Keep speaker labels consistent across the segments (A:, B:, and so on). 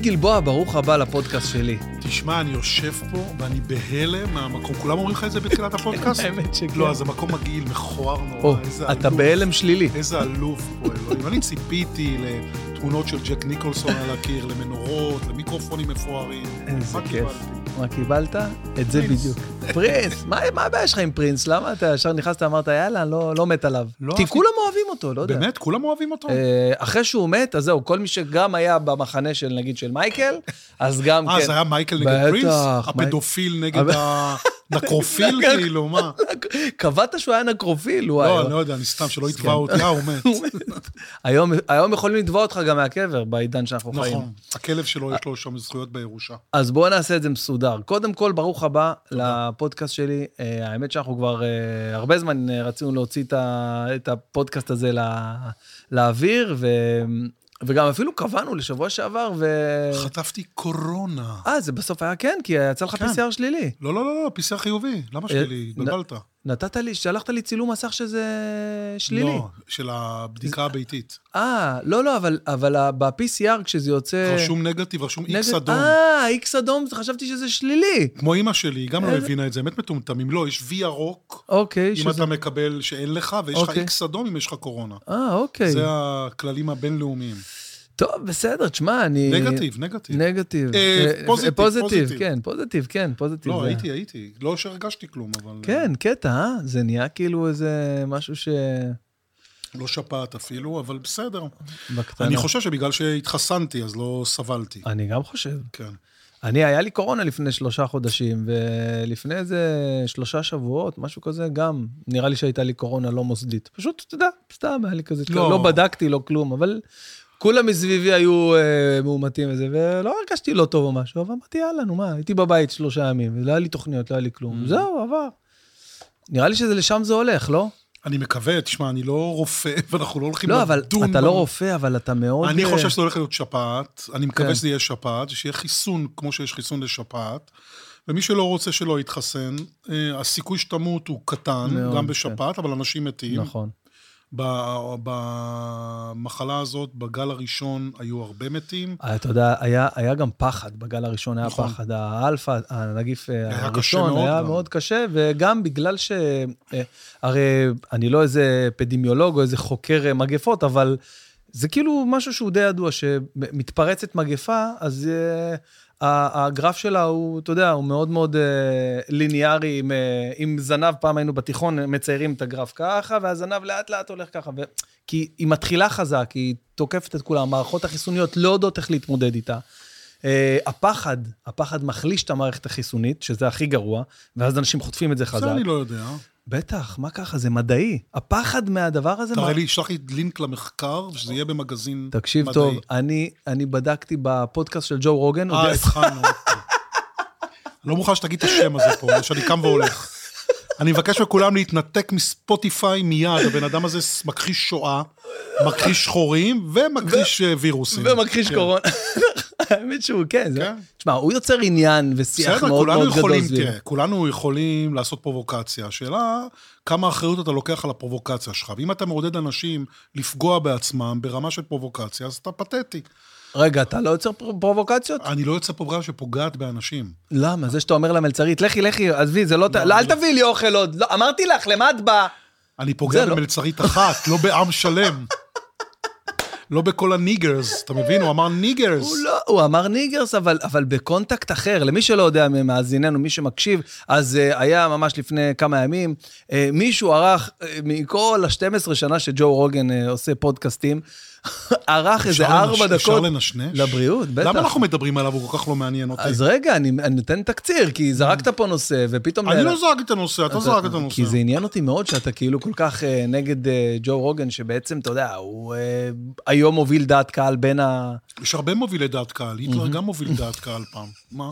A: גלבוע, ברוך הבא לפודקאסט שלי.
B: תשמע, אני יושב פה ואני בהלם מהמקום. כולם אומרים לך את זה בתחילת הפודקאסט?
A: האמת שכן.
B: לא, אז המקום מגעיל, מכוער
A: או,
B: נורא, איזה
A: אתה
B: עלוב.
A: בהלם שלילי.
B: איזה עלוב פה, אלוהים. אני ציפיתי לתמונות של ג'ק ניקולסון על הקיר, למנורות, למיקרופונים מפוארים.
A: איזה
B: מה
A: כיף.
B: קיבלתי?
A: מה קיבלת? את זה
B: פרינס.
A: בדיוק. פרינס, מה מה הבעיה שלך עם פרינס? למה אתה ישר נכנסת, אמרת, יאללה, לא לא מת עליו.
B: לא
A: כי
B: אהבתי.
A: כולם אוהבים אותו, לא יודע.
B: באמת? כולם אוהבים אותו?
A: אה, אחרי שהוא מת, אז זהו, כל מי שגם היה במחנה של, נגיד, של מייקל, אז גם כן.
B: אה, זה היה מייקל נגד
A: בטח,
B: פרינס?
A: מייק-
B: הפדופיל נגד הנקרופיל, כאילו, מה?
A: קבעת שהוא היה נקרופיל, הוא
B: לא,
A: היה...
B: אני לא יודע, אני סתם, שלא
A: מסכן.
B: יתבע אותי, אה, הוא מת.
A: היום- היום יכולים לתבוע אותך גם מהקבר, בעידן שאנחנו חיים.
B: נכון, הכלב שלו, יש לו שם זכויות בירושה.
A: אז בואו נעשה את זה מסודר. קודם כל, ברוך הבא לפודקאסט שלי. אה, האמת שאנחנו כבר אה, הרבה זמן אה, רצינו להוציא את ה- את הפודקאסט הזה לא- לאוויר, ו- וגם אפילו קבענו לשבוע שעבר, ו...
B: חטפתי קורונה.
A: אה, זה בסוף היה כן, כי יצא לך
B: כן.
A: PCR שלילי.
B: לא, לא, לא, לא, PCR חיובי. למה שלי?
A: אה, נ-
B: התבלבלת.
A: נתת לי, שלחת לי צילום מסך שזה שלילי.
B: לא, של הבדיקה הביתית.
A: אה, לא, לא, אבל- אבל ה- ב-PCR כשזה יוצא...
B: רשום נגטיב, רשום איקס
A: נגד-
B: אדום.
A: אה, איקס אדום, חשבתי שזה שלילי.
B: כמו אימא שלי, היא גם לא
A: איזה-
B: הבינה את זה, באמת מטומטמים. לא, יש וי ירוק,
A: אוקיי,
B: אם אתה מקבל שאין לך, ויש לך
A: אוקיי.
B: איקס אדום אם יש לך קורונה.
A: אה, אוקיי.
B: זה הכללים הבינלאומיים.
A: טוב, בסדר, תשמע, אני...
B: נגטיב, נגטיב.
A: אה. נגטיב.
B: אה,
A: אה,
B: פוזיטיב,
A: פוזיטיב,
B: פוזיטיב.
A: כן, פוזיטיב, כן, פוזיטיב.
B: לא,
A: זה-
B: הייתי, הייתי. לא שהרגשתי כלום, אבל...
A: כן, קטע, אה? זה נהיה כאילו איזה משהו ש...
B: לא שפעת אפילו, אבל בסדר.
A: בקטנה.
B: אני חושב שבגלל שהתחסנתי, אז לא סבלתי.
A: אני גם חושב.
B: כן.
A: אני, היה לי קורונה לפני שלושה חודשים, ולפני איזה שלושה שבועות, משהו כזה, גם נראה לי שהייתה לי קורונה לא מוסדית. פשוט, אתה יודע, סתם היה לי כזה,
B: לא.
A: לא בדקתי, לא כלום, אבל כולם מסביבי היו אה, מאומתים וזה, ולא הרגשתי לא טוב או משהו, אבל אמרתי, יאללה, נו מה, הייתי בבית שלושה ימים, ולא היה לי תוכניות, לא היה לי כלום,
B: Mm-hmm.
A: זהו, עבר. נראה לי שזה לשם זה הולך, לא?
B: אני מקווה, תשמע, אני לא רופא, ואנחנו לא הולכים
A: לא, אבל
B: לדון
A: אתה לא
B: בנושא.
A: רופא, אבל אתה מאוד...
B: אני
A: אה,
B: חושב שזה הולך להיות שפעת, אני
A: כן.
B: מקווה שזה יהיה שפעת, שיהיה חיסון כמו שיש חיסון לשפעת, ומי שלא רוצה שלא יתחסן, אה, הסיכוי שתמות הוא קטן,
A: מאוד, כן.
B: גם בשפעת, אבל אנשים מתים.
A: נכון.
B: ב- במחלה הזאת, בגל הראשון היו הרבה מתים.
A: אה, אתה יודע, היה, היה גם פחד, בגל הראשון היה
B: נכון.
A: פחד. האלפא, הנגיף אה,
B: היה קשה
A: הראשון,
B: מאוד
A: היה
B: גם.
A: מאוד קשה, וגם בגלל ש... אה, הרי אני לא איזה אפידמיולוג או איזה חוקר אה, מגפות, אבל זה כאילו משהו שהוא די ידוע, שמתפרצת מגפה, אז אה, ה- הגרף שלה הוא, אתה יודע, הוא מאוד מאוד אה, ליניארי, עם, אה, עם זנב, פעם היינו בתיכון, מציירים את הגרף ככה, והזנב לאט לאט הולך ככה. ו... כי היא מתחילה חזק, היא תוקפת את כולם, המערכות החיסוניות לא יודעות איך להתמודד איתה. Uh, הפחד, הפחד מחליש את המערכת החיסונית, שזה הכי גרוע, ואז אנשים חוטפים את זה חזק.
B: זה אני לא יודע.
A: בטח, מה ככה? זה מדעי. הפחד מהדבר הזה... מה-
B: תראה לי, שלח לי לינק למחקר, שזה יהיה במגזין
A: תקשיב
B: מדעי.
A: טוב, אני, אני בדקתי בפודקאסט של ג'ו רוגן, הוא
B: אה,
A: יודע-
B: התחלנו.
A: אוקיי.
B: לא מוכן שתגיד את השם הזה פה, שאני קם והולך. אני מבקש מכולם להתנתק מספוטיפיי מיד, הבן אדם הזה מכחיש שואה, מכחיש שחורים ומכחיש אה, וירוסים.
A: ומכחיש
B: כן.
A: קורונה. האמת שהוא, כן. זה-
B: כן.
A: תשמע, הוא יוצר עניין ושיח
B: בסדר,
A: מאוד
B: כולנו
A: מאוד גדול
B: יכולים, כן.
A: סביב.
B: תראה, כולנו יכולים לעשות פרובוקציה. השאלה, כמה אחריות אתה לוקח על הפרובוקציה שלך. ואם אתה מעודד אנשים לפגוע בעצמם ברמה של פרובוקציה, אז אתה פתטי.
A: רגע, אתה לא יוצר פר- פרובוקציות?
B: אני לא יוצא פרובוקציה שפוגעת באנשים.
A: למה? זה שאתה אומר למלצרית, לכי, לכי, עזבי, זה לא... ת- לא, אל תביאי לי אוכל עוד. לא, אמרתי לך, למה את באה?
B: אני
A: זה
B: פוגע
A: לא.
B: במלצרית אחת, לא בעם שלם. לא בכל הניגרס, אתה מבין? הוא אמר ניגרס.
A: הוא לא, הוא אמר ניגרס, אבל, אבל בקונטקט אחר. למי שלא יודע, ממאזיננו, מי שמקשיב, אז uh, היה ממש לפני כמה ימים, uh, מישהו ערך, uh, מכל ה-12 שנה שג'ו רוגן uh, עושה פודקאסטים, ערך איזה
B: אפשר
A: ארבע
B: לנש-
A: דקות.
B: אפשר לנשנש?
A: לבריאות, בטח.
B: למה אנחנו מדברים עליו? הוא כל כך לא מעניין אותי.
A: אז רגע, אני, אני נותן תקציר, כי זרקת פה נושא, ופתאום...
B: Mm. אני לא זרק את הנושא, אתה זרק את הנושא.
A: כי זה עניין אותי מאוד שאתה כאילו כל כך אה, נגד אה, ג'ו רוגן, שבעצם, אתה יודע, הוא אה, היום מוביל דעת קהל בין ה...
B: יש הרבה מובילי דעת קהל, היטלר גם מוביל דעת קהל פעם. מה?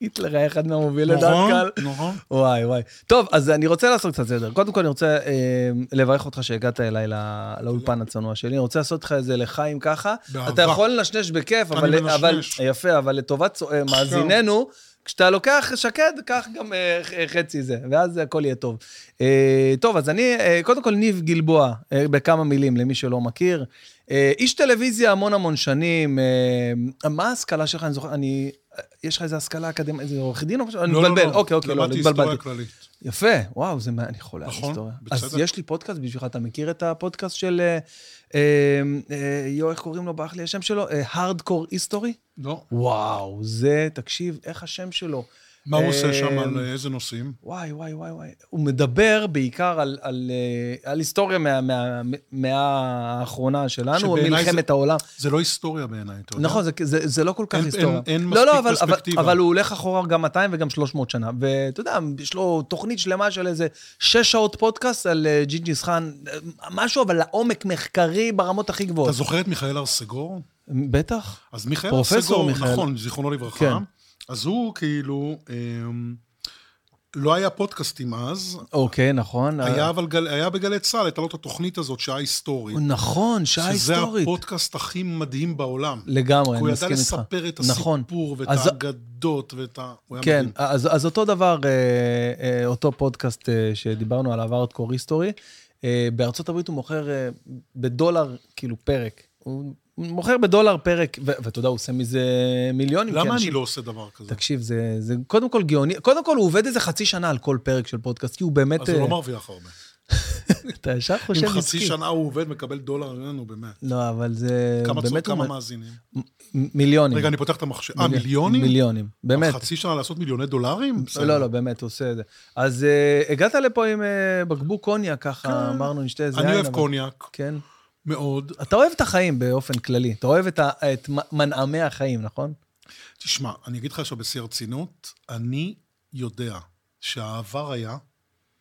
A: היטלר היה אחד מהמובילי דעת
B: נכון?
A: קהל. לא,
B: נכון.
A: וואי, וואי. טוב, אז אני רוצה לעשות קצת סדר. קודם כל, אני רוצה אה, לברך אותך שהגעת אליי לא- לאולפן הצנוע שלי. אני רוצה לעשות לך איזה לחיים ככה.
B: באהבה.
A: אתה יכול לנשנש בכיף,
B: אני
A: אבל...
B: מנשנש.
A: אבל יפה, אבל לטובת צו- אה, מאזיננו, כשאתה לוקח שקד, קח גם אה, ח- אה, חצי זה, ואז הכל יהיה טוב. אה, טוב, אז אני, אה, קודם כל, ניב גלבוע, אה, בכמה מילים, למי שלא מכיר. אה, איש טלוויזיה המון המון שנים, אה, מה ההשכלה שלך? אני זוכר, אני... אה, יש לך איזו השכלה אקדמית, איזה עורך דין או משהו? אני מתבלבל, אוקיי, אוקיי, לא, לא,
B: למדתי היסטוריה
A: התבלבלתי.
B: כללית.
A: יפה, וואו, זה מה, אני חולה על
B: נכון,
A: היסטוריה. אז
B: בצדק.
A: יש לי פודקאסט בשבילך, אתה מכיר את הפודקאסט של... אה, אה, אה, יו, איך קוראים לו? ברח לי השם שלו? הארדקור היסטורי?
B: לא.
A: וואו, זה, תקשיב, איך השם שלו.
B: מה הוא עושה
A: אה,
B: שם, על איזה נושאים?
A: וואי, וואי, וואי, וואי. הוא מדבר בעיקר על, על, אה, על היסטוריה מה- מה- מהמאה האחרונה שלנו,
B: שבעיניי
A: מלחמת העולם.
B: זה לא היסטוריה בעיניי, אתה יודע.
A: נכון, זה, זה, זה לא כל כך
B: אין-
A: היסטוריה.
B: אין- אין
A: לא, לא,
B: מספיק
A: אבל, אבל,
B: פרספקטיבה.
A: אבל הוא הולך אחורה גם 200 וגם 300 שנה. ואתה יודע, יש לו תוכנית שלמה של איזה שש שעות פודקאסט על אה, ג'ינג'יס חאן, אה, משהו, אבל לעומק מחקרי ברמות הכי
B: אתה
A: גבוהות.
B: זוכר את מיכאל ארסגור?
A: בטח.
B: אז מיכאל
A: פרופסור
B: ארסגור,
A: מיכאל.
B: נכון, זיכרונו לברכה.
A: כן.
B: אז הוא כאילו, אמ, לא היה פודקאסטים אז,
A: אוקיי, נכון.
B: היה אבל גל- היה בגלי צה"ל, הייתה לו את התוכנית הזאת, שעה היסטורית.
A: נכון, שעה
B: שזה
A: היסטורית.
B: הפודקאסט הכי מדהים בעולם.
A: לגמרי,
B: הוא
A: אני
B: ידע
A: מסכים איתך.
B: לספר את
A: נכון.
B: הסיפור ואת
A: אז-
B: האגדות ואת ה... הוא היה
A: כן,
B: מדהים.
A: אז, אז אותו דבר, אה, אה, אותו פודקאסט אה, שדיברנו עליו, הארדקור היסטורי, אה, בארצות הברית הוא מוכר אה, בדולר, כאילו, פרק. הוא מוכר בדולר פרק, ו- ואתה יודע, הוא עושה מזה מיליונים. כי
B: למה אני
A: כן, אנשים-
B: לא עושה דבר כזה?
A: תקשיב, זה, זה קודם כל גאוני, קודם כל הוא עובד איזה חצי שנה על כל פרק של פודקאסט, כי הוא באמת...
B: אז הוא
A: אה, לא
B: לא מרוויח הרבה.
A: אתה ישר חושב
B: אם חצי
A: עסקי.
B: שנה הוא עובד, מקבל דולר ממנו, באמת.
A: לא, אבל זה...
B: כמה צופ-
A: באמת הוא
B: כמה
A: מ-
B: מאזינים?
A: מ- מיליונים.
B: רגע, אני פותח את המחשב. אה,
A: מיליון-
B: מיליונים?
A: מיליונים, באמת.
B: חצי שנה לעשות מיליוני דולרים? בסדר.
A: לא, לא, באמת, הוא עושה את זה. אז אה, הגעת לפה עם אה, בקבוק קוניאק, ככה אמרנו, נשתה איזה
B: כן. אני
A: יין,
B: אוהב
A: אבל-
B: קוניאק
A: כן.
B: מאוד.
A: אתה אוהב את החיים באופן כללי, אתה אוהב את ה- את מ- מנעמי החיים, נכון?
B: תשמע, אני אגיד לך עכשיו בשיא הרצינות, אני יודע שהעבר היה,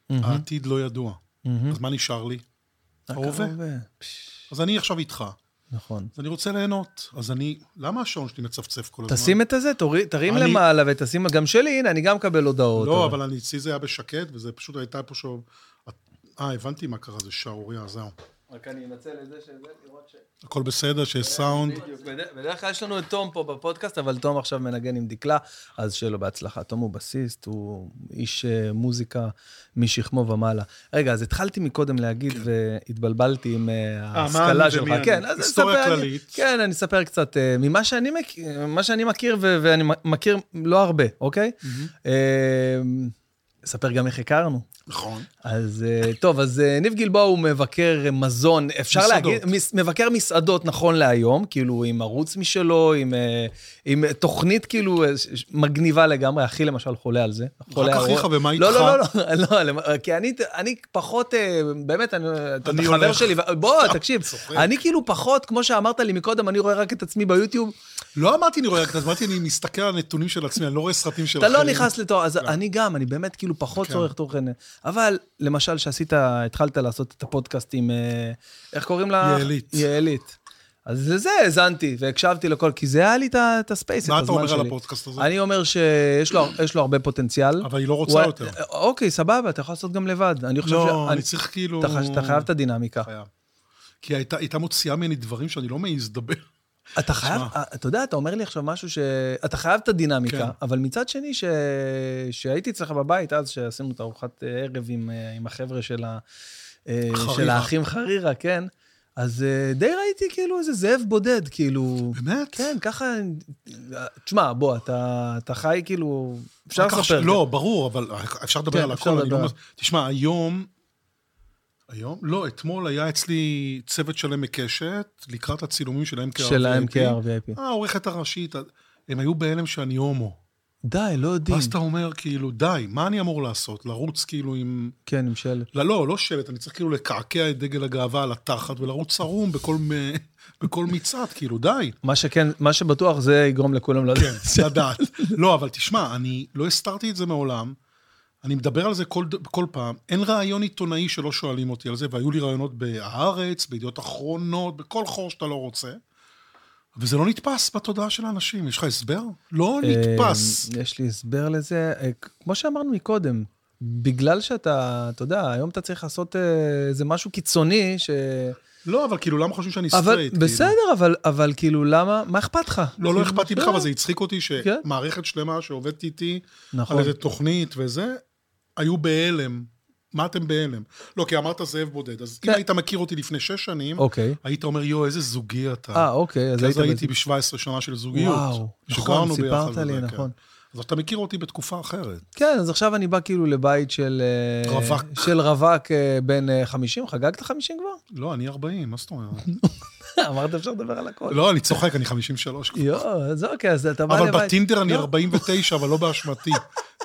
B: העתיד לא ידוע.
A: מהמם.
B: אז מה נשאר לי?
A: רק
B: ההווה.
A: פש,
B: אז אני עכשיו איתך,
A: נכון.
B: אז אני רוצה ליהנות. אז אני... למה השעון שלי מצפצף כל הזמן?
A: תשים את הזה, תוריד- תרים
B: אני-
A: למעלה ותשים, גם שלי, הנה, אני גם מקבל הודעות.
B: לא, אבל אני, אצלי זה היה בשקט, וזה פשוט הייתה פה שוב... אה, הבנתי מה קרה, זה שערורייה, זהו.
A: רק אני אנצל את זה שזה, לראות ש...
B: הכל בסדר, שיש סאונד.
A: בד- בדרך כלל יש לנו את תום פה בפודקאסט, אבל תום עכשיו מנגן עם דקלה, אז שיהיה לו בהצלחה. תום הוא בסיסט, הוא איש אה, מוזיקה משכמו ומעלה. רגע, אז התחלתי מקודם להגיד
B: כן.
A: והתבלבלתי עם אה,
B: אני
A: ההשכלה שלך.
B: ומי אני?
A: כן, אז אני
B: היסטוריה
A: אספר- אני-
B: כללית.
A: כן, אני אספר קצת אה, ממה שאני מכיר, מה שאני מכיר, ו- ואני מכיר לא הרבה, אוקיי? אה, אספר גם איך הכרנו.
B: נכון.
A: אז אה, טוב, אז אה, ניב גלבוע הוא מבקר מזון, אפשר
B: מסעדות.
A: להגיד, מס, מבקר מסעדות נכון להיום, כאילו עם ערוץ משלו, עם, אה, עם תוכנית כאילו אה, ש- ש- מגניבה לגמרי, אחי למשל חולה על זה. חולה על-
B: אחיך, ומה
A: לא,
B: איתך?
A: לא, לא, לא, לא, למ- כי אני, אני פחות, אה, באמת, אני, אתה
B: אני
A: חבר
B: הולך.
A: שלי, ו- בוא, תקשיב,
B: צוחק.
A: אני כאילו פחות, כמו שאמרת לי מקודם, אני רואה רק את עצמי ביוטיוב,
B: לא אמרתי אני רואה, רק אמרתי אני מסתכל על הנתונים של עצמי, אני לא רואה סרטים של
A: אתה
B: אחרים.
A: לא נכנס לתור, אז אני גם, אני באמת כאילו פחות
B: כן.
A: צורך תוכן. אבל, למשל, שעשית, התחלת לעשות את הפודקאסט עם, אה, איך קוראים לה?
B: יעלית.
A: יעלית. אז לזה האזנתי והקשבתי לכל, כי זה היה לי את ה- את הספייס, את
B: מה
A: הזמן
B: אתה
A: שלי.
B: אומר על הפודקאסט הזה?
A: אני אומר שיש לו- יש לו הרבה פוטנציאל.
B: אבל היא לא
A: הוא-
B: רוצה יותר.
A: אוקיי, סבבה, אתה יכול לעשות גם לבד. אני חושב ש...
B: לא, אני צריך כאילו...
A: אתה חש- אתה חייב את הדינמיקה.
B: חייב. כי הייתה- הייתה מוציאה ממני דברים שאני לא מעז לדבר.
A: אתה חייב, אתה יודע, אתה אומר לי עכשיו משהו ש... אתה חייב את הדינמיקה,
B: כן.
A: אבל מצד שני, ש... שהייתי אצלך בבית אז, שעשינו את ארוחת אה, ערב עם, אה, עם החבר'ה של, ה... אה,
B: חרירה.
A: של האחים חרירה, כן, אז אה, די ראיתי כאילו איזה זאב בודד, כאילו...
B: באמת?
A: כן, ככה... תשמע, בוא, אתה, אתה חי כאילו... אפשר
B: רק עכשיו-
A: לספר.
B: לא, ברור, אבל אפשר לדבר
A: כן,
B: על
A: אפשר
B: הכל. אני לא
A: לדבר.
B: מס- תשמע, היום... היום? לא, אתמול היה אצלי צוות שלם מקשת, לקראת הצילומים של
A: כן.
B: MKR.
A: של ה-MKR VIP.
B: אה, העורכת הראשית, הם היו בהלם שאני הומו.
A: די, לא יודעים.
B: ואז אתה אומר, כאילו, די, מה אני אמור לעשות? לרוץ כאילו עם...
A: כן, עם שלט.
B: לא, לא, לא שלט, אני צריך כאילו לקעקע את דגל הגאווה על התחת ולרוץ ערום בכל, מ- בכל מצעד, כאילו, די.
A: מה שכן, מה שבטוח זה יגרום לכולם לא
B: כן, לדעת. לא, אבל תשמע, אני לא הסתרתי את זה מעולם. אני מדבר על זה כל, ד- כל פעם. אין רעיון עיתונאי שלא שואלים אותי על זה, והיו לי רעיונות ב"הארץ", ב"ידיעות אחרונות", בכל חור שאתה לא רוצה. וזה לא נתפס בתודעה של האנשים. יש לך הסבר? לא נתפס.
A: אה, יש לי הסבר לזה. אה, כ- כמו שאמרנו מקודם, בגלל שאתה, אתה יודע, היום אתה צריך לעשות אה, איזה משהו קיצוני, ש...
B: לא, אבל כאילו, למה חושבים שאני
A: אבל
B: סטרייט? כאילו?
A: בסדר, אבל, אבל כאילו, למה, מה אכפת לך?
B: לא, לא אכפת לי בכלל,
A: לא.
B: אבל זה הצחיק אותי
A: כן.
B: שמערכת שלמה שעובדת איתי,
A: נכון.
B: על איזה תוכנית וזה, היו בהלם. מה אתם בהלם? לא, כי אמרת זאב בודד, אז אם
A: כן.
B: היית מכיר אותי לפני שש שנים,
A: אוקיי.
B: היית אומר, יואו, איזה זוגי אתה.
A: אה, אוקיי, אז
B: כי
A: היית...
B: אז הייתי
A: בזה.
B: ב-17 שנה של זוגיות.
A: וואו,
B: שגרנו
A: נכון,
B: ביחד
A: סיפרת לי,
B: וזה, כן.
A: נכון.
B: אז אתה מכיר אותי בתקופה אחרת.
A: כן, אז עכשיו אני בא כאילו לבית של... אה,
B: רווק.
A: של רווק אה, בן אה, 50, חגגת 50 כבר?
B: לא, אני 40, מה זאת אומרת?
A: אמרת אפשר לדבר על הכל.
B: לא, אני צוחק, אני 53 כבר.
A: יואו, אז אוקיי, אז אתה בא לבית...
B: אבל בטינדר אני
A: לא.
B: 49, אבל לא באשמתי.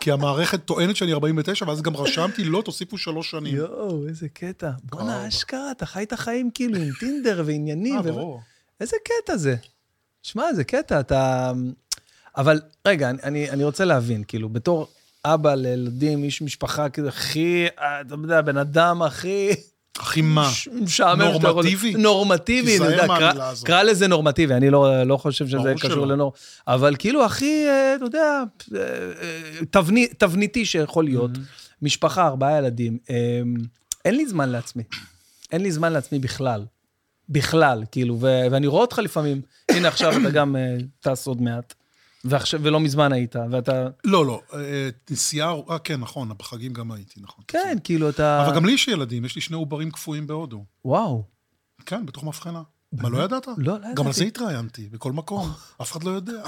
B: כי המערכת טוענת שאני 49, ואז גם רשמתי, לא, תוסיפו שלוש שנים.
A: יואו, איזה קטע. בואנה,
B: ארבע.
A: אשכרה, אתה חי את החיים כאילו עם טינדר ועניינים.
B: אוקיי. אה,
A: ו-
B: ברור.
A: איזה קטע זה. שמע, זה קטע, אתה... אבל רגע, אני- אני, אני רוצה להבין, כאילו, בתור אבא לילדים, איש משפחה, כאילו, הכי, אה, אתה יודע, הבן אדם הכי
B: אחי, מה?
A: ש- משעמם. שאתה יכול-
B: נורמטיבי?
A: נורמטיבי, אני
B: תיזהר
A: יודע,
B: מהמילה
A: קרא-
B: הזאת.
A: קרא לזה נורמטיבי, אני לא, לא חושב שזה
B: ברור
A: קשור
B: שלא.
A: לנור... אבל כאילו, הכי, אה, אתה יודע, אה, אה, תבני, תבניתי שיכול להיות. משפחה, ארבעה ילדים, אה, אין לי זמן לעצמי. אין לי זמן לעצמי בכלל. בכלל, כאילו, ו- ואני רואה אותך לפעמים, הנה עכשיו אתה גם אה, טס עוד מעט, ועכשיו, ולא מזמן היית, ואתה,
B: לא, לא, אה, נסיעה, ארוכ- אה, כן, נכון, בחגים גם הייתי, נכון.
A: כן, כאילו, אתה...
B: אבל גם לי יש ילדים, יש לי שני עוברים קפואים בהודו.
A: וואו,
B: כן, בתוך מבחנה. מה, לא ידעת?
A: לא, לא
B: גם על
A: ידעתי.
B: זה התראיינתי, בכל מקום. אף אחד לא יודע.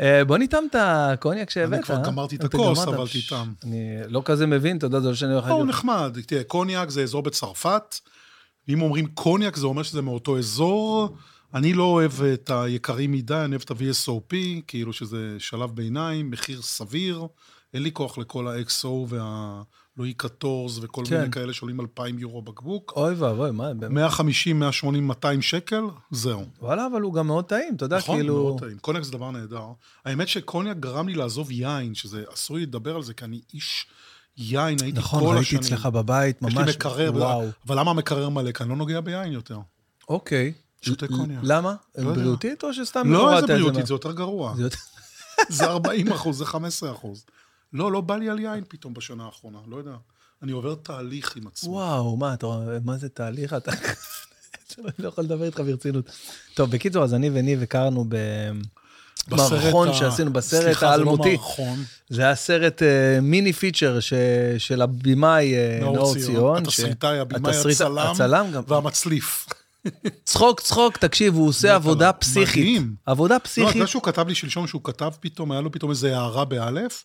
A: אה, בוא ניתם את הקוניאק שהבאת,
B: אני כבר
A: אה?
B: גמרתי את
A: אתה
B: הכוס,
A: גמרת?
B: אבל
A: ש-
B: תיתם.
A: אני לא כזה מבין, אתה יודע, זה לא שאני הולך
B: לא, הוא
A: להגיד-
B: נחמד. תראה, קוניאק זה אזור בצרפת. אם אומרים קוניאק, זה אומר שזה מאותו אזור. אני לא אוהב את היקרים מדי, אני אוהב את ה-VSOP, כאילו שזה שלב ביניים, מחיר סביר. אין לי כוח לכל ה-XO והלואי 14 וכל
A: כן.
B: מיני כאלה שעולים 2,000 יורו בקבוק.
A: אוי ואבוי, מה, באמת?
B: 150, 180, 200 שקל, זהו.
A: וואלה, אבל הוא גם מאוד טעים, אתה יודע,
B: נכון,
A: כאילו...
B: מאוד טעים. קוניאק זה דבר נהדר. האמת שקוניאק גרם לי לעזוב יין, שזה אסור לי לדבר על זה, כי אני איש יין, הייתי
A: נכון,
B: כל השנים.
A: ראיתי אצלך בבית, ממש...
B: יש לי מקרר,
A: וואו.
B: אבל למה המקרר מלא? כי אני לא נוגע ביין יותר.
A: אוקיי.
B: שותה
A: ל-
B: קוניאק. לא
A: למה?
B: יודע.
A: בריאותית או שסתם
B: לא,
A: הורדת
B: איזה
A: את זה
B: בריאותית,
A: מה-
B: זה יותר גרוע.
A: זה יותר-
B: זה 40 אחוז, זה 15 אחוז. לא, לא בא לי על יין פתאום בשנה האחרונה, לא יודע. אני עובר תהליך עם עצמי.
A: וואו, מה, אתה, מה זה תהליך? אתה... אני לא יכול לדבר איתך ברצינות. טוב, בקיצור, אז אני וניב הכרנו
B: בסרט
A: במערכון
B: ה-
A: שעשינו, בסרט
B: סליחה, זה לא
A: האלמותי.
B: מערכון.
A: זה היה סרט אה, מיני פיצ'ר ש- של הבמאי אה,
B: נאור
A: נאור
B: ציון,
A: ציון.
B: התסריטאי,
A: ש-
B: הבמאי,
A: התסריט-
B: הצלם.
A: הצלם גם.
B: והמצליף.
A: צחוק, צחוק, תקשיב, הוא עושה עבודה
B: לא, מדהים.
A: פסיכית. עבודה
B: לא, אתה
A: פסיכית.
B: יודע שהוא כתב לי שלשום שהוא כתב פתאום, היה לו פתאום איזו הערה באלף,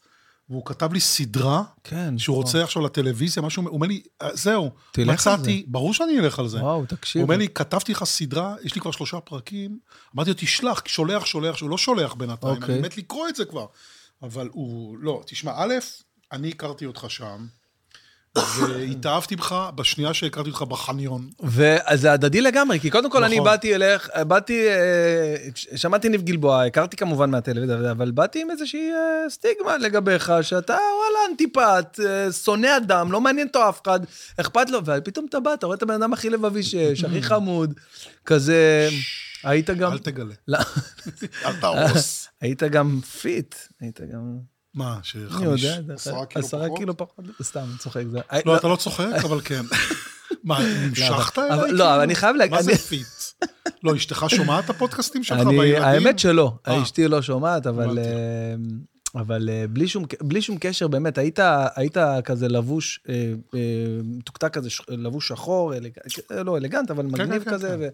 B: והוא כתב לי סדרה,
A: כן.
B: שהוא
A: וואו.
B: רוצה עכשיו לטלוויזיה, משהו, הוא אומר לי, "אה, זהו,
A: תלך על
B: מצאתי, ברור שאני אלך על זה.
A: וואו,
B: הוא
A: תקשיב.
B: אומר לי, כתבתי לך סדרה, יש לי כבר שלושה פרקים, אמרתי לו, תשלח, שולח, שולח, שהוא לא שולח בינתיים,
A: אוקיי.
B: אני מת לקרוא את זה כבר. אבל הוא, לא, תשמע, א', אני הכרתי אותך שם, והתאהבתי בך בשנייה שהכרתי אותך בחניון.
A: וזה הדדי לגמרי, כי קודם כל אני
B: נכון.
A: באתי אליך, באתי, אה, ש- שמעתי ניב גלבוע, הכרתי כמובן מהטלוויזיה, וזה, אבל באתי עם איזושהי אה, סטיגמה לגביך, שאתה וואלה אנטיפט, אה, שונא אדם, לא מעניין אותו אף אחד, אכפת לו, ופתאום אתה בא, אתה רואה את הבן אדם הכי לבבי שיש, הכי חמוד, כזה, היית גם...
B: אל תגלה,
A: לא,
B: אל תהרוס.
A: היית גם פיט, היית גם...
B: מה,
A: אני
B: שחמיש,
A: יודע, זה-
B: עשרה קילו
A: עשרה
B: פחות?
A: קילו פחות, סתם, אני צוחק. זה-
B: לא, אתה לא צוחק, אבל כן. מה, נמשכת
A: אבל-
B: אליי?
A: אבל- לא,
B: כאילו?
A: אבל אני חייב להגיד-
B: מה זה
A: אני-
B: פיט? לא, אשתך שומעת את הפודקאסטים שלך
A: אני,
B: והילדים?
A: האמת שלא,
B: אה.
A: אשתי לא שומעת, אבל,
B: הבנתי.
A: אה, אבל אה, בלי שום, בלי שום קשר, באמת, היית, היית כזה לבוש, אה, אה, מתוקתק כזה, ש- לבוש שחור, אלג, אה, לא אלגנט, אבל מגניב
B: כן,
A: כזה.
B: כן.
A: ו-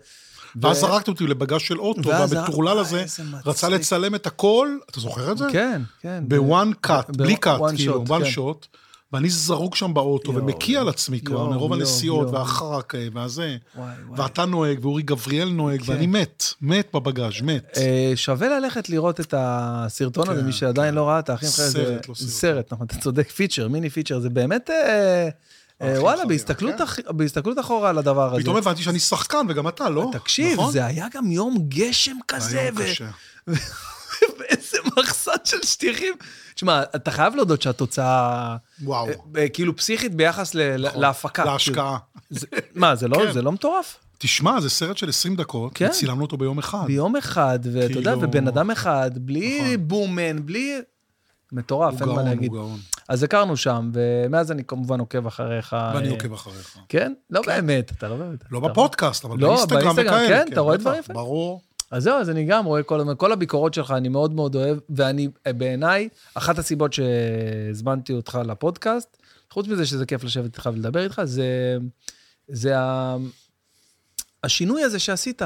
B: ואז
A: ו-
B: זרקת אותי לבגש של אוטו,
A: ואז-
B: והמטורלל
A: אה,
B: הזה
A: איזה מצחיק.
B: רצה לצלם את הכל, אתה זוכר את זה?
A: כן, כן.
B: בוואן קאט,
A: ב-
B: בלי
A: ב-
B: קאט,
A: one
B: כאילו,
A: shot,
B: וואן
A: כן.
B: שוט, ואני זרוק שם באוטו,
A: יואו,
B: ומקיא
A: יואו.
B: על עצמי כבר,
A: יואו,
B: מרוב
A: יואו,
B: הנסיעות,
A: יואו.
B: והחרק, אה, והזה.
A: וואי, וואי.
B: ואתה נוהג, ואורי גבריאל נוהג,
A: כן.
B: ואני מת, מת בבגש, מת.
A: אה, שווה ללכת לראות את הסרטון הזה,
B: כן,
A: מי שעדיין לא ראה, אתה אחים
B: סרט,
A: זה-
B: לא
A: זה
B: סרטון.
A: סרט, נכון, אתה צודק, פיצ'ר, מיני פיצ'ר, זה באמת, אה, אה,
B: אחים
A: וואלה,
B: חברים,
A: בהסתכלות
B: כן.
A: אח- בהסתכלות אחורה על הדבר הזה.
B: פתאום הבנתי שאני שחקן, וגם אתה, לא?
A: תקשיב,
B: נכון?
A: זה היה גם יום גשם כזה,
B: היום
A: ו-
B: קשה.
A: ואיזה מחסן של שטיחים. תשמע, אתה חייב להודות שהתוצאה,
B: וואו.
A: אה, אה, כאילו פסיכית ביחס ל- להפקה.
B: נכון, להשקעה.
A: כאילו. זה- מה, זה לא-
B: כן.
A: זה לא מטורף?
B: תשמע, זה סרט של 20 דקות,
A: כן.
B: וצילמנו אותו ביום אחד.
A: ביום אחד, ואתה יודע,
B: כאילו-
A: ובן אדם אחד, בלי
B: נכון.
A: בומן, בלי... מטורף,
B: הוא
A: אין מה
B: גאון,
A: להגיד.
B: הוא גאון.
A: אז הכרנו שם, ומאז אני כמובן עוקב אחריך.
B: ואני
A: אה,
B: עוקב אחריך.
A: כן? לא באמת, אתה לא באמת.
B: לא
A: אתה-
B: בפודקאסט, אבל
A: לא,
B: באינסטגרם
A: באינסטגרם,
B: וכאלה.
A: כן, אתה רואה
B: בטח,
A: דברים יפים.
B: ברור.
A: אז זהו, אז אני גם רואה כל הזמן, כל הביקורות שלך, אני מאוד מאוד אוהב, ואני, אה, בעיניי, אחת הסיבות שהזמנתי אותך לפודקאסט, חוץ מזה שזה כיף לשבת איתך ולדבר איתך, זה, זה ה... השינוי הזה שעשית.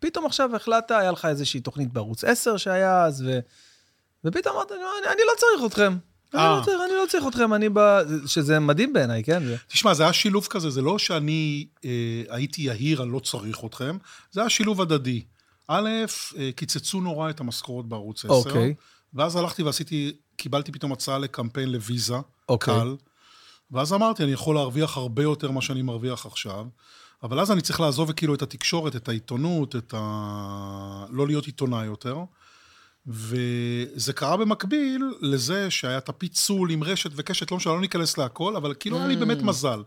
A: פתאום עכשיו החלטת, היה לך איזושהי תוכנית בערוץ 10 שהיה אז, ו... ופתאום אמרת, אני, אני לא צריך אתכם. אני
B: אה.
A: לא צריך, אני לא צריך אתכם, אני ב... שזה מדהים בעיניי, כן? זה...
B: תשמע, זה היה שילוב כזה, זה לא שאני אה, הייתי יהיר, אני לא צריך אתכם, זה היה שילוב הדדי. א', אה, קיצצו נורא את המשכורות בערוץ 10,
A: אוקיי.
B: ואז הלכתי ועשיתי, קיבלתי פתאום הצעה לקמפיין לוויזה,
A: אוקיי.
B: קל, ואז אמרתי, אני יכול להרוויח הרבה יותר ממה שאני מרוויח עכשיו, אבל אז אני צריך לעזוב כאילו את התקשורת, את העיתונות, את ה... לא להיות עיתונאי יותר. וזה קרה במקביל לזה שהיה את הפיצול עם רשת וקשת, לא משנה, לא ניכנס להכל, אבל כאילו
A: Mm.
B: היה לי באמת מזל.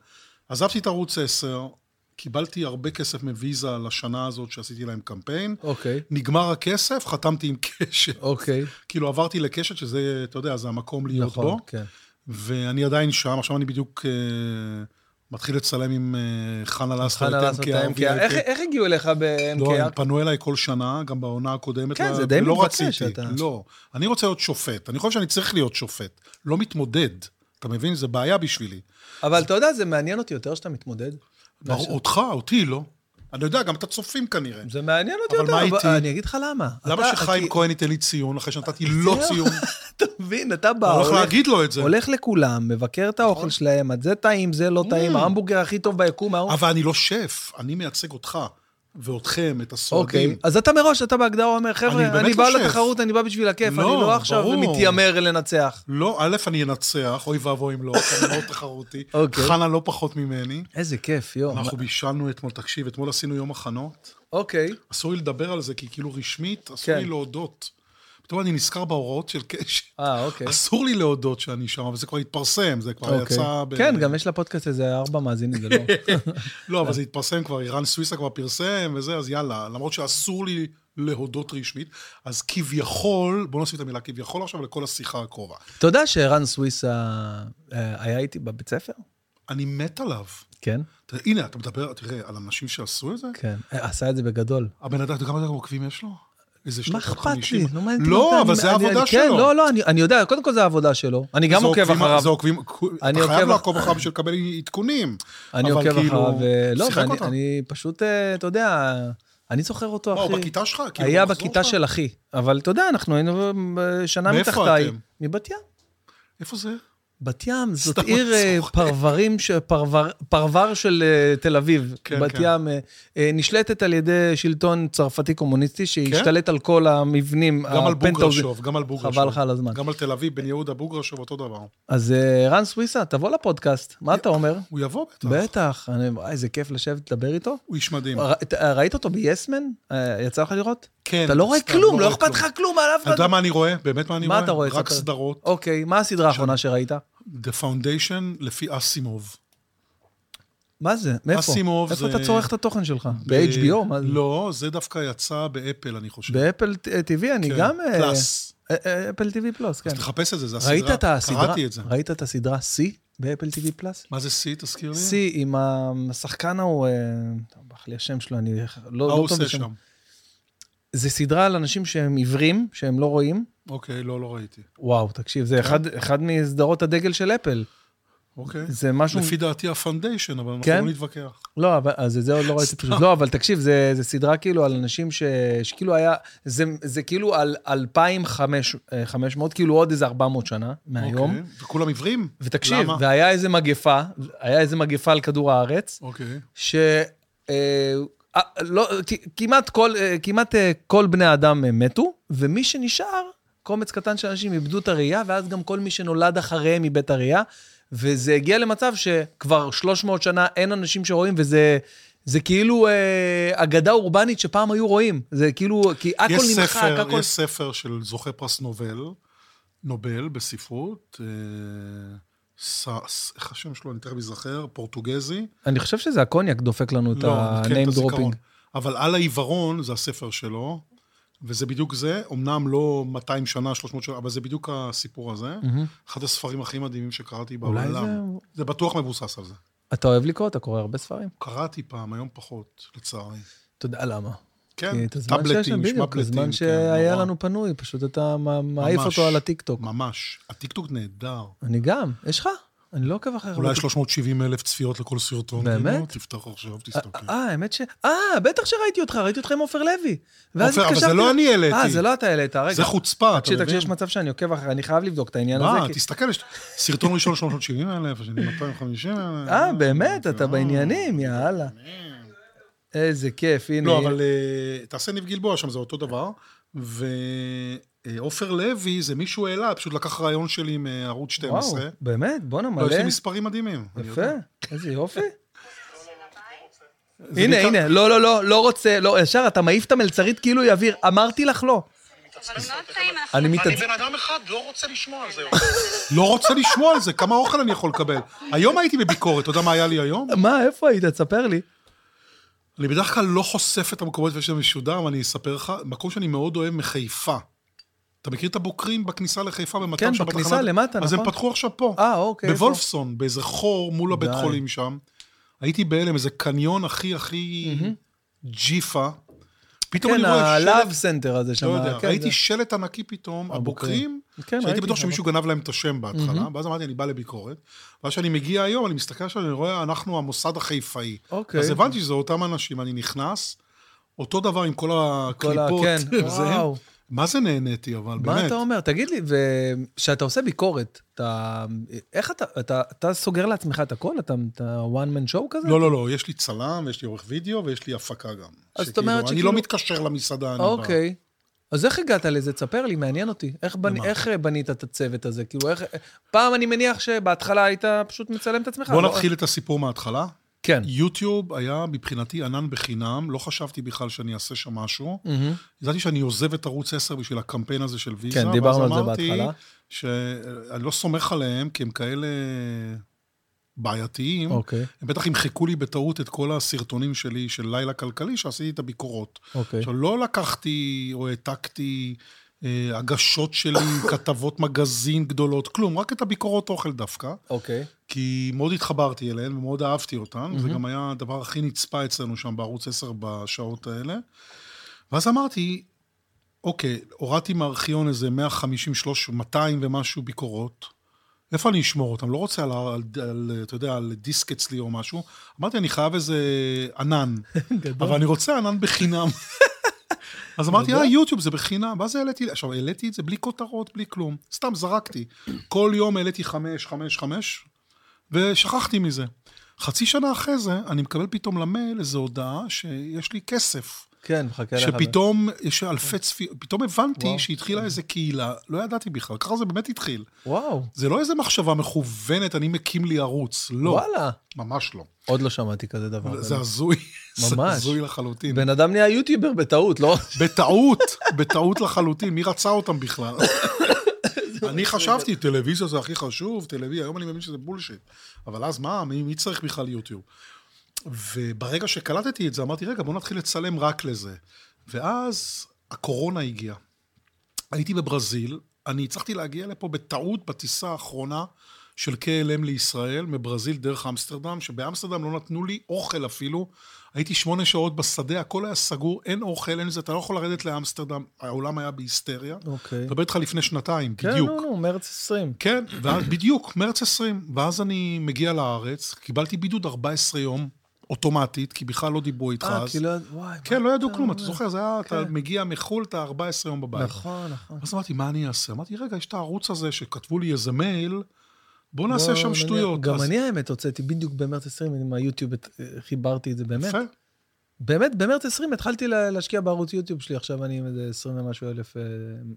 B: עזבתי את ערוץ 10, קיבלתי הרבה כסף מוויזה לשנה הזאת שעשיתי להם קמפיין,
A: אוקיי,
B: נגמר הכסף, חתמתי עם קשת.
A: אוקיי.
B: כאילו עברתי לקשת, שזה, אתה יודע, זה המקום להיות
A: נכון,
B: בו.
A: כן.
B: ואני עדיין שם, עכשיו אני בדיוק אה, מתחיל לצלם עם אה, חנה לסטר,
A: חנה
B: את
A: לעשות את
B: MKR,
A: ה-MKR. איך- איך הגיעו אליך
B: לא, הם
A: ב-MKR?
B: פנו אליי כל שנה, גם בעונה הקודמת.
A: כן,
B: לה-
A: זה די
B: ולא
A: מתבקש
B: רציתי.
A: שאתה-
B: לא, אני רוצה להיות שופט. אני חושב שאני צריך להיות שופט, לא מתמודד. אתה מבין? זה בעיה בשבילי.
A: אבל אתה יודע, זה מעניין אותי יותר שאתה מתמודד.
B: ברור, אותך, אותי, לא. אני יודע, גם את הצופים כנראה.
A: זה מעניין אותי
B: אבל
A: יותר,
B: מה איתי?
A: אני אגיד לך למה.
B: למה
A: אתה-
B: שחיים
A: כי- אה,
B: כהן ייתן לי ציון אחרי שנתתי לו
A: זהו.
B: ציון?
A: אתה מבין, אתה בא,
B: אני הולך
A: הולך-
B: להגיד לו את זה. נכון.
A: הולך לכולם, מבקר את האוכל שלהם, את זה טעים, זה לא טעים, ההמבורגר הכי טוב ביקום, ההוא...
B: Mm. אבל אני לא שף, אני מייצג אותך ואתכם, את הסועדים.
A: אוקיי, אז אתה מראש, אתה בהגדרה אומר,
B: באמת
A: חבר'ה, אני
B: לא
A: בא
B: שף."
A: לתחרות, אני בא בשביל הכיף,
B: לא,
A: אני לא עכשיו
B: ברור.
A: מתיימר לנצח.
B: לא, א', אני אנצח, אוי ואבוי אם לא, כי אני מאוד תחרותי.
A: אוקיי.
B: חנה לא פחות ממני.
A: איזה כיף, יואו.
B: אנחנו בישלנו אתמול, תקשיב, אתמול עשינו יום הכנות.
A: אוקיי,
B: אסור לי לדבר על זה, כי כאילו רשמית, אסור
A: כן.
B: לי להודות. פתאום אני נזכר בהוראות של קשת.
A: אה, אוקיי.
B: אסור לי להודות שאני שם, אבל זה כבר התפרסם, זה כבר
A: אוקיי.
B: יצא... ב-
A: כן, גם יש לפודקאסט איזה ארבע מאזינים, זה לא...
B: לא, אבל זה התפרסם כבר, איראן סוויסה כבר פרסם וזה, אז יאללה. למרות שאסור לי להודות רשמית, אז כביכול, בוא נוסיף את המילה כביכול עכשיו לכל השיחה הקרובה.
A: אתה יודע שערן סוויסה אה, היה איתי בבית ספר?
B: אני מת עליו.
A: כן.
B: תראה, הנה, אתה מדבר, תראה, על אנשים שעשו את זה?
A: כן. אה, עשה את זה בגדול.
B: הבן אדם, אתה יודע כמה עוקבים יש לו? איזה
A: מה
B: 350?
A: אכפת לי? נו, מה אני-
B: לא,
A: אני-
B: אבל זה
A: אני-
B: העבודה
A: אני-
B: שלו.
A: כן, לא, לא, אני- אני יודע, קודם כל זה העבודה שלו. אני גם
B: זה
A: עוקב
B: עוקבים-
A: אחריו.
B: זה עוקבים,
A: אני
B: אתה חייב
A: עוקב-
B: לעקוב אחריו בשביל לקבל עדכונים.
A: אני
B: אבל
A: עוקב
B: כאילו,
A: אחריו. אה, לא,
B: שיחק
A: ואני-
B: אותה.
A: אני פשוט, אה, אתה יודע, אני זוכר אותו,
B: מה,
A: אחי.
B: הוא בכיתה שלך? כאילו,
A: היה
B: במחזור
A: בכיתה
B: שלך?
A: של אחי. אבל אתה יודע, אנחנו היינו אה, שנה
B: מאיפה
A: מתחתיי.
B: אתם?
A: מבת ים.
B: איפה זה?
A: בת ים זאת
B: סתם
A: עיר אה,
B: צוחק.
A: פרברים, ש- פרבר- פרבר של אה, תל אביב.
B: כן,
A: בת
B: כן.
A: ים אה, אה, נשלטת על ידי שלטון צרפתי קומוניסטי שהשתלט על כל המבנים.
B: כן? גם על
A: הפנטהאוזים.
B: בוגרשוב, גם על בוגרשוב.
A: חבל לך על הזמן.
B: גם על תל אביב, בן יהודה, בוגרשוב, אותו דבר.
A: אז אה, רן סוויסה, תבוא לפודקאסט, מה אתה אומר?
B: הוא יבוא בטח.
A: בטח, אה, אני- וואי, איזה כיף לשבת לדבר איתו.
B: הוא איש מדהים.
A: ר- ת- ראית אותו ביסמן? יצא לך לראות?
B: כן.
A: אתה לא רואה
B: סתם,
A: כלום, לא
B: רואה
A: אכפת לך כלום, על אף
B: אתה יודע
A: אחד.
B: מה אני רואה? באמת מה אני
A: מה
B: רואה?
A: אתה רואה?
B: רק
A: ספר.
B: סדרות.
A: אוקיי, מה הסדרה האחרונה שראית?
B: The Foundation לפי אסימוב.
A: מה זה? מאיפה?
B: אסימוב
A: איפה
B: זה-
A: אתה צורך את התוכן שלך? ב-HBO? מה זה?
B: לא, זה דווקא יצא באפל, אני חושב.
A: באפל ט- TV אני
B: כן,
A: גם... אה,
B: פלאס.
A: אה, אה, אפל TV פלוס, כן.
B: אז תחפש את זה, זה הסדרה.
A: ראית את הסדרה?
B: קראתי את זה.
A: ראית את הסדרה C באפל TV פלוס?
B: מה זה C, תזכיר לי?
A: C עם השחקן ההוא, אה, ברח לי השם שלו, אני לא-
B: מה
A: לא
B: הוא
A: טוב
B: עושה
A: בשם.
B: שם?
A: זה סדרה על אנשים שהם עיוורים, שהם לא רואים. כן.
B: אוקיי, לא, לא ראיתי.
A: וואו, תקשיב, זה אחד, אחד מסדרות הדגל של אפל.
B: אוקיי.
A: זה משהו...
B: לפי דעתי הפאונדיישן, אבל אנחנו
A: כן?
B: לא נתווכח.
A: לא, אבל אז את זה עוד לא ראיתי פשוט. לא, אבל תקשיב, זה, זה סדרה כאילו על אנשים ש, שכאילו היה... זה, זה כאילו על 2,500, כאילו עוד איזה 400 שנה מהיום.
B: אוקיי. וכולם עיוורים?
A: ותקשיב,
B: למה?
A: והיה איזה מגפה, היה איזה מגפה על כדור הארץ,
B: אוקיי.
A: ש... אה, אה, לא, כ- כמעט, כל, אה, כמעט אה, כל בני האדם אה, מתו, ומי שנשאר, קומץ קטן של אנשים איבדו את הראייה, ואז גם כל מי שנולד אחריהם איבד את הראייה, וזה הגיע למצב שכבר 300 שנה אין אנשים שרואים, וזה זה כאילו אה, אגדה אורבנית שפעם היו רואים. זה כאילו, כי הכל
B: יש
A: נמחק,
B: ספר,
A: הכל...
B: יש ספר של זוכה פרס נובל, נובל בספרות, אה, ס- ס- איך השם שלו, אני תכף אזכר, פורטוגזי.
A: אני חושב שזה הקוניאק דופק לנו את
B: לא, כן, את
A: ה-name
B: הזיכרון.
A: dropping.
B: אבל על העיוורון זה הספר שלו, וזה בדיוק זה, אמנם לא 200 שנה, 300 שנה, אבל זה בדיוק הסיפור הזה. אחד הספרים הכי מדהימים שקראתי
A: Mm-hmm. אולי
B: בעולם.
A: זה-
B: זה בטוח מבוסס על זה.
A: אתה אוהב לקרוא? אתה קורא הרבה ספרים?
B: קראתי פעם, היום פחות, לצערי.
A: אתה יודע למה.
B: כן,
A: כי את הזמן שיש לנו,
B: טאבלטים,
A: בדיוק,
B: שמבלטים,
A: הזמן
B: כן,
A: שהיה
B: נורא.
A: לנו פנוי, פשוט אתה מ- מעיף
B: ממש.
A: אותו על הטיקטוק.
B: ממש. הטיקטוק נהדר.
A: אני גם, יש לך? אני לא עוקב אחריך.
B: אולי 370 אלף צפיות לכל סרטון.
A: באמת?
B: נו, תפתח עכשיו, תסתכל.
A: אה, האמת ש... אה, בטח שראיתי אותך, ראיתי אותך עם עופר לוי. ואז
B: כן. עופר, אבל
A: התקשרתי
B: זה לא
A: ל-
B: אני העליתי.
A: אה, זה לא אתה העלית, רגע.
B: זה חוצפה, אתה
A: תקשיב,
B: מבין?
A: תקשיב, יש מצב שאני עוקב אחרי, אני חייב לבדוק את העניין הזה.
B: מה,
A: כי-
B: אה, תסתכל, יש- סרטון ראשון 370 אלף, השני 250 אלף.
A: אה, באמת, אתה בעניינים, יאללה. איזה כיף, הנה.
B: אה, לא,
A: הנה.
B: אבל אה, תעשה ניב גלבוע שם, זה אותו דבר. ועופר לוי, זה מישהו העלה, פשוט לקח רעיון שלי מערוץ
A: וואו,
B: 12.
A: באמת, בואנה,
B: לא, יש
A: מלא.
B: לי מספרים מדהימים. אני
A: יפה,
B: יודע.
A: איזה יופי.
B: זה
A: הנה,
B: בעיקר-
A: הנה, לא, לא, לא, לא רוצה, לא, ישר, אתה מעיף את המלצרית כאילו היא אוויר. אמרתי לך לא.
C: אבל הוא מאוד טעים, אנחנו...
A: אני
D: אני
A: מתעצבן.
D: בן אדם אחד, לא רוצה לשמוע על זה.
B: לא רוצה לשמוע על זה, כמה אוכל אני יכול לקבל. היום הייתי בביקורת, אתה יודע מה היה לי היום?
A: מה, איפה היית? תספר לי.
B: אני בדרך כלל לא חושף את המקומות לפני שזה משודר, אבל אני אספר לך, מקום שאני מאוד אוהב מחיפה. אתה מכיר את הבוקרים בכניסה לחיפה במתן
A: כן,
B: שם
A: בכניסה
B: בתחנת-
A: למטה,
B: אז הם
A: נכון.
B: פתחו עכשיו פה.
A: אה, אוקיי, איפה?
B: בוולפסון, באיזה חור מול הבית
A: די.
B: חולים שם. הייתי בהלם, איזה קניון הכי הכי ג'יפה. פתאום
A: כן,
B: אני רואה
A: הלאב
B: שלט,
A: סנטר הזה שם.
B: לא יודע,
A: כן,
B: ראיתי
A: זה-
B: שלט ענקי פתאום, הבוקרים,
A: כן,
B: שהייתי
A: ראיתי,
B: בטוח שמישהו גנב להם את השם בהתחלה, ואז אמרתי, אני בא לביקורת. ואז כשאני מגיע היום, אני מסתכל שם, אני רואה, אנחנו המוסד החיפאי.
A: אוקיי.
B: אז הבנתי שזה אותם אנשים, אני נכנס, אותו דבר עם כל
A: כל ה-
B: הקליפות.
A: כן,
B: וזה.
A: וואו.
B: מה זה נהניתי, אבל
A: מה
B: באמת.
A: אתה אומר? תגיד לי, כשאתה עושה ביקורת, אתה... איך אתה... אתה- אתה סוגר לעצמך את הכל? אתה one man show כזה?
B: לא, לא, לא, יש לי צלם, ויש לי עורך וידאו, ויש לי הפקה גם.
A: אז זאת
B: שכאילו,
A: אומרת
B: אני
A: שכאילו-
B: לא מתקשר למסעדה, אני בא.
A: אוקיי. אז איך הגעת לזה? תספר לי, מעניין אותי. איך, בנ...
B: למה?
A: איך אה, בנית את הצוות הזה? כאילו, איך... פעם אני מניח שבהתחלה היית פשוט מצלם את עצמך.
B: בוא
A: לא?
B: נתחיל את הסיפור מההתחלה.
A: כן.
B: יוטיוב היה מבחינתי ענן בחינם, לא חשבתי בכלל שאני אעשה שם משהו. ידעתי שאני עוזב את ערוץ 10 בשביל הקמפיין הזה של ויזה.
A: כן, דיברנו
B: ואז
A: על זה
B: אמרתי
A: בהתחלה.
B: שאני לא סומך עליהם, כי הם כאלה בעייתיים.
A: אוקיי.
B: הם בטח ימחקו לי בטעות את כל הסרטונים שלי של לילה כלכלי, שעשיתי את הביקורות.
A: אוקיי.
B: עכשיו, לא לקחתי או העתקתי אה, הגשות שלי, כתבות מגזין גדולות, כלום, רק את הביקורות אוכל דווקא.
A: אוקיי.
B: כי מאוד התחברתי אליהן ומאוד אהבתי אותן, mm-hmm. זה גם היה הדבר הכי נצפה אצלנו שם בערוץ 10 בשעות האלה. ואז אמרתי, אוקיי, הורדתי מהארכיון איזה 150, 300, 200 ומשהו ביקורות. איפה אני אשמור אותם? לא רוצה על, ה- על, על, אתה יודע, על דיסק אצלי או משהו. אמרתי, אני חייב איזה ענן. אבל אני רוצה ענן בחינם. אז אמרתי, אה, יוטיוב זה בחינם. ואז העליתי, עכשיו, העליתי את זה בלי כותרות, בלי כלום. סתם זרקתי. כל יום העליתי חמש, חמש, חמש, ושכחתי מזה. חצי שנה אחרי זה, אני מקבל פתאום למייל איזו הודעה שיש לי כסף.
A: כן, מחכה לך.
B: שפתאום יש אלפי צפיות, פתאום הבנתי
A: וואו. כן.
B: שהתחילה איזה קהילה, לא ידעתי בכלל, ככה זה באמת התחיל.
A: וואו,
B: זה לא איזה מחשבה מכוונת, אני מקים לי ערוץ, לא,
A: וואלה.
B: ממש לא.
A: עוד לא שמעתי כזה דבר.
B: זה הזוי, זה
A: ממש.
B: הזוי לחלוטין.
A: בן אדם נהיה יוטיובר בטעות, לא?
B: בטעות, בטעות לחלוטין, מי רצה אותם בכלל? אני חשבתי, טלוויזיה זה הכי חשוב, טלוויזיה, היום אני מבין שזה בולשיט. אבל אז מה, מי, מי צריך בכלל יוטיוב? וברגע שקלטתי את זה, אמרתי, רגע, בוא נתחיל לצלם רק לזה. ואז הקורונה הגיעה. הייתי בברזיל, אני הצלחתי להגיע לפה בטעות בטיסה האחרונה של KLM לישראל, מברזיל דרך אמסטרדם, שבאמסטרדם לא נתנו לי אוכל אפילו. הייתי שמונה שעות בשדה, הכל היה סגור, אין אוכל, אין זה, אתה לא יכול לרדת לאמסטרדם, העולם היה בהיסטריה.
A: אוקיי.
B: מדבר איתך לפני שנתיים,
A: כן,
B: בדיוק.
A: נו, נו, מרץ 20.
B: כן, ואז בדיוק, מרץ 20. ואז אני מגיע לארץ, קיבלתי בידוד 14 יום, אוטומטית, כי בכלל לא דיברו איתך
A: אה,
B: אז.
A: כאילו, וואי.
B: כן,
A: מה
B: לא ידעו
A: אתה
B: כלום,
A: אומר?
B: אתה זוכר, זה היה, אתה מגיע מחו"ל, אתה 14 יום בבית.
A: אה, כן. נכון, נכון.
B: אז אמרתי, מה אני אעשה? אמרתי, רגע, יש את הערוץ הזה שכתבו לי איזה מייל, בוא נעשה
A: בוא
B: שם
A: נניח-
B: שטויות.
A: גם
B: אז-
A: לא, אני האמת הוצאתי בדיוק במרץ 20, עם היוטיוב את- חיברתי את זה, באמת.
B: יפה.
A: באמת, במרץ 20 התחלתי לה- להשקיע בערוץ יוטיוב שלי, עכשיו אני עם איזה 20 ומשהו אלף אה,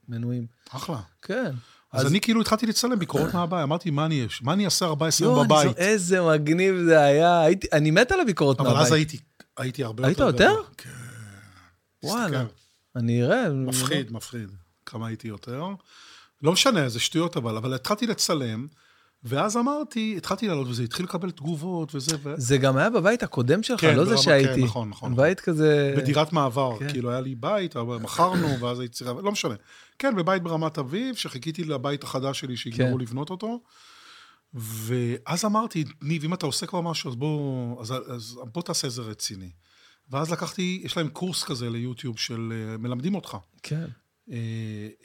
A: מנויים.
B: אחלה.
A: כן.
B: אז אני כאילו התחלתי לצלם ביקורות מהבית, אמרתי, מה אני אש- מה אני אעשה 14 יום
A: יואו, לא, אני זו-
B: בבית?
A: איזה מגניב זה היה. הייתי- אני מת על הביקורות מהבית.
B: אבל אז הייתי, הייתי הרבה
A: היית
B: יותר...
A: יותר?
B: גדול. כן,
A: וואלה.
B: תסתכל.
A: אני אראה.
B: כן. מפחיד, מפחיד. כמה הייתי יותר. לא משנה, זה שטויות אבל, אבל התחלתי לצלם, ואז אמרתי, התחלתי לעלות וזה התחיל לקבל תגובות וזה, ו...
A: זה גם היה בבית הקודם שלך,
B: כן,
A: לא זה
B: ברמה-
A: שהייתי.
B: כן, נכון, נכון.
A: בית כזה...
B: בדירת מעבר,
A: כן.
B: כאילו היה לי בית, אבל מכרנו, ואז הייתי צריך... לא משנה. כן, בבית ברמת אביב, שחיכיתי לבית החדש שלי שיגמרו
A: כן.
B: לבנות אותו. ואז אמרתי, ניב, אם אתה עושה כבר משהו, אז בוא, אז, אז בוא תעשה את זה רציני. ואז לקחתי, יש להם קורס כזה ליוטיוב של אה, מלמדים אותך.
A: כן.
B: אה,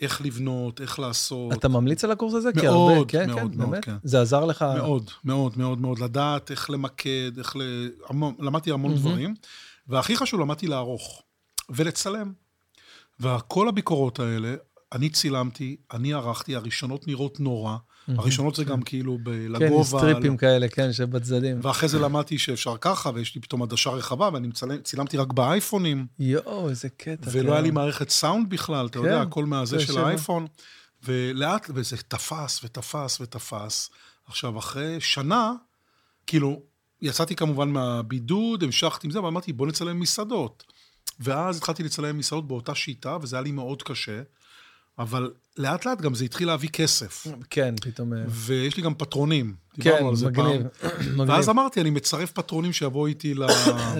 B: איך לבנות, איך לעשות.
A: אתה ממליץ על הקורס הזה? כי
B: מאוד,
A: הרבה- כן,
B: מאוד,
A: כן,
B: מאוד,
A: באמת?
B: כן.
A: זה עזר לך?
B: מאוד, מאוד, מאוד, מאוד. לדעת איך למקד, איך ל... המון, למדתי המון דברים. והכי חשוב, למדתי לערוך ולצלם. וכל הביקורות האלה, אני צילמתי, אני ערכתי, הראשונות נראות נורא. הראשונות זה גם כאילו ב-
A: כן,
B: לגובה.
A: סטריפים כאלה, כן, שבצדדים.
B: ואחרי זה למדתי שאפשר ככה, ויש לי פתאום עדשה רחבה, ואני מצלם, צילמתי רק באייפונים,
A: יואו, איזה קטע.
B: ולא
A: כן.
B: היה לי מערכת סאונד בכלל, אתה
A: כן,
B: יודע, הכל מהזה
A: זה
B: של
A: שבע.
B: האייפון. ולאט, וזה תפס ותפס ותפס. עכשיו, אחרי שנה, כאילו, יצאתי כמובן מהבידוד, המשכתי עם זה, אבל אמרתי, בוא נצלם מסעדות. ואז התחלתי לצלם מסעדות באותה שיטה, וזה היה לי מאוד קשה, אבל לאט לאט גם זה התחיל להביא כסף.
A: כן, פתאום... אה,
B: ויש לי גם פטרונים,
A: כן,
B: דיברנו על זה
A: מגניב.
B: פעם.
A: מגניב.
B: ואז אמרתי, אני מצרף פטרונים שיבואו איתי ל...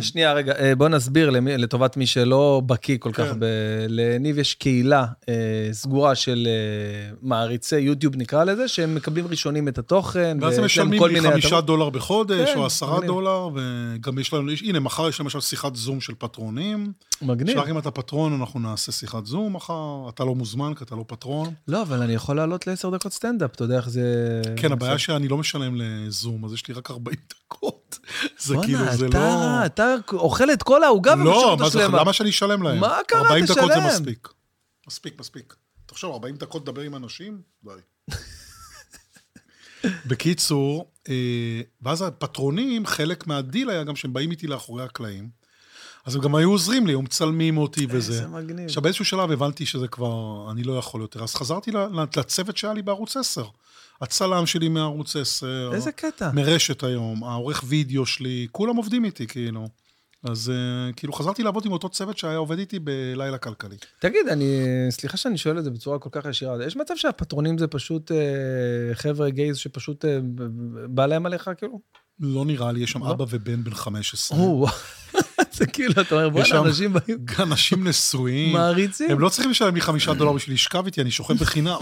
A: שנייה, רגע, אה, בוא נסביר למי- לטובת מי שלא בקיא כל כך.
B: כן.
A: ב... לניב יש קהילה אה, סגורה של אה, מעריצי יוטיוב, נקרא לזה, שהם מקבלים ראשונים את התוכן.
B: ואז הם
A: ויש להם
B: משלמים
A: כן, כל
B: לי
A: מיני
B: חמישה
A: הטבות.
B: דולר בחודש,
A: כן,
B: או עשרה
A: מגניב.
B: דולר, וגם יש לנו, יש- הנה, מחר יש למשל שיחת זום של פטרונים.
A: מגניב.
B: שרק אם אתה פטרון, אנחנו נעשה שיחת זום מחר, אתה לא מוזמן, כי אתה לא פטרון.
A: לא, אבל אני יכול לעלות לעשר דקות סטנדאפ, אתה יודע איך זה...
B: כן, הבעיה שאני לא משלם לזום, אז יש לי רק 40 דקות. זה
A: בואנה,
B: כאילו, זה
A: אתה-
B: לא...
A: אתה אוכל את כל העוגה
B: לא,
A: ומשאיר
B: מה
A: אותה
B: זה,
A: שלמה.
B: למה שאני אשלם להם?
A: מה קרה?
B: 40 דקות
A: תשלם.
B: זה מספיק. מספיק, מספיק. תחשוב, 40 דקות לדבר עם אנשים? די. בקיצור, אה, ואז הפטרונים, חלק מהדיל היה גם שהם באים איתי לאחורי הקלעים. אז הם גם היו עוזרים לי, היו מצלמים אותי וזה.
A: איזה מגניב.
B: עכשיו, באיזשהו שלב הבנתי שזה כבר, אני לא יכול יותר. אז חזרתי ל- לצוות שהיה לי בערוץ 10. הצלם שלי מערוץ 10.
A: איזה קטע.
B: מרשת היום, העורך וידאו שלי, כולם עובדים איתי, כאילו. אז אה, כאילו חזרתי לעבוד עם אותו צוות שהיה עובד איתי בלילה כלכלי.
A: תגיד, אני, סליחה שאני שואל את זה בצורה כל כך ישירה, יש מצב שהפטרונים זה פשוט אה, חבר'ה גייז שפשוט אה, ב- ב- בא להם עליך, כאילו?
B: לא נראה לי, יש שם
A: לא?
B: אבא ובן בן 15.
A: או, זה כאילו, אתה אומר,
B: יש שם-
A: בוא'נה, אנשים באים,
B: אנשים נשואים.
A: מעריצים.
B: הם לא צריכים לשלם לי חמישה דולר בשביל לשכב איתי, אני שוכב בחינם.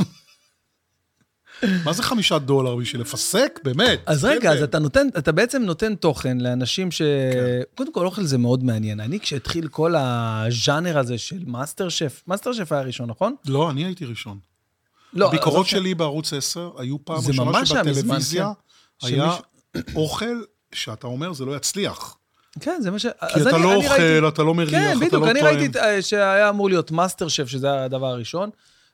B: מה זה חמישה דולר בשביל לפסק? באמת.
A: אז רגע, אז
B: גבר.
A: אתה נותן, אתה בעצם נותן תוכן לאנשים ש... קודם כל, אוכל זה מאוד מעניין. אני, כשהתחיל כל הז'אנר הזה של מאסטר שף, מאסטר שף היה ראשון, נכון?
B: לא, אני הייתי ראשון.
A: לא,
B: הביקורות
A: אז אוקיי.
B: שלי בערוץ 10 היו פעם
A: זה
B: ראשונה
A: ממש היה מזמן,
B: שבטלוויזיה
A: כן.
B: היה אוכל שאתה אומר, זה לא יצליח.
A: כן, זה מה ש...
B: כי אתה לא אוכל, אתה לא מריח,
A: כן,
B: אתה
A: בדיוק,
B: לא
A: אני
B: טועם.
A: ראיתי את- אה, שהיה אמור להיות מאסטר שף, שזה היה הדבר הראשון.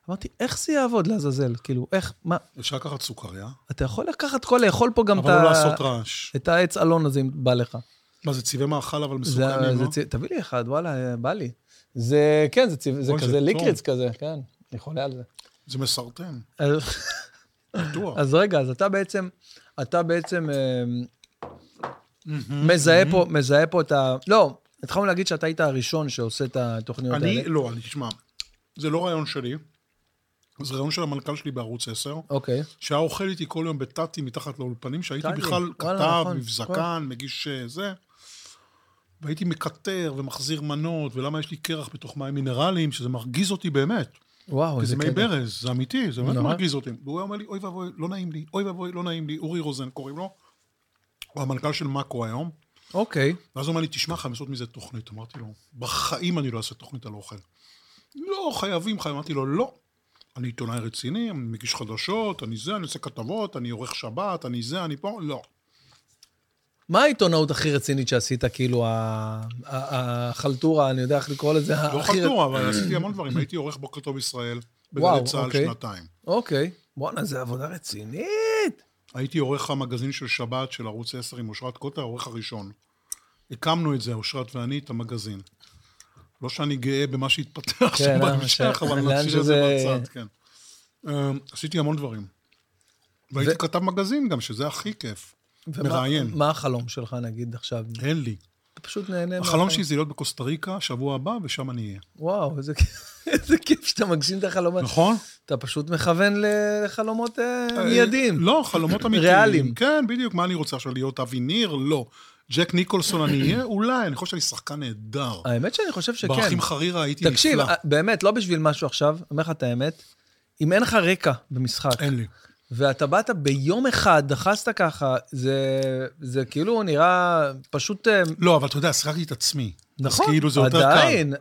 A: אמרתי, איך זה יעבוד לעזאזל? כאילו, איך, מה,
B: אפשר לקחת סוכריה,
A: אתה יכול לקחת כל, לאכול פה גם את
B: אבל לא
A: ה-
B: לעשות רעש.
A: את העץ אלון הזה, אם בא לך.
B: מה, זה צבעי מאכל אבל
A: זה-
B: מסוכנים,
A: זה
B: לא?
A: צי- תביא לי אחד, וואלה, אה, בא לי. זה, כן, זה צי- זה
B: אוי, זה
A: כזה
B: טוב.
A: ליקריץ כזה, כן, אני חולה על זה.
B: זה מסרטן,
A: אז-
B: בטוח.
A: אז רגע, אז אתה בעצם, אתה בעצם אה, מזהה פה, מזהה פה את ה... לא, התחלנו להגיד שאתה היית הראשון שעושה את התוכניות האלה.
B: אני, לא, אני, תשמע, זה לא רעיון שלי, זה רעיון של המנכ"ל שלי בערוץ 10,
A: אוקיי.
B: שהיה אוכל איתי כל יום בטאטי מתחת לאולפנים, שהייתי
A: טאטי,
B: בכלל
A: וואלה,
B: כתב,
A: נכון,
B: מבזקן, מגיש אה, זה, והייתי מקטר ומחזיר מנות, ולמה יש לי קרח בתוך מים מינרליים, שזה מרגיז אותי באמת.
A: וואו,
B: כי זה
A: איזה
B: מי
A: קטע.
B: ברז, זה אמיתי, זה באמת
A: נורא.
B: מרגיז אותי. והוא היה אומר לי, אוי ואבוי, לא נעים לי, אוי ואבוי, לא נעים לי, אורי רוזן קוראים לו, הוא המנכ"ל של מאקו היום.
A: אוקיי.
B: ואז הוא אומר לי, תשמע, חייבים לעשות מזה תוכנית. אמרתי לו, בחיים אני לא אעשה תוכנית על אוכל. לא, חייבים, חייבים. אמרתי לו, לא. אני עיתונאי רציני, אני מגיש חדשות, אני זה, אני עושה כתבות, אני עורך שבת, אני זה, אני פה, לא.
A: מה העיתונאות הכי רצינית שעשית, כאילו, ה- ה- החלטורה, אני יודע איך לקרוא לזה,
B: לא
A: הכי...
B: חתום, אבל עשיתי המון דברים. הייתי עורך בוקר טוב ישראל,
A: וואו,
B: בגלי צה"ל
A: אוקיי.
B: שנתיים.
A: אוקיי. בואנה, זו עבודה רצינית.
B: הייתי עורך המגזין של שבת של ערוץ 10 עם אושרת קוטר, העורך הראשון. הקמנו את זה, אושרת ואני, את המגזין. לא שאני גאה במה שהתפתח שם
A: למה
B: בהמשך,
A: ש-
B: אבל
A: כן, אה, לאן
B: נשאיר את
A: שזה-
B: זה בצד, כן. אמ, עשיתי המון דברים. והייתי כתב מגזין גם, שזה הכי כיף.
A: ומה-
B: מראיין.
A: מה החלום שלך, נגיד, עכשיו?
B: אין לי.
A: אתה פשוט נהנה מה...
B: החלום שלי זה להיות בקוסטה ריקה, שבוע הבא, ושם אני אהיה.
A: וואו, איזה כיף- איזה כיף שאתה מגשים את החלומות.
B: נכון?
A: אתה פשוט מכוון לחלומות אה, מיידיים.
B: לא, חלומות אמיתיים.
A: ריאליים.
B: כן, בדיוק. מה אני רוצה עכשיו, להיות אבי ניר? לא. ג'ק ניקולסון אני אהיה? אולי, אני חושב שאני שחקן נהדר.
A: האמת שאני חושב שכן.
B: באחים חרירה הייתי נפלא.
A: כן. תקשיב, אה, באמת, לא בשביל משהו עכשיו, אומר לך את האמת, אם אין לך רקע במשחק,
B: אין לי.
A: ואתה באת ביום אחד, דחסת ככה, זה, זה כאילו נראה פשוט... אה,
B: לא, אבל אתה יודע, שיחקתי את עצמי.
A: נכון,
B: כאילו זה יותר קל.
A: עדיין,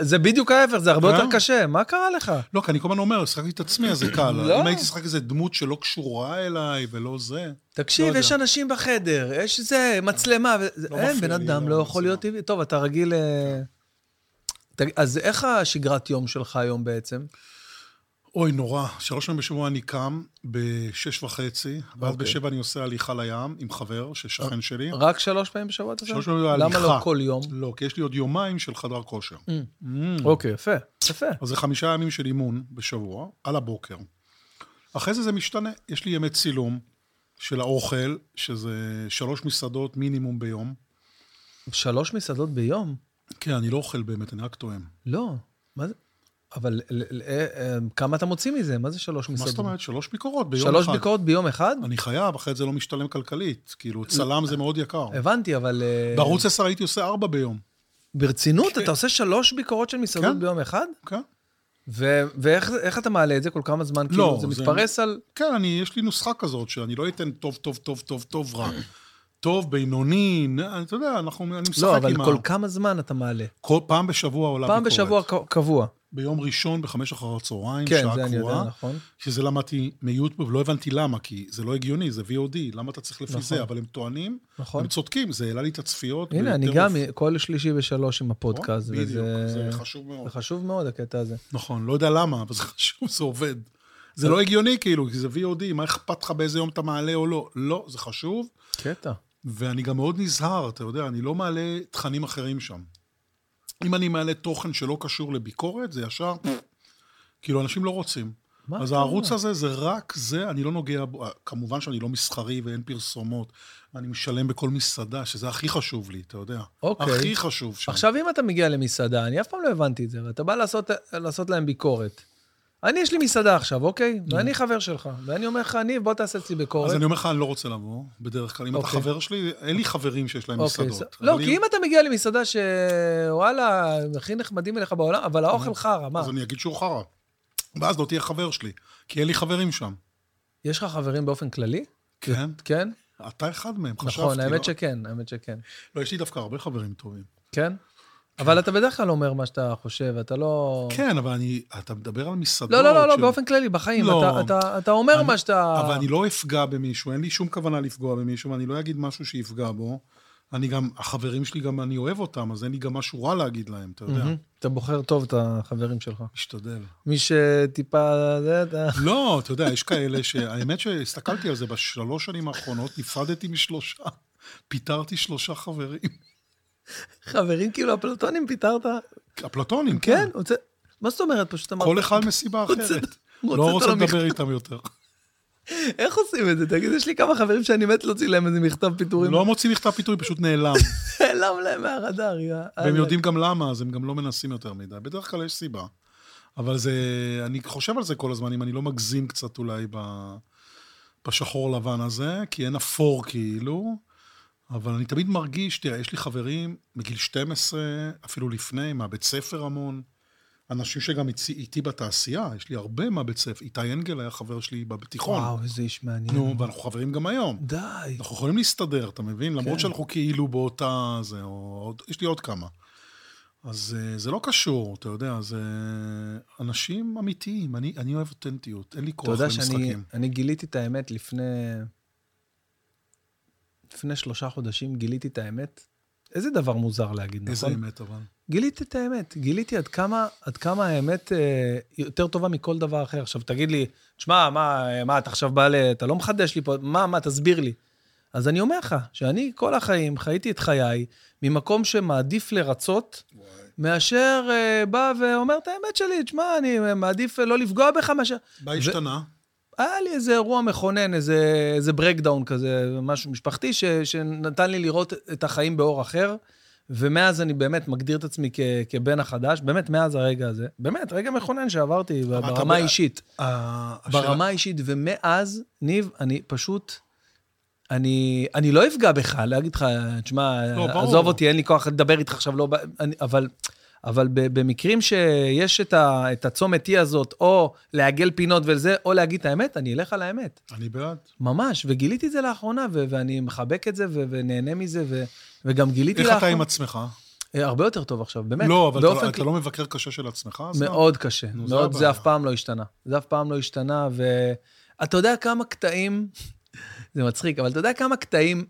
A: זה בדיוק ההפך, זה הרבה
B: אה?
A: יותר קשה, מה קרה לך?
B: לא, כי אני כל הזמן אומר, שחקתי את עצמי, אז זה קל.
A: לא.
B: אם הייתי שחק איזה דמות שלא קשורה אליי ולא זה...
A: תקשיב,
B: לא יודע.
A: יש אנשים בחדר, יש זה, מצלמה, ו- זה-
B: לא
A: אין,
B: מפריע
A: בן
B: לי,
A: אדם
B: לא,
A: לא
B: לא
A: יכול
B: מצלמה.
A: להיות טבעי. טוב, אתה רגיל... אה, תגיד, אז איך השגרת יום שלך היום בעצם?
B: אוי, נורא. שלוש פעמים בשבוע אני קם בשש וחצי, ואז
A: אוקיי.
B: בשבע אני עושה הליכה לים עם חבר, ששכן שלי.
A: רק שלוש פעמים בשבוע אתה עושה?
B: שלוש פעמים הליכה.
A: למה לא כל יום?
B: לא, כי יש לי עוד יומיים של חדר כושר. Mm.
A: אוקיי, יפה, יפה.
B: אז זה חמישה ימים של אימון בשבוע, על הבוקר. אחרי זה זה משתנה. יש לי ימי צילום של האוכל, שזה שלוש מסעדות מינימום ביום.
A: שלוש מסעדות ביום?
B: כן, אני לא אוכל באמת, אני רק טועם.
A: לא. מה זה? אבל ל- ל- אה, אה, כמה אתה מוציא מזה? מה זה שלוש
B: מה
A: מסעדות?
B: זאת אומרת? שלוש ביקורות ביום אחד.
A: שלוש ביקורות ביום אחד?
B: אני חייב, אחרת זה לא משתלם כלכלית.
A: לא,
B: כאילו, צלם
A: אה,
B: זה מאוד יקר.
A: הבנתי, אבל... אה,
B: בערוץ 10 הייתי עושה ארבע ביום.
A: ברצינות? אתה עושה שלוש ביקורות של מסעדות
B: כן.
A: ביום אחד?
B: כן?
A: ו- ואיך איך אתה מעלה את זה כל כמה זמן? כאילו, זה
B: לא, זה-
A: מתפרס על...
B: כן, אני, יש לי נוסחה כזאת, שאני לא אתן טוב, טוב, טוב, טוב, טוב, רע. טוב, בינוני, נ- אתה יודע, אנחנו, אני משחק
A: לא,
B: עם
A: אבל
B: ה...
A: כל כמה זמן אתה מעלה?
B: כל פעם בשבוע עולה
A: פעם
B: ביקורת.
A: בשבוע ק- קבוע.
B: ביום ראשון, בחמש אחר הצהריים,
A: כן,
B: שעה
A: זה אני יודע,
B: קרואה,
A: נכון.
B: שזה למדתי מיוטיוב, ולא הבנתי למה, כי זה לא הגיוני, זה VOD, למה אתה צריך לפי
A: נכון.
B: זה? אבל הם טוענים,
A: נכון.
B: הם צודקים, זה העלה לי את הצפיות.
A: הנה, אני
B: ביותר
A: גם
B: מפ-
A: כל שלישי ושלוש עם הפודקאסט.
B: נכון? בדיוק,
A: וזה-
B: זה חשוב מאוד.
A: זה חשוב מאוד, הקטע הזה.
B: נכון, לא יודע למה, אבל זה חשוב, זה עובד. זה לא הגיוני, כאילו, כי זה VOD, מה אכפת לך באיזה יום אתה מעלה או לא? לא, זה חשוב,
A: קטע.
B: ואני גם מאוד נזהר, אתה יודע, אני לא מעלה תכנים אחרים שם. אם אני מעלה תוכן שלא קשור לביקורת, זה ישר, כאילו, אנשים לא רוצים.
A: מה
B: אז
A: אתה אומר?
B: הערוץ הזה זה רק זה, אני לא נוגע בו, כמובן שאני לא מסחרי ואין פרסומות, אני משלם בכל מסעדה, שזה הכי חשוב לי, אתה יודע.
A: אוקיי.
B: הכי חשוב שם.
A: עכשיו, אם אתה מגיע למסעדה, אני אף פעם לא הבנתי את זה, ואתה בא לעשות, לעשות להם ביקורת. אני, יש לי מסעדה עכשיו, אוקיי? ואני חבר שלך, ואני אומר לך, אני, בוא תעשה אצלי ביקורת.
B: אז אני אומר לך, אני לא רוצה לבוא, בדרך כלל. אם אתה
A: אוקיי.
B: חבר שלי, אין לי חברים שיש להם
A: אוקיי,
B: מסעדות.
A: ס- לא,
B: אבל
A: כי אם אתה מגיע למסעדה שוואלה, הכי נחמדים אליך בעולם, אבל האוכל חרא, מה?
B: אז אני אגיד שהוא חרא. ואז לא תהיה חבר שלי, כי אין לי חברים שם.
A: יש לך חברים באופן כללי?
B: כן?
A: כן?
B: אתה אחד מהם, חשבתי.
A: נכון, האמת
B: לא?
A: שכן, האמת שכן.
B: לא, יש לי דווקא הרבה חברים טובים.
A: כן? אבל אתה בדרך כלל אומר מה שאתה חושב, אתה לא...
B: כן, אבל אני... אתה מדבר על מסעדות.
A: לא, לא, לא, לא,
B: של-
A: באופן כללי, בחיים.
B: לא.
A: אתה- אתה- אתה אומר
B: אני-
A: מה שאתה...
B: אבל אני לא אפגע במישהו, אין לי שום כוונה לפגוע במישהו, ואני לא אגיד משהו שיפגע בו. אני גם, החברים שלי גם, אני אוהב אותם, אז אין לי גם משהו רע להגיד להם, אתה יודע.
A: מהמם. אתה בוחר טוב את החברים שלך.
B: משתדל.
A: מי שטיפה... זה, אתה...
B: לא, אתה יודע, יש כאלה ש... האמת שהסתכלתי על זה בשלוש שנים האחרונות, נפרדתי משלושה. פיטרתי שלושה חברים.
A: חברים, כאילו, הפלטונים פיטרת?
B: אפלטונים,
A: כן, רוצה... מה זאת אומרת? פשוט אמרת...
B: כל אחד מסיבה אחרת.
A: הוצאת-
B: לא
A: הוצאת
B: רוצה
A: לו
B: לדבר איתם יותר.
A: איך עושים את זה? תגיד, יש לי כמה חברים שאני מת להוציא להם איזה מכתב פיטורים.
B: לא מוציא מכתב פיתוי, פשוט נעלם.
A: נעלם להם מהרדאר, יא.
B: והם יודעים גם למה, אז הם גם לא מנסים יותר מדי. בדרך כלל יש סיבה. אבל זה... אני חושב על זה כל הזמן, אם אני לא מגזים קצת אולי ב- בשחור לבן הזה, כי אין אפור כאילו. אבל אני תמיד מרגיש, תראה, יש לי חברים מגיל 12, אפילו לפני, מהבית ספר המון. אנשים שגם איצי- איתי בתעשייה, יש לי הרבה מהבית ספר. איתי אנגל היה חבר שלי בתיכון.
A: וואו, איזה איש מעניין.
B: נכון. נו, ואנחנו חברים גם היום.
A: די.
B: אנחנו יכולים להסתדר, אתה מבין?
A: כן.
B: למרות שאנחנו כאילו באותה... זה, או, עוד, יש לי עוד כמה. אז אה, זה לא קשור, אתה יודע, זה אנשים אמיתיים, אני, אני אוהב אותנטיות, אין לי
A: אתה
B: כוח
A: יודע
B: למשחקים.
A: שאני נכון. אני גיליתי את האמת לפני... לפני שלושה חודשים גיליתי את האמת. איזה דבר מוזר להגיד,
B: איזה
A: נכון?
B: אמת אבל.
A: גיליתי את האמת. גיליתי עד כמה, עד כמה האמת אה, יותר טובה מכל דבר אחר. עכשיו, תגיד לי, תשמע, מה, אה, מה, אתה עכשיו בא ל... אתה לא מחדש לי פה, מה, מה, תסביר לי. אז אני אומר לך, שאני כל החיים חייתי את חיי ממקום שמעדיף לרצות, מאשר אה, בא ואומר את האמת שלי, תשמע, אני אה, מעדיף אה, לא לפגוע בך מאשר...
B: מה השתנה?
A: היה לי איזה אירוע מכונן, איזה, איזה ברקדאון כזה, משהו משפחתי, ש, שנתן לי לראות את החיים באור אחר, ומאז אני באמת מגדיר את עצמי כ, כבן החדש, באמת מאז הרגע הזה, באמת, רגע מכונן שעברתי
B: אתה
A: ברמה
B: ב-
A: האישית,
B: ה- השאלה-
A: אה, ברמה האישית, ומאז, ניב, אני פשוט... אני, אני לא אפגע בך, להגיד לך, תשמע,
B: לא, ברור.
A: עזוב אותי, אין לי כוח לדבר איתך עכשיו, לא, בא- אני, אבל, אבל ב- במקרים שיש את, ה, את הצומת T הזאת, או לעגל פינות וזה, או להגיד את האמת, אני אלך על האמת.
B: אני בעד.
A: ממש, וגיליתי את זה לאחרונה, ו- ואני מחבק את זה ו- ונהנה מזה, ו- וגם גיליתי
B: איך אתה
A: לאחרונה...
B: עם עצמך?
A: אה, הרבה יותר טוב עכשיו, באמת.
B: לא, אבל אתה לא-
A: באופן
B: אתה
A: כ-
B: לא מבקר קשה של עצמך? אז מה?
A: מאוד קשה.
B: נו, זה
A: מאוד, זה
B: הבעיה.
A: אף פעם לא השתנה. זה אף פעם לא השתנה, ואתה יודע כמה קטעים, זה מצחיק, אבל אתה יודע כמה קטעים,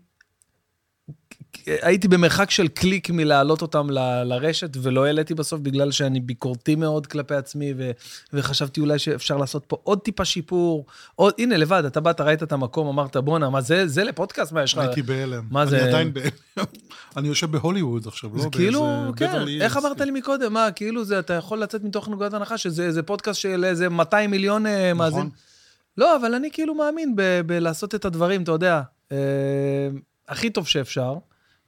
A: הייתי במרחק של קליק מלהעלות אותם ל- לרשת, ולא העליתי בסוף בגלל שאני ביקורתי מאוד כלפי עצמי, ו- וחשבתי אולי שאפשר לעשות פה עוד טיפה שיפור. עוד, הנה, לבד, אתה באת, ראית את המקום, אמרת, בואנה, מה זה, זה לפודקאסט? מה יש לך?
B: לא. הייתי בהלם.
A: אה, מה זה?
B: אני עדיין בהלם. אני יושב בהוליווד עכשיו, לא
A: זה
B: באיזה...
A: כאילו, כן,
B: בברלי
A: איך
B: הילס.
A: אמרת לי מקודם, מה, כאילו זה, אתה יכול לצאת מתוך נקודת הנחה שזה איזה פודקאסט של איזה 200 מיליון אה,
B: נכון.
A: מאזין. לא, אבל אני כאילו מאמין ב- בלעשות את הדברים, אתה יודע, אה, הכי טוב שאפשר,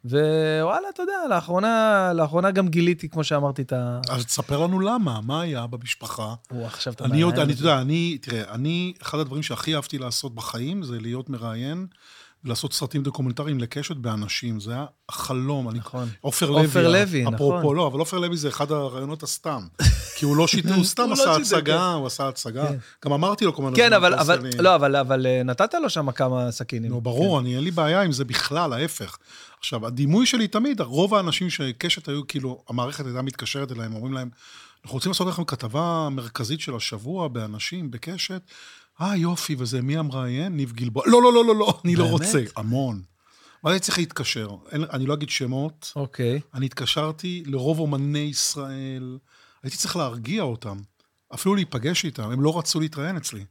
A: ווואלה, אתה יודע, לאחרונה, לאחרונה גם גיליתי, כמו שאמרתי, את ה...
B: אז תספר לנו למה, מה היה במשפחה.
A: הוא עכשיו אתה
B: אני
A: מראיין
B: יודע, אני, אתה
A: אותי.
B: יודע, אני, תראה, אני, אחד הדברים שהכי אהבתי לעשות בחיים זה להיות מראיין, לעשות סרטים דוקומנטריים לקשת באנשים, זה היה החלום. אני,
A: נכון.
B: עופר לוי.
A: עופר לוי,
B: אפרופו,
A: נכון.
B: לא, אבל עופר לוי זה אחד הרעיונות הסתם. כי הוא לא שיתף, הוא סתם
A: הוא
B: עשה
A: לא שיתף,
B: הצגה, הוא עשה הצגה. גם אמרתי לו כל מיני
A: כן,
B: דברים
A: אבל, אבל,
B: פרסונליים.
A: לא, אבל, אבל אה, נתת לו שם כמה סכינים.
B: נו, ברור, אני, אין לי בעיה עם זה בכלל, ההפך. עכשיו, הדימוי שלי תמיד, רוב האנשים שקשת היו, כאילו, המערכת הייתה מתקשרת אליהם, אומרים להם, אנחנו רוצים לעשות לכם כתבה מרכזית של השבוע באנשים, בקשת. אה, יופי, וזה מי המראיין? ניב גלבוע. לא, לא, לא, לא, לא, אני לא
A: באמת?
B: רוצה. המון. ואז אני צריך להתקשר. אין, אני לא אגיד שמות.
A: כן. אוקיי.
B: אני התקשרתי לרוב אומני ישראל. הייתי צריך להרגיע אותם. אפילו להיפגש איתם, הם לא רצו להתראיין אצלי. הם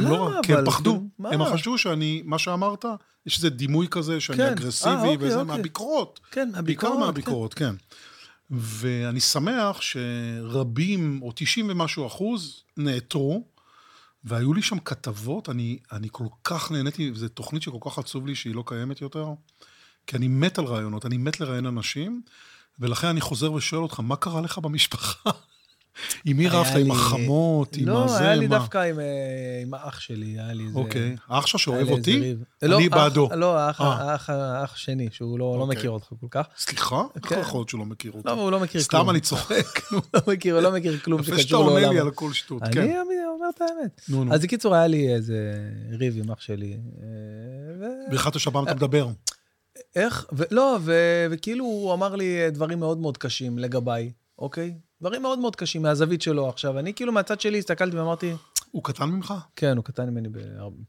A: למה
B: לא,
A: אבל?
B: כי הם פחדו.
A: כאילו, מה?
B: הם חשבו שאני, מה שאמרת, יש איזה דימוי כזה שאני
A: כן. אה,
B: אגרסיבי,
A: אוקיי,
B: וזה
A: אוקיי.
B: מהביקורות.
A: כן,
B: בעיקר
A: הביקורת.
B: מהביקורות, כן. ואני שמח שרבים, או 90 ומשהו אחוז, נעתרו, והיו לי שם כתבות, אני, אני כל כך נהניתי, זו תוכנית שכל כך עצוב לי שהיא לא קיימת יותר, כי אני מת על רעיונות, אני מת לראיין אנשים, ולכן אני חוזר ושואל אותך, מה קרה לך במשפחה? עם מי
A: היה
B: רבת? עם
A: לי-
B: החמות? עם
A: לא,
B: הזה?
A: היה לי
B: מה?
A: דווקא עם, אה, עם האח שלי, היה לי איזה...
B: אוקיי. האח שלך
A: היה
B: שאוהב
A: לי איזה
B: אותי?
A: ריב. לא,
B: אני
A: אח-
B: בעדו.
A: לא, האח-
B: אה.
A: האח האח השני, שהוא לא לא
B: אוקיי.
A: מכיר אותך כל כך.
B: סליחה? איך
A: כן.
B: יכול להיות שהוא לא מכיר אותי?
A: לא, הוא לא מכיר כלום.
B: סתם אני צוחק. נו.
A: לא מכיר, הוא לא מכיר כלום
B: יפה שאתה
A: שקשור לעולם.
B: עונה לי על כל שטות,
A: אני
B: כן.
A: אני אומר את האמת.
B: נו, נו.
A: אז בקיצור, היה לי איזה ריב עם אח שלי. אה, ו-
B: באחת השב"ם
A: אה.
B: אתה מדבר.
A: איך, ולא, ו- וכאילו הוא אמר לי דברים מאוד מאוד קשים לגביי, אוקיי? דברים מאוד מאוד קשים מהזווית שלו עכשיו. אני כאילו מהצד שלי הסתכלתי ואמרתי,
B: הוא קטן ממך?
A: כן, הוא קטן ממני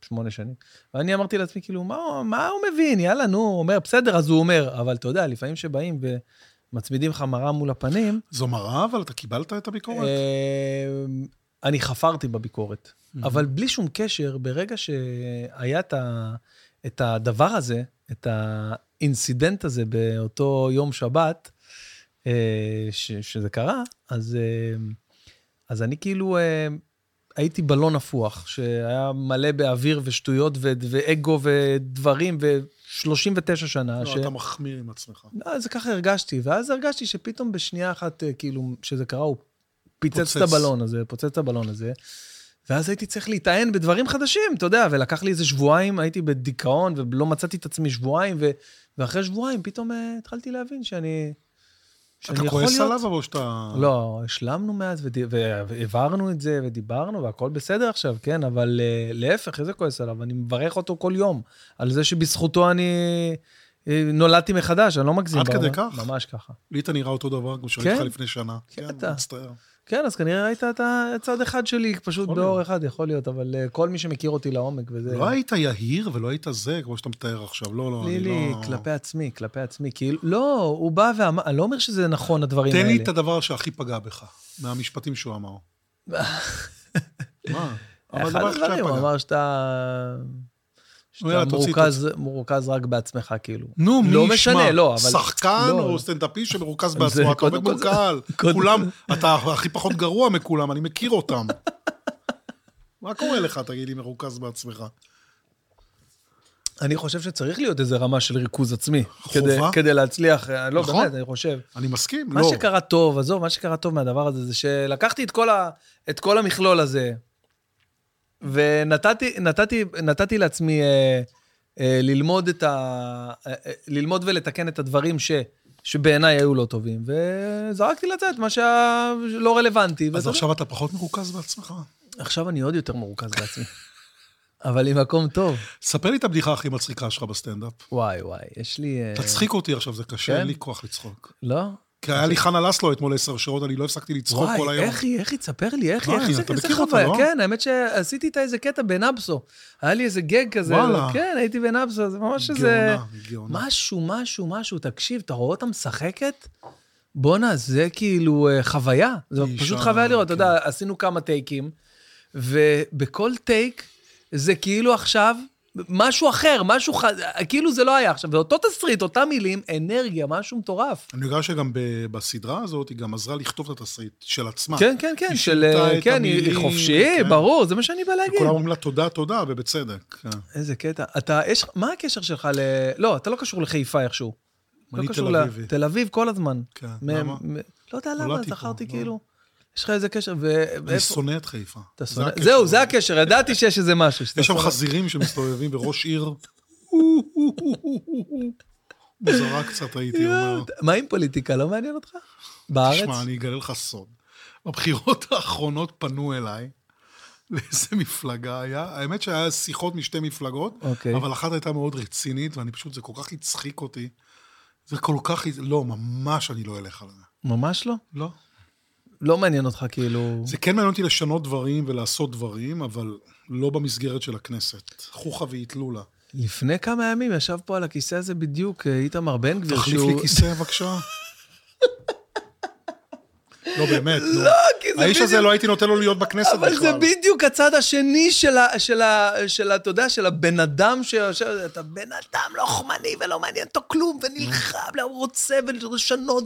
A: בשמונה שנים. ואני אמרתי לעצמי, כאילו, מה, הוא- מה הוא מבין? יאללה, נו, הוא אומר, בסדר, אז הוא אומר. אבל אתה יודע, לפעמים שבאים ומצמידים לך מראה מול הפנים,
B: זו מראה, אבל אתה קיבלת את הביקורת?
A: אה, אני חפרתי בביקורת. אבל בלי שום קשר, ברגע שהיה את, ה, את הדבר הזה, את האינסידנט הזה באותו יום שבת, אה, ש, שזה קרה, אז, אה, אז אני כאילו אה, הייתי בלון נפוח, שהיה מלא באוויר ושטויות ו, ואגו ודברים, ו-39 שנה.
B: לא, אתה מחמיר עם עצמך.
A: לא, זה ככה הרגשתי, ואז הרגשתי שפתאום בשנייה אחת, אה, כאילו, שזה קרה, הוא פיצץ
B: פוצץ.
A: את הבלון הזה, פוצץ את הבלון הזה, ואז הייתי צריך להתעניין בדברים חדשים, אתה יודע, ולקח לי איזה שבועיים, הייתי בדיכאון, ולא מצאתי את עצמי שבועיים, ו... ואחרי שבועיים פתאום אה, התחלתי להבין שאני...
B: אתה
A: שאני יכול
B: כועס
A: להיות-
B: עליו או שאתה...
A: לא,
B: אה.
A: השלמנו מאז, וד- והעברנו את זה, ודיברנו, והכל בסדר עכשיו, כן, אבל אה, להפך, איזה כועס עליו, אני מברך אותו כל יום, על זה שבזכותו אני אה, נולדתי מחדש, אני לא מגזים.
B: עד כדי
A: ברמה-
B: כך?
A: ממש ככה.
B: לי אתה נראה אותו דבר כמו שראיתי
A: כן?
B: לך לפני שנה. כן,
A: אתה.
B: מצטער.
A: כן, אז כנראה ראית את הצד אחד שלי, פשוט
B: יכול
A: באור
B: להיות.
A: אחד, יכול להיות, אבל אה, כל מי שמכיר אותי לעומק, וזה...
B: לא היית יהיר ולא היית זה, כמו שאתה מתאר עכשיו. לא, לא, אני
A: לי,
B: לא...
A: לי, כלפי עצמי, כלפי עצמי, כאילו, לא, הוא בא ואמר, אני לא אומר שזה נכון, הדברים
B: תן
A: האלה.
B: לי את הדבר שהכי פגע בך, מהמשפטים שהוא אמר. מה? אבל
A: אחד
B: הדבר הכי שהיה
A: הדברים, הוא
B: פגע.
A: אמר שאתה... שאתה
B: יאללה, תוציא,
A: מרוכז, מרוכז רק בעצמך, כאילו.
B: נו, מי
A: לא
B: ישמע?
A: משנה, לא, אבל...
B: שחקן
A: לא,
B: או
A: לא.
B: סטנדאפיסט שמרוכז
A: זה-
B: בעצמו, אתה עומד
A: קודם
B: מול
A: כל זה-
B: קהל,
A: קודם
B: כולם, אתה הכי פחות גרוע מכולם, אני מכיר אותם. מה קורה לך, תגיד לי, מרוכז בעצמך?
A: אני חושב שצריך להיות איזה רמה של ריכוז עצמי.
B: חובה.
A: כדי, כדי להצליח, אה, לא,
B: נכון.
A: באמת, אני חושב.
B: אני מסכים,
A: מה
B: לא.
A: שקרה טוב, עזוב, מה שקרה טוב מהדבר הזה, זה שלקחתי את כל, ה, את כל המכלול הזה, ונתתי נתתי, נתתי לעצמי אה, אה, ללמוד, את ה, אה, אה, ללמוד ולתקן את הדברים ש, שבעיניי היו לא טובים, וזרקתי לצאת מה שהיה לא רלוונטי.
B: אז
A: ואתה יודע,
B: עכשיו אתה פחות מרוכז בעצמך?
A: עכשיו אני עוד יותר מרוכז בעצמי, אבל עם מקום טוב.
B: ספר לי את הבדיחה הכי מצחיקה שלך בסטנדאפ.
A: וואי, וואי, יש לי... אה,
B: תצחיק אותי עכשיו, זה קשה,
A: כן?
B: אין לי כוח לצחוק.
A: לא?
B: כי היה לי חנה לסלו אתמול עשר שעות, אני לא הפסקתי לצחוק כל
A: וואי,
B: היום.
A: איך היא, איך היא, תספר לי, איך היא,
B: וואי,
A: איך זה
B: אתה
A: כזה
B: מכיר אותה,
A: חוויה?
B: לא?
A: כן, האמת שעשיתי איתה איזה קטע בנאבסו. היה לי איזה גג כזה.
B: וואלה.
A: כן, הייתי בנאבסו, זה ממש איזה...
B: גאונה, גאונה.
A: משהו, משהו, משהו, תקשיב, אתה רואה אותה משחקת? בואנה, זה כאילו אה, חוויה. זה
B: היא
A: פשוט
B: שם,
A: חוויה לראות, אתה
B: כן.
A: יודע, עשינו כמה טייקים, ובכל טייק זה כאילו עכשיו משהו אחר, משהו ח... כאילו זה לא היה עכשיו. ואותו תסריט, אותם מילים, אנרגיה, משהו מטורף.
B: אני יודע שגם ב- בסדרה הזאת, היא גם עזרה לכתוב את התסריט של עצמה.
A: כן, כן, כן,
B: אה, היא
A: של...
B: שינתה
A: אה,
B: את
A: כן, היא- היא
B: המילים,
A: חופשי,
B: כן.
A: ברור, זה מה שאני בא
B: כולם
A: להגיד.
B: אומרים לה תודה, תודה, ובצדק. כן.
A: איזה קטע. אתה, יש... מה הקשר שלך ל... לא, אתה לא קשור לחיפה איכשהו. לא
B: אני
A: קשור
B: תל
A: ל-
B: אביבי.
A: תל אביב כל הזמן.
B: כן,
A: מ-
B: למה?
A: מ- לא יודע למה,
B: נולדתי פה,
A: זכרתי
B: לא.
A: כאילו. יש לך איזה קשר, ו...
B: אני
A: ואיפה-
B: שונא את חיפה.
A: אתה
B: זה
A: שונא-
B: הקשר.
A: זהו, זה הקשר, ידעתי שיש איזה משהו. שאתה
B: יש שם
A: שונא.
B: חזירים שמסתובבים וראש עיר. מוזרה קצת, הייתי אומר.
A: מה עם פוליטיקה, לא מעניין אותך? בארץ?
B: תשמע, אני אגלה לך סוד. בבחירות האחרונות פנו אליי לאיזה מפלגה היה. האמת שהיה שיחות משתי מפלגות,
A: אוקיי.
B: אבל אחת הייתה מאוד רצינית, ואני פשוט, זה כל כך הצחיק אותי. זה כל כך, לא, ממש אני לא אלך על זה.
A: ממש לא?
B: לא.
A: לא מעניין אותך, כאילו...
B: זה כן מעניין אותי לשנות דברים ולעשות דברים, אבל לא במסגרת של הכנסת. חוכא ואיטלולה.
A: לפני כמה ימים ישב פה על הכיסא הזה בדיוק אה, איתמר בן גביר,
B: תחליף לי כיסא, בבקשה. לא, באמת, נו.
A: כי זה
B: האיש הזה,
A: בדיוק-
B: לא הייתי נותן לו להיות בכנסת
A: אבל זה
B: בכלל.
A: בדיוק הצד השני של ה... של ה... של ה... אתה יודע, של הבן אדם שיושב... אתה בן אדם לוחמני ולא מעניין אותו כלום, ונלחם, הוא רוצה ולשנות,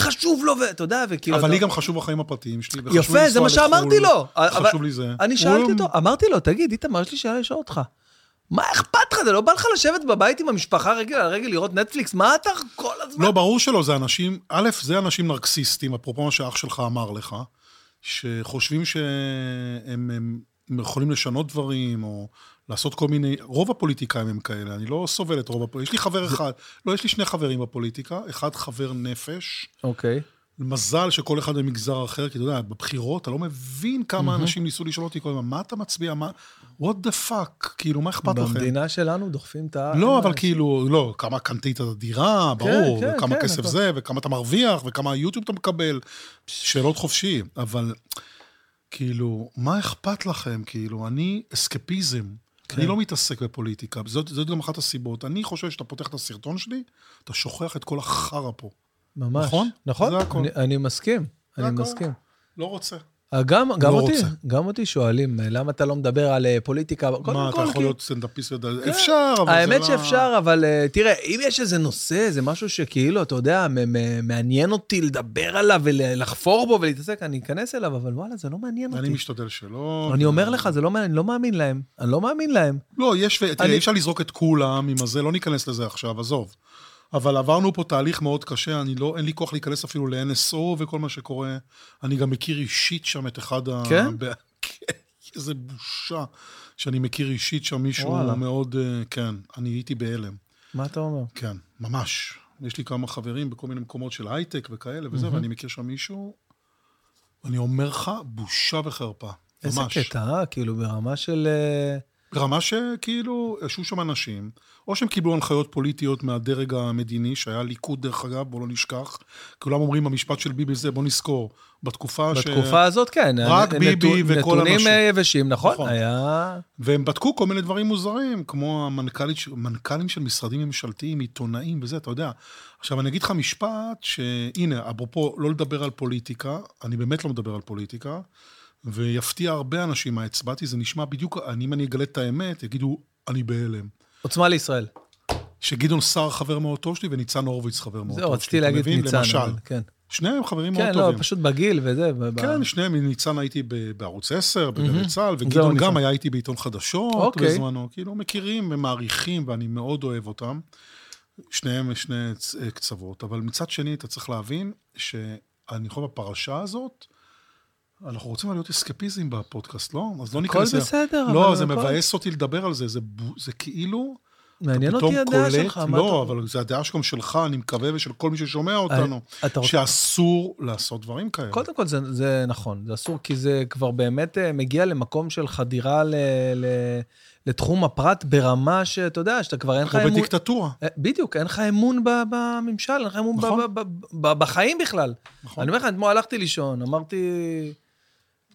A: וחשוב לו, ואתה יודע, וכאילו...
B: אבל
A: אתה-
B: לי גם חשוב החיים הפרטיים שלי, וחשוב
A: לא, יפה, זה
B: לנסוע
A: מה שאמרתי
B: לחו"ל,
A: לו. אבל-
B: חשוב לי זה.
A: אני שאלתי
B: הוא-
A: אותו, אמרתי לו, תגיד, איתמר, יש לי שאלה לשאול אותך. מה אכפת לך? זה לא בא לך לשבת בבית עם המשפחה רגל על רגל לראות נטפליקס? מה אתה כל הזמן...
B: לא, ברור שלא, זה אנשים, א', זה אנשים נרקסיסטים, אפרופו מה שאח שלך אמר לך, שחושבים שהם הם, הם יכולים לשנות דברים, או לעשות כל מיני, רוב הפוליטיקאים הם כאלה, אני לא סובל את רוב הפוליטיקאים. יש לי חבר אחד, לא, יש לי שני חברים בפוליטיקה, אחד חבר נפש,
A: אוקיי.
B: מזל שכל אחד במגזר אחר, כי אתה יודע, בבחירות, אתה לא מבין כמה אנשים ניסו לשאול אותי כל הזמן, מה אתה מצביע, מה, what the fuck, כאילו, מה אכפת לכם?
A: במדינה שלנו דוחפים את ה...
B: לא, אבל כאילו, לא, כמה קנית את הדירה, ברור,
A: כן,
B: וכמה
A: כן,
B: כסף
A: הכל.
B: זה, וכמה אתה מרוויח, וכמה יוטיוב אתה מקבל, שאלות חופשי, אבל כאילו, מה אכפת לכם? כאילו, אני אסקפיזם,
A: כן.
B: אני לא מתעסק בפוליטיקה, זאת, זאת גם אחת הסיבות. אני חושב שאתה פותח את הסרטון שלי, אתה שוכח את כל החרא פה.
A: ממש.
B: נכון?
A: נכון.
B: זה הכל.
A: אני- אני מסכים.
B: זה
A: אני
B: הכל.
A: מסכים.
B: לא רוצה.
A: אה, גם, גם
B: לא
A: אותי,
B: רוצה.
A: גם אותי שואלים, אה, למה אתה לא מדבר על אה, פוליטיקה? קודם
B: מה, אתה
A: כל,
B: יכול
A: כאילו-
B: להיות סטנדאפיסט? וד- אפשר, אבל זה לא...
A: האמת שאפשר, אבל אה, תראה, אם יש איזה נושא, איזה משהו שכאילו, אתה יודע, מ- מ- מעניין אותי לדבר עליו ולחפור בו ולהתעסק, אני אכנס אליו, אבל וואלה, זה לא מעניין
B: אני
A: אותי.
B: משתדל שלא.
A: אני אומר לך, זה לא מעניין, אני לא מאמין להם. אני לא מאמין להם.
B: לא, יש, ו- תראה,
A: אני-
B: אי אפשר לזרוק את כולם עם הזה, לא ניכנס לזה עכשיו, עזוב. אבל עברנו פה תהליך מאוד קשה, אני לא, אין לי כוח להיכנס אפילו ל-NSO וכל מה שקורה. אני גם מכיר אישית שם את אחד ה...
A: כן?
B: ב- כן, איזה בושה שאני מכיר אישית שם מישהו
A: וואלה.
B: מאוד... אה, כן, אני הייתי בהלם.
A: מה אתה אומר?
B: כן, ממש. יש לי כמה חברים בכל מיני מקומות של הייטק וכאלה וזה, ואני מכיר שם מישהו, אני אומר לך, בושה וחרפה.
A: איזה
B: ממש.
A: קטע, אה? כאילו, ברמה של... אה,
B: ברמה שכאילו, ישבו שם אנשים, או שהם קיבלו הנחיות פוליטיות מהדרג המדיני, שהיה ליכוד דרך אגב, בואו לא נשכח. כולם אומרים, המשפט של ביבי זה, בואו נזכור, בתקופה,
A: בתקופה הזאת, כן.
B: אה, רק
A: הנ-
B: ביבי
A: נתון-
B: וכל
A: נתונים
B: האנשים.
A: אה, יבשים, נכון?
B: נכון.
A: היה...
B: והם בדקו כל מיני דברים מוזרים, כמו המנכ"לית, ש- מנכ"לים של משרדים ממשלתיים, עיתונאים וזה, אתה יודע. עכשיו, אני אגיד לך משפט שהנה, אפרופו לא לדבר על פוליטיקה, אני באמת לא מדבר על פוליטיקה, ויפתיע הרבה אנשים מה הצבעתי, זה נשמע בדיוק, אני, אם אני אגלה את האמת, יגידו, אני בהלם.
A: עוצמה לישראל.
B: שגדעון סער חבר מאוד טוב שלי וניצן הורוביץ חבר מאוד טוב שלי.
A: זהו, רציתי
B: אתה
A: להגיד
B: מבין?
A: ניצן,
B: למשל.
A: אבל כן.
B: שניהם חברים
A: כן,
B: מאוד
A: לא,
B: טובים.
A: פשוט בגיל וזה. ב-
B: כן, שניהם, עם ניצן הייתי ב- בערוץ 10,
A: מהמם.
B: בגלי צה"ל,
A: זהו,
B: וגדעון
A: ניצן.
B: גם היה איתי בעיתון חדשות
A: אוקיי.
B: בזמנו. כאילו, מכירים ומעריכים, ואני מאוד אוהב אותם. שניהם שני צ- אה, קצוות. אבל מצד שני, אתה צריך להבין שאני חושב בפרשה הזאת, אנחנו רוצים להיות אסקפיזם בפודקאסט, לא? אז לא
A: הכל
B: ניכנס... ל-
A: בסדר,
B: לא,
A: אבל
B: זה
A: הכל-
B: מבאס אותי לדבר על זה. זה בו- זה כאילו...
A: מעניין
B: פתאום
A: אותי הדעה
B: קולט-
A: שלך. מה
B: לא,
A: אתה-
B: אבל זה הדעה שגם שלך, אני מקווה, ושל כל מי ששומע אותנו,
A: אתה רוצה-
B: שאסור לעשות דברים כאלה.
A: קודם כל זה, זה נכון, זה אסור, כי זה כבר באמת אה, מגיע למקום של חדירה ל, ל, לתחום הפרט ברמה שאתה יודע, שאתה כבר אין לך
B: כמו
A: אמון...
B: בדיקטטורה.
A: אה, בדיוק, אין לך אמון ב- בממשל, אין לך אמון ב-
B: נכון.
A: ב- ב- ב- בחיים בכלל.
B: נכון.
A: אני אומר לך, אתמול הלכתי לישון, אמרתי...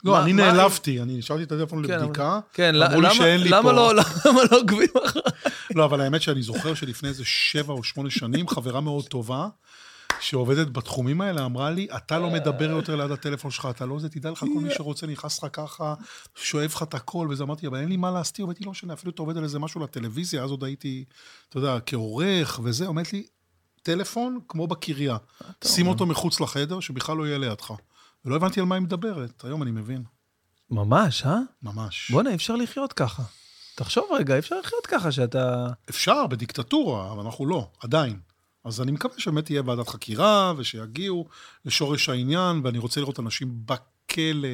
B: לא,
A: מה-
B: אני
A: מה-
B: נעלבתי, אני השארתי את הטלפון
A: כן, אבל-
B: לבדיקה,
A: כן,
B: אמרו לי
A: למה-
B: שאין לי
A: למה
B: פה.
A: לא- למה לא עוקבים אחריי?
B: לא, אבל האמת שאני זוכר שלפני איזה שבע או שמונה שנים, חברה מאוד טובה, שעובדת בתחומים האלה, אמרה לי, אתה לא מדבר יותר ליד הטלפון שלך, אתה לא זה, תדע לך, כל מי שרוצה נכנס לך ככה, שואב לך את הכל, וזה אמרתי, אבל אין לי מה להסתיר, אמרתי, לא משנה, אפילו אתה עובד על איזה משהו לטלוויזיה, אז עוד הייתי, אתה יודע, כעורך וזה, אומרת לי, טלפון כמו בקריה, שים אותו מחוץ לחדר, שבכלל לא יהיה לידך. ולא הבנתי על מה היא מדברת, היום אני מבין,
A: ממש, אה?
B: ממש.
A: בואנה, אי אפשר לחיות ככה. תחשוב רגע, אי אפשר לחיות ככה שאתה...
B: אפשר בדיקטטורה, אבל אנחנו לא, עדיין. אז אני מקווה שבאמת תהיה ועדת חקירה, ושיגיעו לשורש העניין, ואני רוצה לראות אנשים בכלא.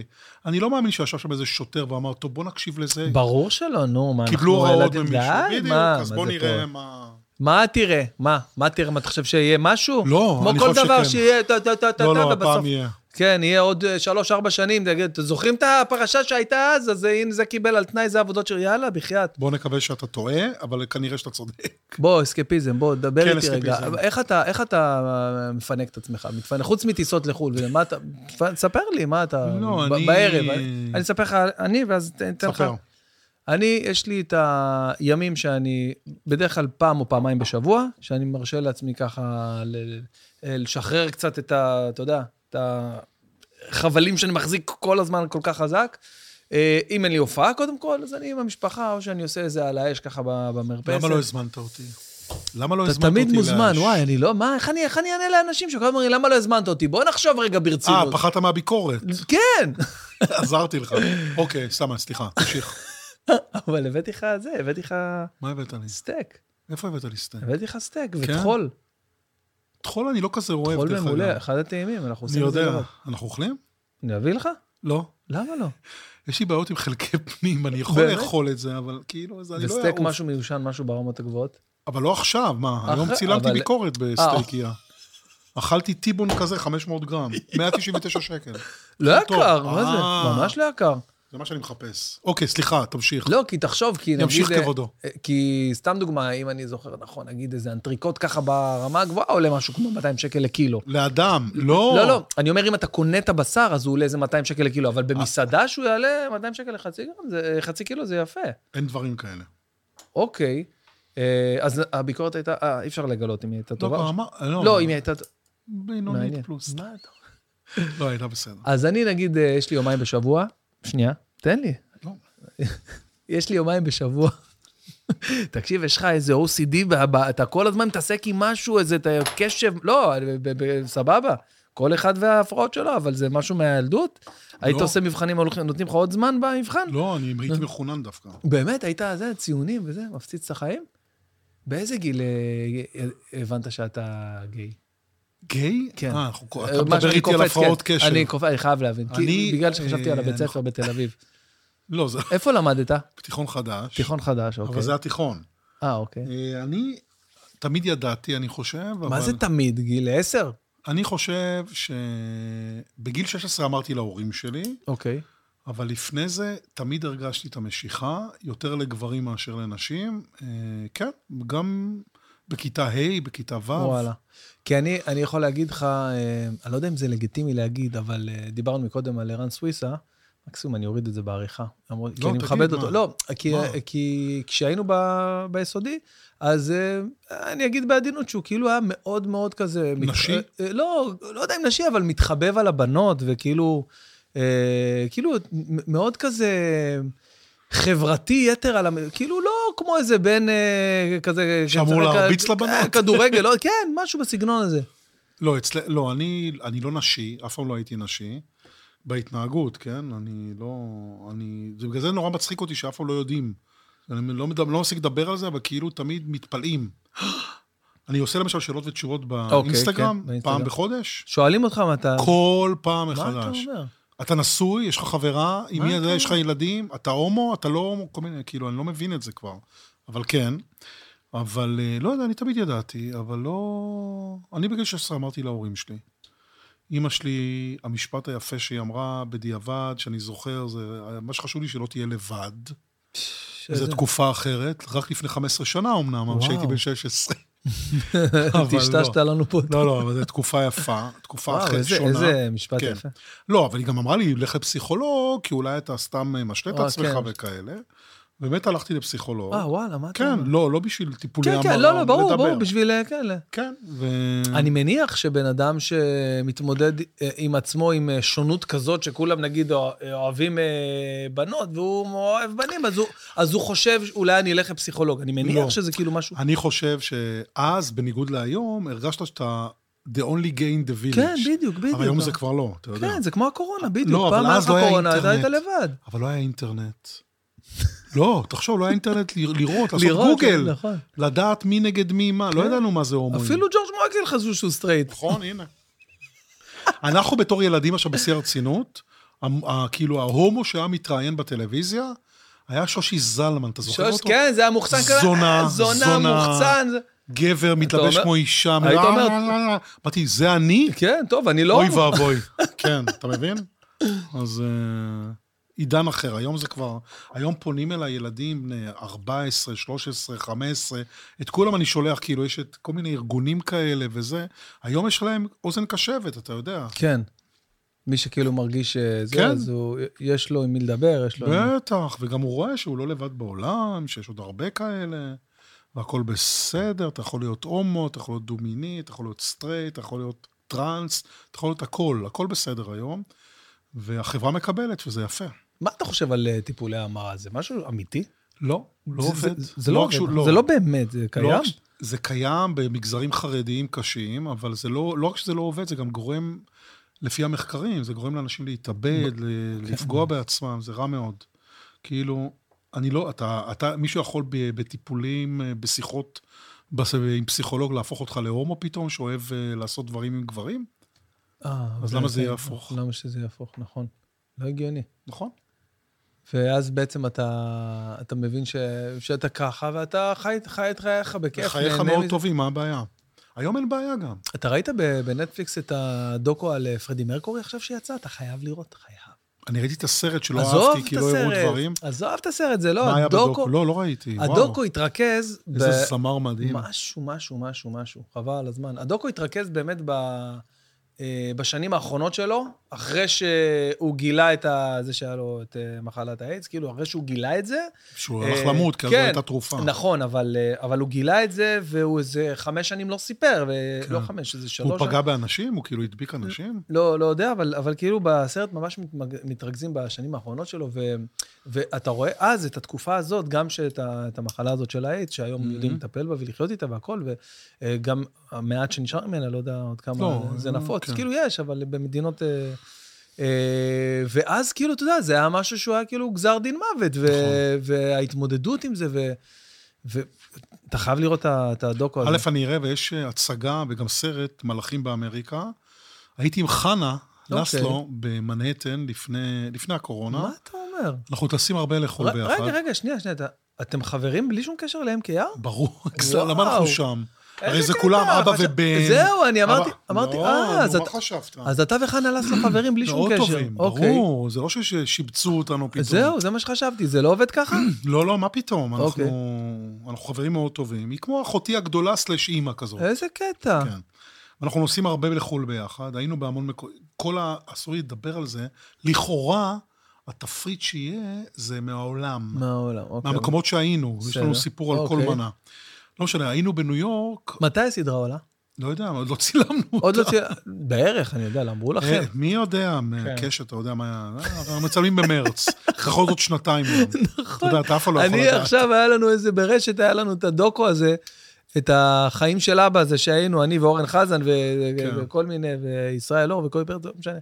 B: אני לא מאמין שישב שם איזה שוטר ואמר, טוב, בוא נקשיב לזה.
A: ברור שלא, נו, מה, אנחנו...
B: קיבלו הוראות
A: ילדים-
B: ממישהו.
A: די,
B: בדיוק,
A: מה,
B: אז
A: מה
B: בוא
A: זה
B: נראה
A: פה?
B: מה...
A: מה תראה? מה? מה תראה? מה, אתה חושב שיהיה משהו?
B: לא, אני
A: כמו
B: חושב
A: כל דבר
B: שכן.
A: שיהיה, טה, טה, טה, טה,
B: לא,
A: טה,
B: לא,
A: ובסוף...
B: הפעם יהיה.
A: כן, יהיה עוד אה, שלוש-ארבע שנים, תגיד, אתם זוכרים את הפרשה שהייתה אז? אז הנה זה קיבל על תנאי, זה עבודות של יאללה, בחייאת.
B: בוא נקווה שאתה טועה, אבל כנראה שאתה צודק.
A: בוא, אסקפיזם, בוא, דבר
B: כן,
A: איתי רגע.
B: אסקפיזם.
A: איך אתה, איך אתה אה, מפנק את עצמך? מתפנק, חוץ מטיסות לחו"ל, ומה אתה... תפ- ספר לי, מה אתה...
B: לא,
A: ב-
B: אני-
A: בערב, אני אני אספר לך, אני, ואז ת- אתן לך...
B: ספר.
A: אני, יש לי את הימים שאני, בדרך כלל פעם או פעמיים בשבוע, שאני מרשה לעצמי ככה ל- לשחרר קצת את ה... אתה יודע, את החבלים שאני מחזיק כל הזמן כל כך חזק. אה, אם אין לי הופעה, קודם כל, אז אני עם המשפחה, או שאני עושה איזה על האש ככה ב- במרפסת.
B: למה לא הזמנת אותי? למה לא
A: אתה
B: הזמנת אותי?
A: תמיד מוזמן,
B: לש-
A: וואי, אני לא, מה, איך אני, איך אני אענה לאנשים שכל הזמן אומרים, למה לא הזמנת אותי? בוא נחשוב רגע
B: אה,
A: ברצינות.
B: פחדת מהביקורת.
A: כן!
B: עזרתי לך. אוקיי, סמה, סליחה, תמשיך.
A: אבל הבאתי לך זה, הבאתי לך
B: מה הבאת לי?
A: סטייק.
B: איפה הבאת לי סטנד?
A: הבאתי לך סטייק וטחול.
B: טחול אני לא כזה כן? אוהב,
A: טחול
B: דרך
A: ממולא,
B: אגב.
A: אחד הטעימים, אנחנו
B: אני
A: עושים את זה.
B: יודע.
A: לבד.
B: אנחנו אוכלים?
A: אני אביא לך?
B: לא.
A: למה לא?
B: יש לי בעיות עם חלקי פנים, אני יכול
A: באמת?
B: לאכול את זה, אבל כאילו, אז אני
A: זה
B: לא
A: סטייק
B: אעוף.
A: משהו מיושן, משהו ברמות הגבוהות.
B: אבל לא עכשיו, מה? היום
A: אחרי-
B: צילמתי
A: אבל- אה.
B: ביקורת בסטייקייה. אכלתי טיבון כזה, 500 גרם, 199 שקל.
A: לא
B: טוב.
A: יקר, מה זה?
B: אה.
A: ממש לא יקר.
B: זה מה שאני מחפש. אוקיי, סליחה, תמשיך.
A: לא, כי תחשוב, כי נגיד...
B: ימשיך
A: אה,
B: כבודו.
A: אה, כי סתם דוגמה, אם אני זוכר נכון, נגיד איזה אנטריקוט ככה ברמה הגבוהה עולה משהו כמו 200 שקל לקילו.
B: לאדם, לא.
A: לא, לא, אני אומר, אם אתה קונה את הבשר, אז הוא עולה איזה 200 שקל לקילו, אבל במסעדה שהוא יעלה 200 שקל לחצי גרם, זה- חצי קילו זה יפה.
B: אין דברים כאלה.
A: אוקיי, אה, אז הביקורת הייתה, אה, אי אפשר לגלות אם היא הייתה
B: לא,
A: טובה. או
B: ברמה,
A: ש-
B: לא.
A: לא, אם היא הייתה... מעניין.
B: בינונית פלוס. לא, הייתה בסדר.
A: אז אני, נגיד, אה, יש לי יומיים בשבוע, שנייה, תן לי.
B: לא.
A: יש לי יומיים בשבוע. תקשיב, יש לך איזה OCD, והבא- אתה כל הזמן מתעסק עם משהו, איזה אתה קשב, לא, ב- ב- ב- סבבה. כל אחד וההפרעות שלו, אבל זה משהו מהילדות. היית עושה מבחנים, הולכים- נותנים לך עוד זמן במבחן?
B: לא, אני הייתי מחונן דווקא.
A: באמת, היית זה, ציונים וזה, מפציץ את החיים? באיזה גיל אה, אה, הבנת שאתה גיי?
B: גיי?
A: כן.
B: אה, אנחנו-
A: אה,
B: אתה
A: מה
B: מדבר
A: שאני
B: איתי על
A: קופץ, כן.
B: הפרעות קשב.
A: אני קופץ, אני חייב להבין.
B: אני,
A: כי בגלל שחשבתי
B: אה,
A: על הבית
B: אני-
A: ספר בתל אביב.
B: לא, זה
A: איפה למדת?
B: תיכון חדש.
A: תיכון חדש, אוקיי.
B: אבל זה התיכון.
A: אה, אוקיי.
B: אה, אני תמיד ידעתי, אני חושב, אבל...
A: מה זה תמיד? גיל 10?
B: אני חושב שבגיל 16 אמרתי להורים שלי,
A: אוקיי.
B: אבל לפני זה תמיד הרגשתי את המשיכה, יותר לגברים מאשר לנשים. אה, כן, גם בכיתה ה', בכיתה ו'.
A: וואלה. אה, כי אני, אני יכול להגיד לך, אה, אני לא יודע אם זה לגיטימי להגיד, אבל אה, דיברנו מקודם על ערן סוויסה, מקסימום אני אוריד את זה בעריכה. אמרו, כי אני
B: תגיד,
A: מכבד
B: מה?
A: אותו. לא, כי,
B: מה?
A: כי כשהיינו ב, ביסודי, אז אה, אני אגיד בעדינות שהוא כאילו היה מאוד מאוד כזה... מת-
B: נשי?
A: אה, אה, לא, לא יודע אם נשי, אבל מתחבב על הבנות, וכאילו, אה, כאילו, מ- מאוד כזה... חברתי יתר על המ... כאילו לא כמו איזה בן אה, כזה...
B: שאמור
A: כזה-
B: להרביץ
A: כ-
B: לבנות.
A: כדורגל, לא, כן, משהו בסגנון הזה.
B: לא, אצל... לא, אני, אני לא נשי, אף פעם לא הייתי נשי. בהתנהגות, כן? אני לא... אני... זה בגלל זה נורא מצחיק אותי שאף פעם לא יודעים. אני לא, מדבר, לא מפסיק לדבר על זה, אבל כאילו תמיד מתפלאים. אני עושה למשל שאלות ותשובות באינסטגרם,
A: כן, באינסטגרם.
B: פעם בחודש.
A: שואלים אותך מתי...
B: כל פעם
A: מה אתה
B: מחדש.
A: אומר?
B: אתה נשוי, יש לך חברה, עם
A: מה
B: מי
A: אתה
B: אתה, יש לך
A: אומר?
B: ילדים, אתה הומו, אתה לא הומו, כל מיני, כאילו, אני לא מבין את זה כבר. אבל כן. אבל אה, לא יודע, אני תמיד ידעתי, אבל לא... אני בגיל 16 אמרתי להורים שלי. אימא שלי, המשפט היפה שהיא אמרה בדיעבד, שאני זוכר, זה מה שחשוב לי שלא תהיה לבד.
A: איזה-
B: זו תקופה אחרת, רק לפני 15 שנה אמנם,
A: וואו.
B: כשהייתי בן 16.
A: טשטשת לנו פה.
B: לא, לא, אבל זו תקופה יפה, תקופה
A: וואו,
B: אחרת
A: איזה-
B: שונה.
A: איזה משפט
B: כן.
A: יפה.
B: לא, אבל היא גם אמרה לי, לך לפסיכולוג, כי אולי אתה סתם אה, משלה את
A: אה,
B: עצמך
A: כן.
B: וכאלה. באמת הלכתי לפסיכולוג.
A: אה, וואלה, מה אתה
B: כן,
A: אומר?
B: לא, לא בשביל טיפולי
A: כן,
B: המרה.
A: כן, לא, לא, ברור,
B: לדבר.
A: ברור, בשביל אה, כאלה.
B: כן, ו...
A: אני מניח שבן אדם שמתמודד אה, עם עצמו עם אה, שונות כזאת, שכולם נגיד אה, אוהבים אה, בנות והוא אוהב בנים, אז הוא- אז הוא חושב, אולי אני אלך לפסיכולוג. אני מניח
B: לא.
A: שזה כאילו משהו...
B: אני חושב שאז, בניגוד להיום, הרגשת שאתה the only gay in the village.
A: כן, בדיוק, בדיוק.
B: אבל היום זה כבר לא, אתה יודע.
A: כן, זה כמו הקורונה,
B: לא,
A: בדיוק.
B: אבל
A: פעם היה
B: אז
A: לך
B: לא היה
A: קורונה, אתה היית
B: אינטרנט.
A: לבד.
B: אבל לא היה אינטרנט. לא, תחשוב, לא היה אינטרנט ל- לראות, לעשות
A: לראות,
B: גוגל.
A: נכון. כן.
B: לדעת מי נגד מי מה, לא ידענו מה זה הומואים.
A: אפילו ג'ורג' מוייקל חשבו שהוא סטרייט.
B: נכון, הנה. אנחנו בתור ילדים עכשיו בשיא הרצינות, המ- ה- כאילו ההומו שהיה מתראיין בטלוויזיה, היה שושי זלמן, אתה זוכר
A: שוש,
B: אותו?
A: כן, זה היה מוחצן כזה.
B: זונה,
A: זונה,
B: זונה.
A: מוחצן. זה-
B: גבר מתלבש
A: אומר-
B: כמו אישה,
A: היית
B: לא,
A: אומר-
B: לא, לא, לא. אמרתי, זה אני?
A: כן, טוב, אני לא...
B: אוי ואבוי. כן, אתה מבין? אז אה, עידן אחר, היום זה כבר, היום פונים אליי ילדים בני 14, 13, 15, את כולם אני שולח, כאילו, יש את כל מיני ארגונים כאלה וזה, היום יש להם אוזן קשבת, אתה יודע.
A: כן. מי שכאילו מרגיש שזה,
B: כן.
A: אז הוא- יש לו עם מי לדבר, יש לו...
B: בטח, וגם הוא רואה שהוא לא לבד בעולם, שיש עוד הרבה כאלה, והכול בסדר, אתה יכול להיות הומו, אתה יכול להיות דו-מיני, אתה יכול להיות סטרייט, אתה יכול להיות טראנס, אתה יכול להיות הכל, הכל בסדר היום, והחברה מקבלת, וזה יפה.
A: מה אתה חושב על אה, טיפולי המרה? זה משהו אמיתי?
B: לא, הוא לא
A: זה-
B: עובד.
A: זה- זה לא
B: רק שהוא-
A: עובד. זה לא באמת, זה
B: לא
A: קיים?
B: רק ש- זה קיים במגזרים חרדיים קשים, אבל זה לא, לא רק שזה לא עובד, זה גם גורם, לפי המחקרים, זה גורם לאנשים להתאבד,
A: כן.
B: ל- לפגוע בעצמם, זה רע מאוד. כאילו, אני לא, אתה, אתה מישהו יכול ב, בטיפולים, אה, בשיחות בס- עם פסיכולוג להפוך אותך להומו פתאום, שאוהב אה, לעשות דברים עם גברים?
A: אה,
B: אז
A: זה-
B: למה זה
A: כן,
B: יהפוך?
A: למה שזה יהפוך, נכון. לא הגיוני.
B: נכון.
A: ואז בעצם אתה, אתה מבין ש, שאתה ככה, ואתה חי, חי את חייך בכיף.
B: כן, חייך
A: נהנה
B: מאוד
A: מזה.
B: טובים, מה הבעיה? היום אין בעיה גם.
A: אתה ראית ב- בנטפליקס את הדוקו על אה, פרדי מרקורי עכשיו שיצא? אתה חייב לראות, חייב.
B: אני ראיתי את הסרט שלא
A: עזוב
B: אהבתי, כי
A: את
B: לא הראו
A: הסרט.
B: דברים.
A: עזוב את הסרט, זה לא,
B: מה היה
A: הדוקו,
B: בדוקו? לא, לא ראיתי. וואו.
A: הדוקו התרכז... ב-
B: איזה זמר מדהים.
A: משהו, משהו, משהו, משהו, חבל על הזמן. הדוקו התרכז באמת ב... אה, בשנים האחרונות שלו, אחרי שהוא גילה את ה... זה שהיה לו את אה, מחלת האיידס, כאילו, אחרי שהוא גילה את זה...
B: שהוא הלך
A: אה,
B: למות, כי אז לא
A: כן,
B: הייתה תרופה.
A: נכון, אבל, אה, אבל הוא גילה את זה, והוא איזה חמש שנים לא סיפר, ולא חמש, איזה שלוש...
B: כן. הוא פגע באנשים? הוא כאילו הדביק אנשים?
A: לא, לא יודע, אבל, אבל כאילו בסרט ממש מתמג- מתרכזים בשנים האחרונות שלו, ו, ואתה רואה אז את התקופה הזאת, גם שאת ה- את המחלה הזאת של האיידס, שהיום
B: Mhm.
A: mm-hmm. יודעים לטפל בה ולחיות איתה והכל, וגם המעט שנשאר ממנה, לא יודע עוד כמה
B: לא,
A: זה
B: אה,
A: נפוץ,
B: כן.
A: כן. כאילו יש, אבל במדינות... אה, אה, ואז כאילו, אתה יודע, זה היה משהו שהוא היה כאילו גזר דין מוות, ו,
B: נכון.
A: וההתמודדות עם זה, ו- ואתה חייב לראות את ה- את הדוקו הזה.
B: א', אני אראה, ויש אה, הצגה וגם סרט, מלאכים באמריקה. הייתי עם חנה
A: אוקיי.
B: לסלו במנהטן לפני לפני הקורונה.
A: מה אתה אומר?
B: אנחנו טסים הרבה
A: ר-
B: לחו"ל ביחד.
A: רגע, רגע, שנייה, שנייה, אתה- אתם חברים בלי שום קשר ל-MKR?
B: ברור,
A: וואו.
B: למה אנחנו שם? הרי
A: איזה
B: זה
A: קטע,
B: כולם אבא
A: חשב-
B: ובן.
A: זהו, אני אמרתי,
B: אבא-
A: אמרתי,
B: לא,
A: אה, אז
B: נו,
A: אתה-
B: מה חשבת?
A: אז אתה וחנה לסלו חברים בלי שום
B: מאוד
A: קשר.
B: טובים,
A: אוקיי.
B: ברור, זה לא ששיבצו אותנו פתאום.
A: זהו, זה מה שחשבתי, זה לא עובד ככה?
B: לא, לא, מה פתאום? אנחנו,
A: אוקיי. אה,
B: אנחנו חברים מאוד טובים. היא כמו אחותי הגדולה סלש אימא כזאת.
A: איזה קטע.
B: כן. אנחנו נוסעים הרבה לחו"ל ביחד, היינו בהמון מקומות, כל ה... אסור לי לדבר על זה. לכאורה, התפריט שיהיה זה מהעולם.
A: מהעולם, אוקיי.
B: מהמקומות שהיינו. יש לנו
A: בסדר.
B: סיפור על כל
A: אוקיי.
B: מנה. לא משנה, היינו בניו יורק,
A: מתי הסדרה עולה?
B: לא יודע, עוד לא צילמנו
A: עוד
B: אותה.
A: לא תהיה... בערך, אני יודע, לא אמרו
B: אה,
A: לכם.
B: מי יודע, קשת, אתה יודע מה... אה, אנחנו מצלמים במרץ. יכול להיות עוד שנתיים. נכון. אתה יודע, אתה אף פעם לא יכול
A: אני
B: לדעת.
A: עכשיו, היה לנו איזה, ברשת היה לנו את הדוקו הזה, את החיים של אבא הזה שהיינו, אני ואורן חזן ו-
B: כן.
A: וכל מיני, וישראל אור וכל פרט, לא משנה.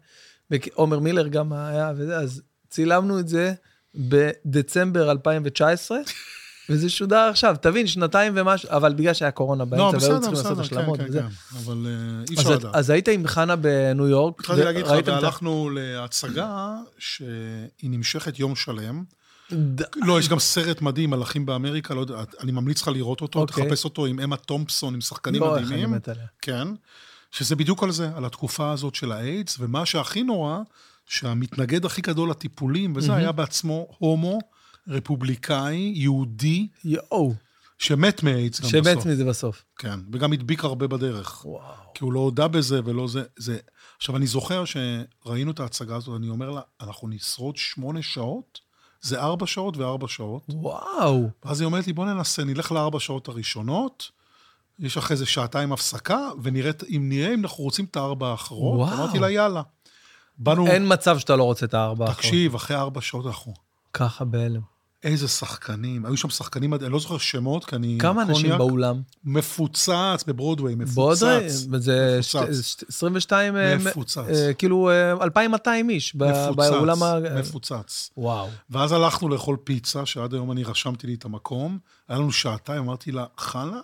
A: ועומר מילר גם היה וזה, אז צילמנו את זה בדצמבר 2019. וזה שודר עכשיו, תבין, שנתיים ומשהו, אבל בגלל שהיה קורונה
B: לא,
A: באמצע, והיו
B: בסדר,
A: צריכים לעשות
B: בסדר,
A: השלמות
B: כן, כן,
A: וזה.
B: כן. אבל אה, אי
A: אז,
B: אפשר לדעת.
A: אז היית עם חנה בניו יורק,
B: התחלתי להגיד לך,
A: וראיתם את ה-
B: והלכנו להצגה שהיא נמשכת יום שלם,
A: ד-
B: לא, יש גם סרט מדהים על אחים באמריקה, לא יודע, אני ממליץ לך לראות אותו,
A: אוקיי.
B: תחפש אותו עם אמה תומפסון, עם שחקנים
A: לא, איך
B: מדהימים.
A: אני מת עליה.
B: כן, שזה בדיוק על זה, על התקופה הזאת של האיידס, ומה שהכי נורא, שהמתנגד הכי גדול לטיפולים, וזה היה בעצמו הומו, רפובליקאי, יהודי,
A: יואו,
B: שמת מאיידס גם
A: שמת
B: בסוף.
A: מזה בסוף.
B: כן, וגם הדביק הרבה בדרך.
A: וואו.
B: כי הוא לא הודה בזה ולא זה, זה... עכשיו, אני זוכר שראינו את ההצגה הזאת, אני אומר לה, אנחנו נשרוד שמונה שעות? זה ארבע שעות וארבע שעות.
A: וואו.
B: ואז היא אומרת לי, בוא ננסה, נלך לארבע שעות הראשונות, יש אחרי זה שעתיים הפסקה, ונראה אם נראה אם אנחנו רוצים את הארבע האחרות.
A: וואו.
B: אמרתי לה, יאללה. באנו,
A: אין מצב שאתה לא רוצה את הארבע האחרונות.
B: תקשיב, אחרי ארבע שעות אנחנו,
A: ככה בהלם.
B: איזה שחקנים, היו שם שחקנים, אני לא זוכר שמות, כי אני...
A: כמה אנשים
B: קוניאק,
A: באולם?
B: מפוצץ בברודוויי, מפוצץ.
A: בודרי? זה
B: מפוצץ.
A: שתי- ש- 22, אה, מ-
B: מפוצץ.
A: אה, כאילו אה, 2,200 איש ב- באולם ה...
B: מפוצץ, מפוצץ.
A: וואו.
B: ואז הלכנו לאכול פיצה, שעד היום אני רשמתי לי את המקום, היה לנו שעתיים, אמרתי לה, חלה?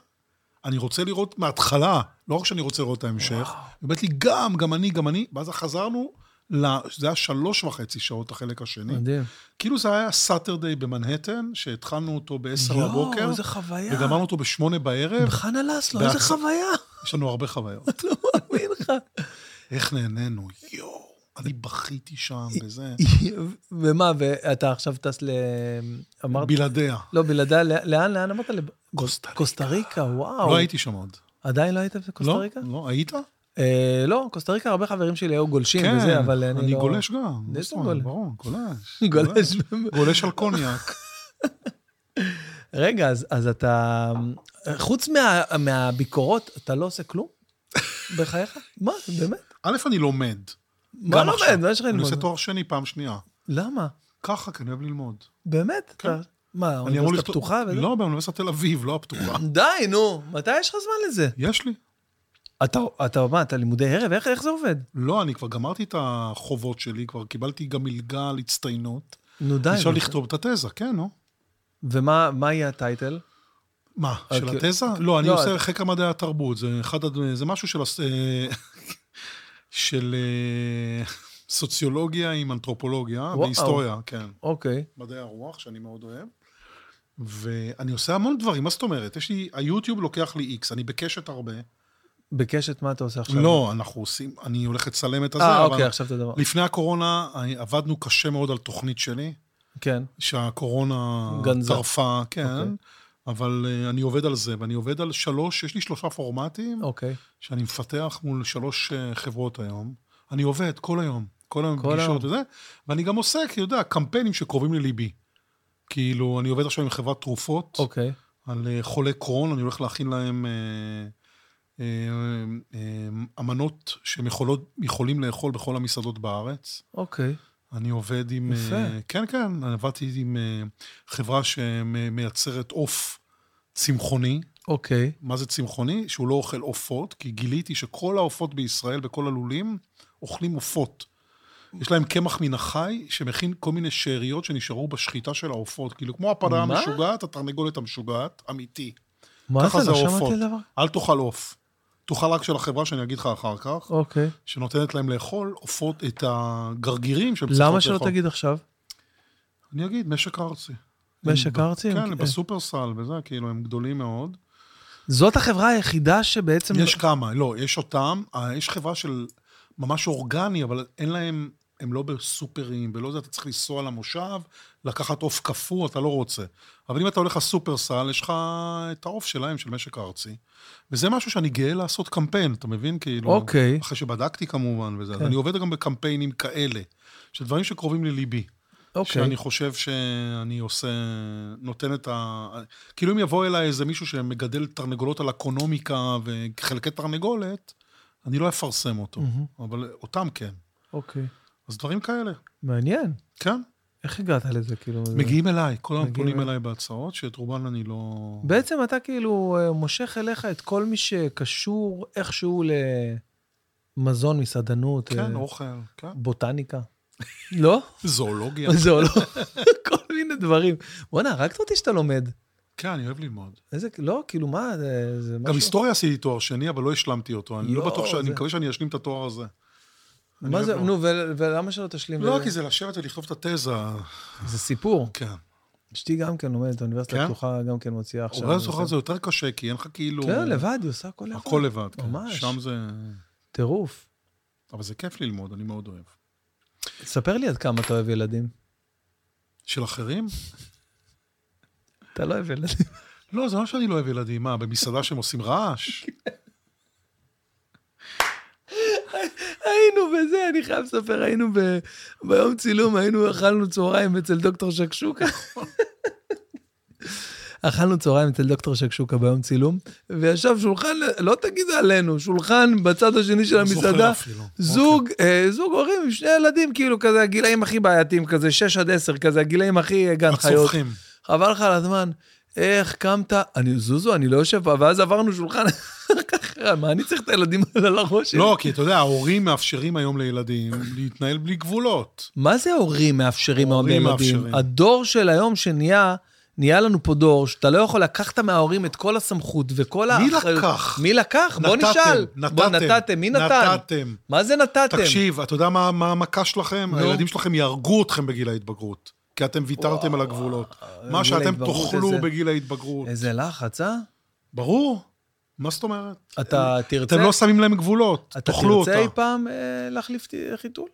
B: אני רוצה לראות מההתחלה, לא רק שאני רוצה לראות את ההמשך. היא אומרת לי, גם, גם אני, גם אני. ואז חזרנו, ל- זה היה שלוש וחצי שעות, החלק השני.
A: מדהים.
B: כאילו זה היה סאטרדיי במנהטן, שהתחלנו אותו בעשר
A: יואו,
B: בבוקר,
A: איזה חוויה.
B: וגמרנו אותו בשמונה בערב.
A: חנה לסלו, איזה
B: בהצ-
A: חוויה.
B: יש לנו הרבה חוויות.
A: לא מאמין לך.
B: איך נהנינו, יואו, אני בכיתי שם וזה.
A: ומה, ואתה עכשיו טס ל... אמרת...
B: בלעדיה.
A: לא, בלעדיה, לא- לאן, לאן אמרת? לב-
B: קוסטה ריקה.
A: קוסטה ריקה, וואו.
B: לא הייתי שם עוד.
A: עדיין לא היית בקוסטה
B: לא?
A: ריקה?
B: לא, היית?
A: אה, לא, קוסטה ריקה, הרבה חברים שלי היו גולשים וזה, אבל אני לא...
B: כן, אני גולש גם.
A: יש
B: מה זאת
A: שם
B: אומרת?
A: גולש.
B: ברור,
A: גולש.
B: גולש. גולש על קוניאק.
A: רגע, אז, אז אתה... חוץ מה, מהביקורות, אתה לא עושה כלום? בחייך? מה, באמת?
B: א', אני לומד.
A: מה
B: גם
A: לומד?
B: עכשיו.
A: מה לא. יש לך
B: אני
A: ללמוד?
B: עושה תואר שני פעם שנייה.
A: למה?
B: ככה, כי אני אוהב ללמוד.
A: באמת?
B: כן.
A: אתה- מה,
B: אני אמור
A: האוניברסיטה
B: לכתוב-
A: פתוחה? וזה?
B: לא, באוניברסיטת תל אביב, לא הפתוחה.
A: די, נו, מתי יש לך זמן לזה?
B: יש לי.
A: אתה, אתה מה, אתה לימודי ערב? איך, איך זה עובד?
B: לא, אני כבר גמרתי את החובות שלי, כבר קיבלתי גם מלגה על הצטיינות.
A: נו, די.
B: אפשר
A: נו.
B: לכתוב את התזה, כן, נו.
A: ומה מה יהיה הטייטל?
B: מה,
A: אה,
B: של
A: כי-
B: התזה? לא, אני
A: לא,
B: עושה
A: אתה-
B: חקר מדעי התרבות, זה אחד, הד- זה משהו של... הס- אה, של אה, סוציולוגיה עם אנתרופולוגיה
A: וואו.
B: והיסטוריה, כן.
A: אוקיי.
B: מדעי הרוח, שאני מאוד אוהב. ואני עושה המון דברים, מה זאת אומרת? יש לי, היוטיוב לוקח לי איקס, אני בקשת הרבה.
A: בקשת מה אתה עושה עכשיו?
B: לא, אנחנו עושים, אני הולך לצלם את הזה,
A: אה,
B: אבל
A: אוקיי, עכשיו אתה יודע מה.
B: לפני הקורונה אה, עבדנו קשה מאוד על תוכנית שלי.
A: כן.
B: שהקורונה
A: גנזה.
B: טרפה, כן,
A: אוקיי.
B: אבל אה, אני עובד על זה, ואני עובד על שלוש, יש לי שלושה פורמטים
A: אוקיי.
B: שאני מפתח מול שלוש אה, חברות היום. אני עובד כל היום, כל היום
A: כל
B: בפגישות
A: היום.
B: וזה, ואני גם עושה, כי יודע, קמפיינים שקרובים לליבי. כאילו, אני עובד עכשיו עם חברת תרופות,
A: אוקיי.
B: על אה, חולי קרון, אני הולך להכין להם אה, אה, אה, אמנות שהם יכולות- יכולים לאכול בכל המסעדות בארץ.
A: אוקיי.
B: אני עובד עם...
A: יפה.
B: אה, כן, כן, אני עבדתי עם אה, חברה שמייצרת עוף צמחוני.
A: אוקיי.
B: מה זה צמחוני? שהוא לא אוכל עופות, כי גיליתי שכל העופות בישראל, בכל הלולים, אוכלים עופות. יש להם קמח מן החי, שמכין כל מיני שאריות שנשארו בשחיטה של העופות. כאילו, כמו הפרה
A: מה?
B: המשוגעת, התרנגולת המשוגעת, אמיתי.
A: מה אתה,
B: ככה זה
A: לא שמעתי
B: עופות.
A: על דבר?
B: אל תאכל עוף. תאכל רק של החברה שאני אגיד לך אחר כך,
A: אוקיי.
B: שנותנת להם לאכול עופות, את הגרגירים שהם צריכות לאכול.
A: למה שלא תגיד עכשיו?
B: אני אגיד, משק ארצי.
A: משק
B: הם-
A: ארצי? אוקיי.
B: כן,
A: הם-
B: הם בסופרסל וזה, כאילו, הם גדולים מאוד.
A: זאת החברה היחידה שבעצם...
B: יש כמה, לא, יש אותם, אה, יש חברה של ממש אורגני, אבל אין להם, הם לא בסופרים, ולא זה, אתה צריך לנסוע למושב, לקחת עוף קפוא, אתה לא רוצה. אבל אם אתה הולך לסופרסל, יש לך את העוף שלהם, של משק הארצי. וזה משהו שאני גאה לעשות קמפיין, אתה מבין? כאילו,
A: אוקיי.
B: אחרי שבדקתי כמובן וזה, אז
A: כן.
B: אני עובד גם בקמפיינים כאלה, של דברים שקרובים לליבי.
A: אוקיי.
B: שאני חושב שאני עושה, נותן את ה... כאילו אם יבוא אליי איזה מישהו שמגדל תרנגולות על אקונומיקה וחלקי תרנגולת, אני לא אפרסם אותו,
A: מהמם.
B: אבל אותם כן.
A: אוקיי.
B: אז דברים כאלה,
A: מעניין.
B: כן.
A: איך הגעת לזה, כאילו? זה-
B: מגיעים אליי, כל הזמן
A: מגיעים
B: פונים
A: אליי.
B: אליי בהצעות, שאת רובן אני לא...
A: בעצם אתה כאילו אה, מושך אליך את כל מי שקשור איכשהו למזון, מסעדנות, אה,
B: כן, אוכל, כן.
A: בוטניקה. לא?
B: זואולוגיה.
A: זהו, לא. כל מיני דברים. בואנה, הרגת אותי שאתה לומד.
B: כן, אני אוהב ללמוד.
A: איזה, לא, כאילו, מה, זה זה משהו...
B: גם היסטוריה עשיתי תואר שני, אבל לא השלמתי אותו. אני
A: יואו,
B: לא בטוח ש... אני
A: זה-
B: מקווה שאני אשלים את התואר הזה.
A: מה
B: אני
A: זה,
B: אוהב
A: נו, ו- ולמה שלא תשלים?
B: לא,
A: ו-
B: כי זה לשבת ולכתוב את התזה.
A: זה סיפור.
B: כן.
A: אשתי גם כן לומדת, האוניברסיטה
B: כן?
A: הפתוחה גם כן מוציאה עכשיו.
B: אולי זוכר זה יותר קשה, כי אין לך כאילו...
A: כן, לבד, היא עושה הכל לבד.
B: הכל לבד, כן.
A: נכון. ממש.
B: שם זה...
A: טירוף.
B: אבל זה כיף ללמוד, אני מאוד אוהב.
A: ספר לי עד כמה אתה אוהב ילדים.
B: של אחרים?
A: אתה לא אוהב ילדים.
B: לא, זה לא שאני לא אוהב ילדים. מה, במסעדה שהם עושים רעש?
A: היינו בזה, אני חייב לספר, היינו ב... ביום צילום, היינו, אכלנו צהריים אצל דוקטור שקשוקה. אכלנו צהריים אצל דוקטור שקשוקה ביום צילום, וישב שולחן, לא תגיד עלינו, שולחן בצד השני של
B: לא זוכר
A: המסעדה,
B: אפילו.
A: זוג,
B: אוקיי.
A: אה, זוג הורים עם שני ילדים, כאילו, כזה הגילאים הכי בעייתיים, כזה 6 עד 10, כזה הגילאים הכי אה, גן חיות.
B: הצופחים.
A: חבל לך על הזמן. איך קמת? אני, זוזו, אני לא יושב פה, ואז עברנו שולחן. ככה, מה אני צריך את הילדים האלה על הראש שלי?
B: לא, כי אתה יודע, ההורים מאפשרים היום לילדים להתנהל בלי גבולות.
A: מה זה הורים מאפשרים היום
B: הורים
A: לילדים?
B: מאפשרים.
A: הדור של היום שנהיה, נהיה לנו פה דור שאתה לא יכול לקחת מההורים את כל הסמכות וכל
B: מי
A: האחריות.
B: לקח?
A: מי לקח? בוא
B: נתתם,
A: נשאל.
B: נתתם,
A: בוא נתתם, מי נתן?
B: נתתם.
A: מה זה נתתם?
B: תקשיב, אתה יודע מה מה המכה שלכם? הילדים שלכם יהרגו אתכם בגיל ההתבגרות. כי אתם ויתרתם על הגבולות. מה שאתם
A: אה, ההתבגרות,
B: תאכלו
A: איזה-
B: בגיל ההתבגרות.
A: איזה לחץ, אה?
B: ברור. מה זאת אומרת?
A: אתה תרצה,
B: אתם לא שמים להם גבולות,
A: אתה
B: תאכלו אותה.
A: תרצה אי פעם אה, להחליף ת- חיתול?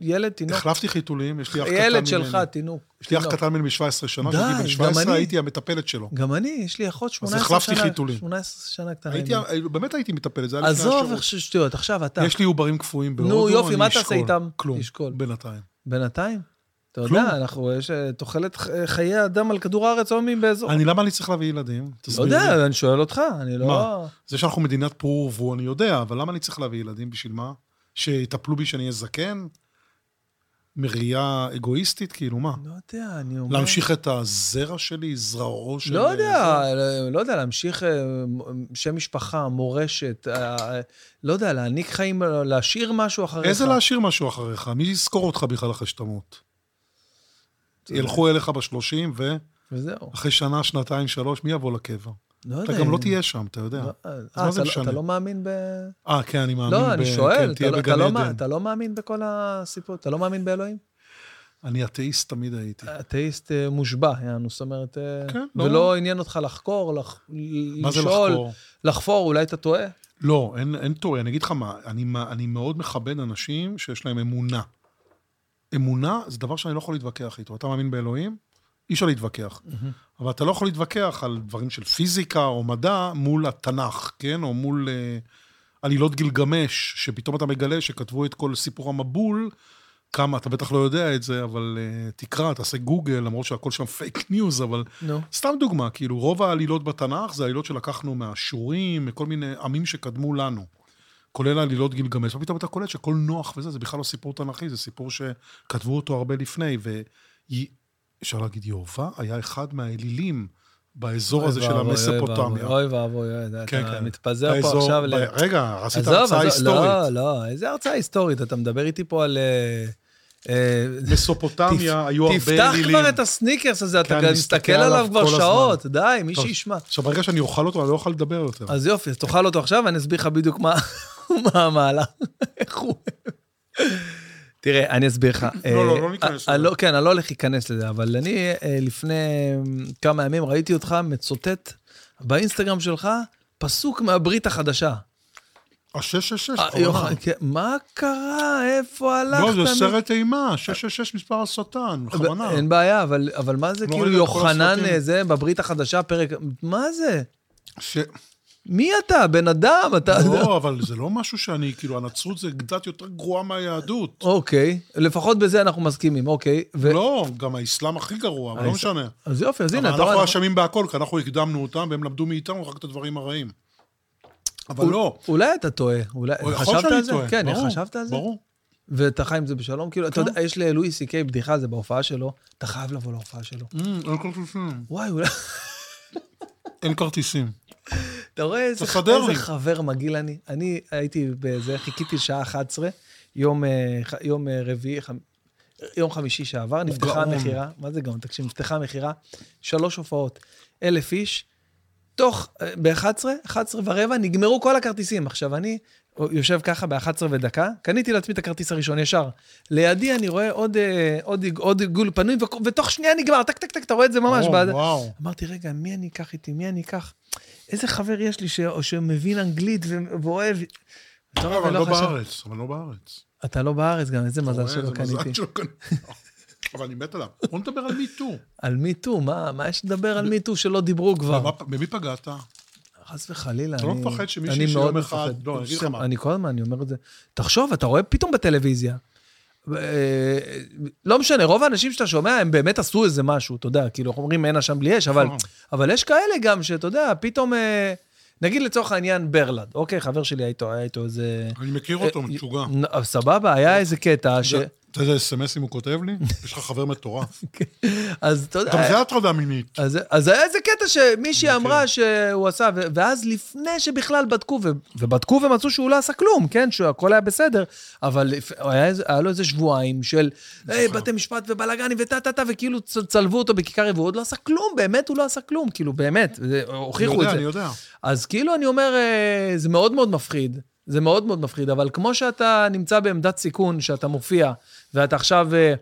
A: ילד, תינוק.
B: החלפתי חיתולים, יש לי אח קטן ממני.
A: ילד שלך, תינוק.
B: יש לי אח
A: תינוק.
B: קטן ממני ב-17 שנה,
A: די,
B: כשהייתי
A: גם
B: בן 17
A: אני.
B: הייתי המטפלת שלו.
A: גם אני, יש לי אחות 18 שנה.
B: החלפתי חיתולים.
A: 18 שנה קטנה.
B: הייתי,
A: ממני.
B: באמת הייתי מטפלת, זה היה לפני השירות.
A: עזוב איך שטויות, עכשיו אתה.
B: יש לי עוברים קפואים
A: נו,
B: בהודו,
A: יופי,
B: אני
A: מה תעשה
B: אשכול.
A: איתם?
B: כלום,
A: תשקול.
B: בינתיים.
A: בינתיים? אתה
B: כלום.
A: יודע, אנחנו, יש אה, תוחלת ח- אה, חיי אדם על כדור הארץ עומים באזור.
B: אני, למה אני צריך להביא ילדים?
A: לא
B: תסביר לי.
A: יודע, אני שואל אותך, אני לא...
B: מה? זה שאנחנו מדינת פרו ורבו, אני יודע, אבל למה אני צריך להביא ילדים? בשביל מה? שיטפלו בי שאני אהיה זקן? מראייה אגואיסטית? כאילו, מה?
A: לא יודע, אני אומר...
B: להמשיך את הזרע שלי, זרעו של...
A: לא יודע, אה, לא יודע, להמשיך אה, מ- שם משפחה, מורשת, אה, אה, לא יודע, להעניק חיים, אה, להשאיר משהו אחריך.
B: איזה להשאיר משהו אחריך? מי יזכור אותך בכלל אחרי שתמות? ילכו אליך בשלושים,
A: וזהו,
B: ואחרי שנה, שנתיים, שלוש, מי יבוא לקבר?
A: לא יודע.
B: אתה גם לא תהיה שם, אתה יודע.
A: לא,
B: מה
A: אה, אתה
B: זה
A: לא-
B: משנה?
A: אתה לא מאמין ב...
B: אה, כן, אני מאמין
A: לא,
B: ב...
A: אני
B: כן,
A: שואל, אתה
B: תהיה
A: לא- אתה
B: בגן
A: לא
B: עדן.
A: מא- אתה לא מאמין בכל הסיפור? אתה לא מאמין באלוהים?
B: אני אתאיסט תמיד הייתי.
A: אתאיסט אה, מושבע, יענו, זאת אומרת, אה,
B: כן,
A: ולא
B: ברור.
A: עניין אותך לחקור, לח-
B: מה זה
A: לשאול,
B: לחקור?
A: לחפור, אולי אתה טועה.
B: לא, אין, אין טועה, אני אגיד לך מה, אני, מה- אני מאוד מכבד אנשים שיש להם אמונה. אמונה זה דבר שאני לא יכול להתווכח איתו. אתה מאמין באלוהים? אי אפשר להתווכח. אבל אתה לא יכול להתווכח על דברים של פיזיקה או מדע מול התנ"ך, כן? או מול אה, עלילות גילגמש, שפתאום אתה מגלה שכתבו את כל סיפור המבול, כמה, אתה בטח לא יודע את זה, אבל אה, תקרא, תעשה גוגל, למרות שהכל שם פייק ניוז, אבל
A: נו.
B: סתם דוגמה, כאילו, רוב העלילות בתנ"ך זה עלילות שלקחנו מהאשורים, מכל מיני עמים שקדמו לנו, כולל עלילות גילגמש. ופתאום אתה קולט שכל נוח וזה, זה בכלל לא סיפור תנ"כי, זה סיפור שכתבו אותו הרבה לפני, ו- אפשר להגיד, יהובה היה אחד מהאלילים באזור הזה של
A: אוי ואבוי, אוי
B: המסופוטמיה.
A: ואבוי, אוי ואבוי, אוי, אתה-
B: כן,
A: אתה
B: כן.
A: מתפזר פה
B: האזור-
A: עכשיו
B: ב-
A: ל...
B: רגע, עשית
A: עזוב,
B: הרצאה
A: עזוב, לא,
B: היסטורית.
A: לא, איזה הרצאה היסטורית? אתה מדבר איתי פה על... אה, אה,
B: מסופוטמיה,
A: תפ-
B: היו הרבה
A: תפתח
B: אלילים.
A: כבר את הסניקרס הזה, אתה
B: כן,
A: גם
B: אני
A: מסתכל
B: מסתכל
A: עליו
B: עליו
A: כבר
B: כל הזמן.
A: שעות, די, מי
B: טוב,
A: שישמע.
B: עכשיו, ברגע שאני אוכל אותו, אני לא אוכל לדבר יותר.
A: אז יופי, אז תאכל אותו עכשיו, ואני אסביר לך בדיוק מה מה המהלך, איך הוא... תראה, אני אסביר לך.
B: לא, לא,
A: אה,
B: לא ניכנס
A: אה,
B: לזה.
A: לא, כן, אני לא הולך להיכנס לזה, אבל אני אה, לפני אה, כמה ימים ראיתי אותך מצוטט באינסטגרם שלך פסוק מהברית החדשה.
B: ה-666,
A: אה, יוחנן, כן, מה קרה? איפה הלכת?
B: לא, זה
A: מי-
B: סרט אימה, 666 מספר השטן, בכוונה.
A: אין בעיה, אבל, אבל מה זה
B: לא
A: כאילו
B: ראית את כל
A: יוחנן
B: הסרטים?
A: אה, זה בברית החדשה, פרק... מה זה?
B: ש-
A: מי אתה? בן אדם? אתה...
B: לא, אבל זה לא משהו שאני, כאילו, הנצרות זה קצת יותר גרועה מהיהדות.
A: אוקיי, לפחות בזה אנחנו מסכימים, אוקיי. ו...
B: לא, גם האסלאם הכי גרוע, אבל לא משנה.
A: אז יופי, אז
B: אבל
A: הנה, אתה רואה...
B: אנחנו אשמים בהכל, כי אנחנו הקדמנו אותם, והם למדו מאיתנו רק את הדברים הרעים. אבל לא.
A: אולי אתה טועה, אולי...
B: יכול להיות
A: אה, חשבת
B: שאני
A: על זה?
B: טועה,
A: כן,
B: ברור,
A: חשבת על זה?
B: ברור. כן.
A: ואתה חי עם זה בשלום? כאילו, אתה יודע, יש ללואי סי קיי בדיחה על זה בהופעה שלו, אתה חייב לבוא להופעה שלו.
B: אמ, אין כרטיסים.
A: וואי, אולי...
B: אין כרטיסים.
A: אתה רואה איזה,
B: תסדר
A: איזה
B: לי.
A: חבר מגעיל אני? אני הייתי בזה, חיכיתי שעה 11, יום, אה, ח- יום אה, רביעי, חמ... יום חמישי שעבר, נפתחה
B: גאון.
A: המכירה, מה זה גאון? תקשיב, נפתחה המכירה, שלוש הופעות, אה, אלף איש, תוך, ב-11, 11 ורבע, נגמרו כל הכרטיסים. עכשיו, אני אה, יושב ככה ב-11 ודקה, קניתי לעצמי את הכרטיס הראשון ישר. לידי אני רואה עוד, אה, עוד, עיג- עוד עיגול פנוי, וכ- ותוך שנייה נגמר, טק, טק, טק, אתה רואה את זה ממש.
B: וואו,
A: בעד-
B: וואו.
A: אמרתי, רגע, מי אני אקח איתי? מי אני אקח? איזה חבר יש לי ש... שמבין אנגלית ו... ואוהב...
B: לא, אבל
A: ולא
B: לא
A: חשב-
B: בארץ, אבל לא בארץ.
A: אתה לא בארץ גם, איזה מזל
B: רואה,
A: שלא
B: זה מזל
A: קניתי.
B: שלא קניתי. אבל אני מת עליו. בוא נדבר על מיטו.
A: על מיטו, מה, מה יש לדבר על מיטו שלא דיברו כבר?
B: במי פגעת?
A: חס וחלילה,
B: אתה לא
A: אני...
B: מפחד שמישהי
A: אני
B: שיום
A: מאוד
B: אחד-
A: מפחד.
B: לא, אני אגיד לך מה.
A: אני כל הזמן, אני אומר את זה. תחשוב, אתה רואה פתאום בטלוויזיה. אה, לא משנה, רוב האנשים שאתה שומע, הם באמת עשו איזה משהו, אתה יודע, כאילו, אנחנו אומרים אין אשם בלי אש, אבל,
B: נכון.
A: אבל יש כאלה גם שאתה יודע, פתאום, אה, נגיד לצורך העניין ברלד, אוקיי, חבר שלי היה איתו, היה איתו איזה...
B: אני מכיר
A: אה,
B: אותו, משוגע.
A: נ- סבבה,
B: אה.
A: היה איזה קטע ש...
B: אתה אתה יודע איזה אסמסים הוא כותב לי? יש לך חבר מטורף.
A: אז אתה יודע...
B: גם זה הטרדה מינית.
A: אז, אז היה איזה קטע
B: כן.
A: שמישהי אמרה שהוא עשה, ו- ואז לפני שבכלל בדקו, ו- ובדקו ומצאו שהוא לא עשה כלום, כן? שהכל היה בסדר, אבל לפ- היה, איזה- היה לו איזה שבועיים של היי,
B: נכון.
A: בתי משפט ובלאגנים וטה טה טה, וכאילו צ- צלבו אותו בכיכר והוא עוד לא עשה כלום, באמת הוא לא עשה כלום, כאילו באמת, זה-
B: אני
A: הוכיחו את
B: יודע,
A: זה.
B: אני יודע.
A: אז כאילו אני אומר, אה, זה מאוד מאוד מפחיד. זה מאוד מאוד מפחיד, אבל כמו שאתה נמצא בעמדת סיכון, שאתה מופיע, ואתה עכשיו אה,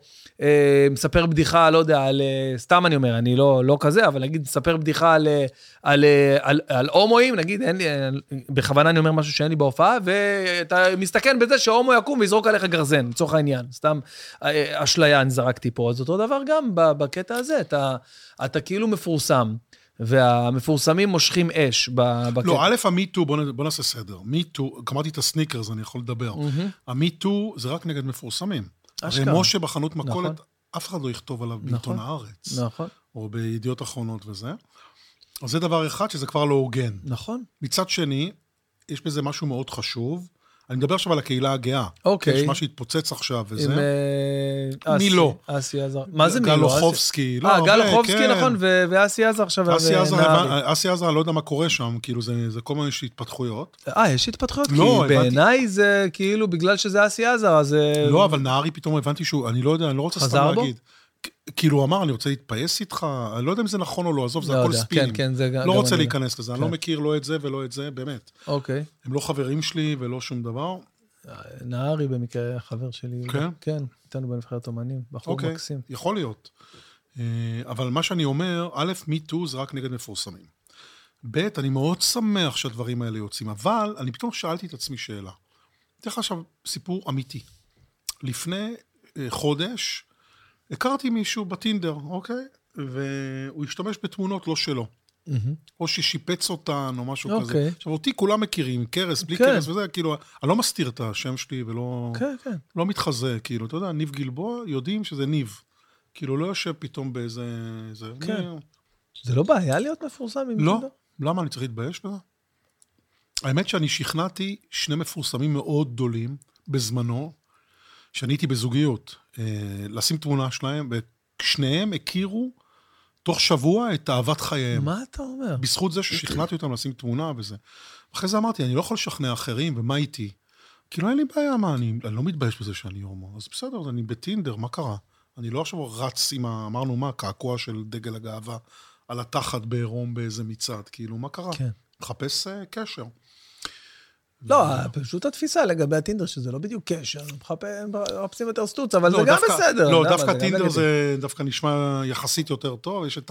A: אה, מספר בדיחה, לא יודע, על... אה, סתם אני אומר, אני לא, לא כזה, אבל נגיד, מספר בדיחה על, אה, על, אה, על, על הומואים, נגיד, אין לי... אה, בכוונה אני אומר משהו שאין לי בהופעה, ואתה מסתכן בזה שההומו יקום ויזרוק עליך גרזן, לצורך העניין. סתם אה, אה, אשליה אני זרקתי פה. אז אותו דבר גם ב- בקטע הזה, אתה, אתה כאילו מפורסם. והמפורסמים מושכים אש ב- בקטע.
B: לא, א', המיטו, בוא נ- בוא נעשה סדר. מיטו, גמרתי את הסניקרס, אני יכול לדבר. המיטו זה רק נגד מפורסמים. הרי
A: אשכרה.
B: משה בחנות מכולת,
A: נכון.
B: אף אחד לא יכתוב עליו בעיתון הארץ,
A: נכון,
B: או בידיעות אחרונות וזה. אז זה דבר אחד שזה כבר לא הוגן.
A: נכון.
B: מצד שני, יש בזה משהו מאוד חשוב. אני מדבר עכשיו על הקהילה הגאה.
A: אוקיי.
B: יש מה שהתפוצץ עכשיו
A: עם...
B: וזה.
A: אה,
B: מי
A: אסי-
B: לא?
A: אסי עזר. מה זה מי לא?
B: גלוחובסקי.
A: אסי-
B: לא,
A: אה,
B: הרבה,
A: גלוחובסקי,
B: כן.
A: נכון, ו- ואסי עזר עכשיו. אה,
B: אסי עזר,
A: ונהרי.
B: הבנ- אסי עזר, אני לא יודע מה קורה שם, כאילו זה זה כל מיני התפתחויות.
A: אה, יש התפתחויות?
B: לא,
A: כי
B: הבנתי.
A: בעיניי זה כאילו, בגלל שזה אסי עזר, אז... אה,
B: לא, אבל נהרי פתאום הבנתי שהוא, אני לא יודע, אני לא רוצה סתם
A: חזר בו?
B: להגיד. כ- כאילו, הוא אמר, אני רוצה להתפייס איתך, אני לא יודע אם זה נכון או לא, עזוב,
A: לא
B: זה הכל
A: יודע,
B: ספינים.
A: כן, כן, זה גם-
B: לא
A: גם
B: רוצה
A: אני. כן.
B: להיכנס לזה, אני לא מכיר לא את זה ולא את זה, באמת.
A: אוקיי.
B: הם לא חברים שלי ולא שום דבר.
A: נהרי במקרה, חבר שלי.
B: כן?
A: כן, איתנו בנבחרת אומנים, בחור
B: אוקיי,
A: מקסים.
B: יכול להיות. אה, אבל מה שאני אומר, א', מיטו זה רק נגד מפורסמים. ב', אני מאוד שמח שהדברים האלה יוצאים, אבל אני פתאום שאלתי את עצמי שאלה. אתן לך עכשיו סיפור אמיתי. לפני אה, חודש הכרתי מישהו בטינדר, אוקיי? והוא השתמש בתמונות לא שלו. או ששיפץ אותן, או משהו
A: אוקיי.
B: כזה. עכשיו, אותי כולם מכירים, קרס, בלי
A: כן.
B: קרס וזה, כאילו, אני לא מסתיר את השם שלי ולא...
A: כן, כן.
B: לא מתחזה, כאילו, אתה יודע, ניב גלבוע, יודעים שזה ניב. כאילו, לא יושב פתאום באיזה... איזה...
A: כן. זה לא בעיה להיות מפורסם עם
B: לא,
A: זה?
B: למה אני צריך להתבייש בזה? האמת שאני שכנעתי שני מפורסמים מאוד גדולים בזמנו, שאני הייתי בזוגיות, אה, לשים תמונה שלהם, ושניהם הכירו תוך שבוע את אהבת חייהם.
A: מה אתה אומר?
B: בזכות זה ששכנעתי אותם לשים תמונה וזה. אחרי זה אמרתי, אני לא יכול לשכנע אחרים, ומה איתי? כאילו, אין לי בעיה, מה, אני, אני לא מתבייש בזה שאני הומו. אז בסדר, אז אני בטינדר, מה קרה? אני לא עכשיו רץ עם ה... אמרנו, מה, קעקוע של דגל הגאווה על התחת בעירום באיזה מצעד, כאילו, מה קרה?
A: כן.
B: מחפש אה, קשר.
A: לא, פשוט התפיסה לגבי הטינדר, שזה לא בדיוק קשר, מחפש- מחפשים יותר סטוץ, אבל זה
B: לא,
A: גם
B: דווקא-
A: בסדר.
B: לא,
A: למה? זה
B: דווקא
A: גם
B: טינדר
A: לגיטימי.
B: זה דווקא נשמע יחסית יותר טוב, יש את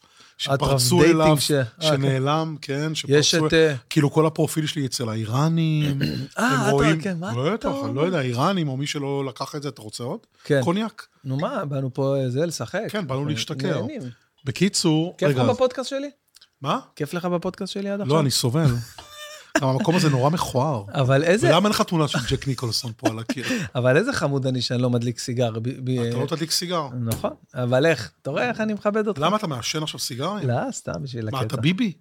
A: אטרף
B: שפרצו
A: דייטינג
B: אליו,
A: ש- אה, כן.
B: שנעלם, כן,
A: יש
B: שפרצו...
A: את... אה,
B: כאילו כל הפרופיל שלי אצל האיראנים,
A: אה,
B: הם
A: אתה-
B: רואים,
A: כן, מה אתה
B: בטח, אני לא
A: אומר?
B: יודע, איראנים או מי שלא לקח את זה, אתה רוצה עוד?
A: כן.
B: קוניאק.
A: נו מה, באנו פה אה, זה לשחק.
B: כן, באנו
A: אנחנו
B: להשתכר.
A: נהנים.
B: בקיצור,
A: כיף
B: רגע,
A: לך בפודקאסט שלי?
B: מה?
A: כיף לך בפודקאסט שלי עד עכשיו?
B: לא, אני סובל. גם המקום הזה נורא מכוער.
A: אבל איזה,
B: ולמה אין לך תמונה של ג'ק ניקולסון פה על הקיר?
A: אבל איזה חמוד אני שאני לא מדליק סיגר. ב- ב-
B: אתה לא תדליק סיגר.
A: נכון, אבל איך? אתה רואה איך אני מכבד אותך?
B: למה אתה מעשן עכשיו סיגריה?
A: לא, סתם בשביל
B: מה, אתה
A: הקטע.
B: ביבי?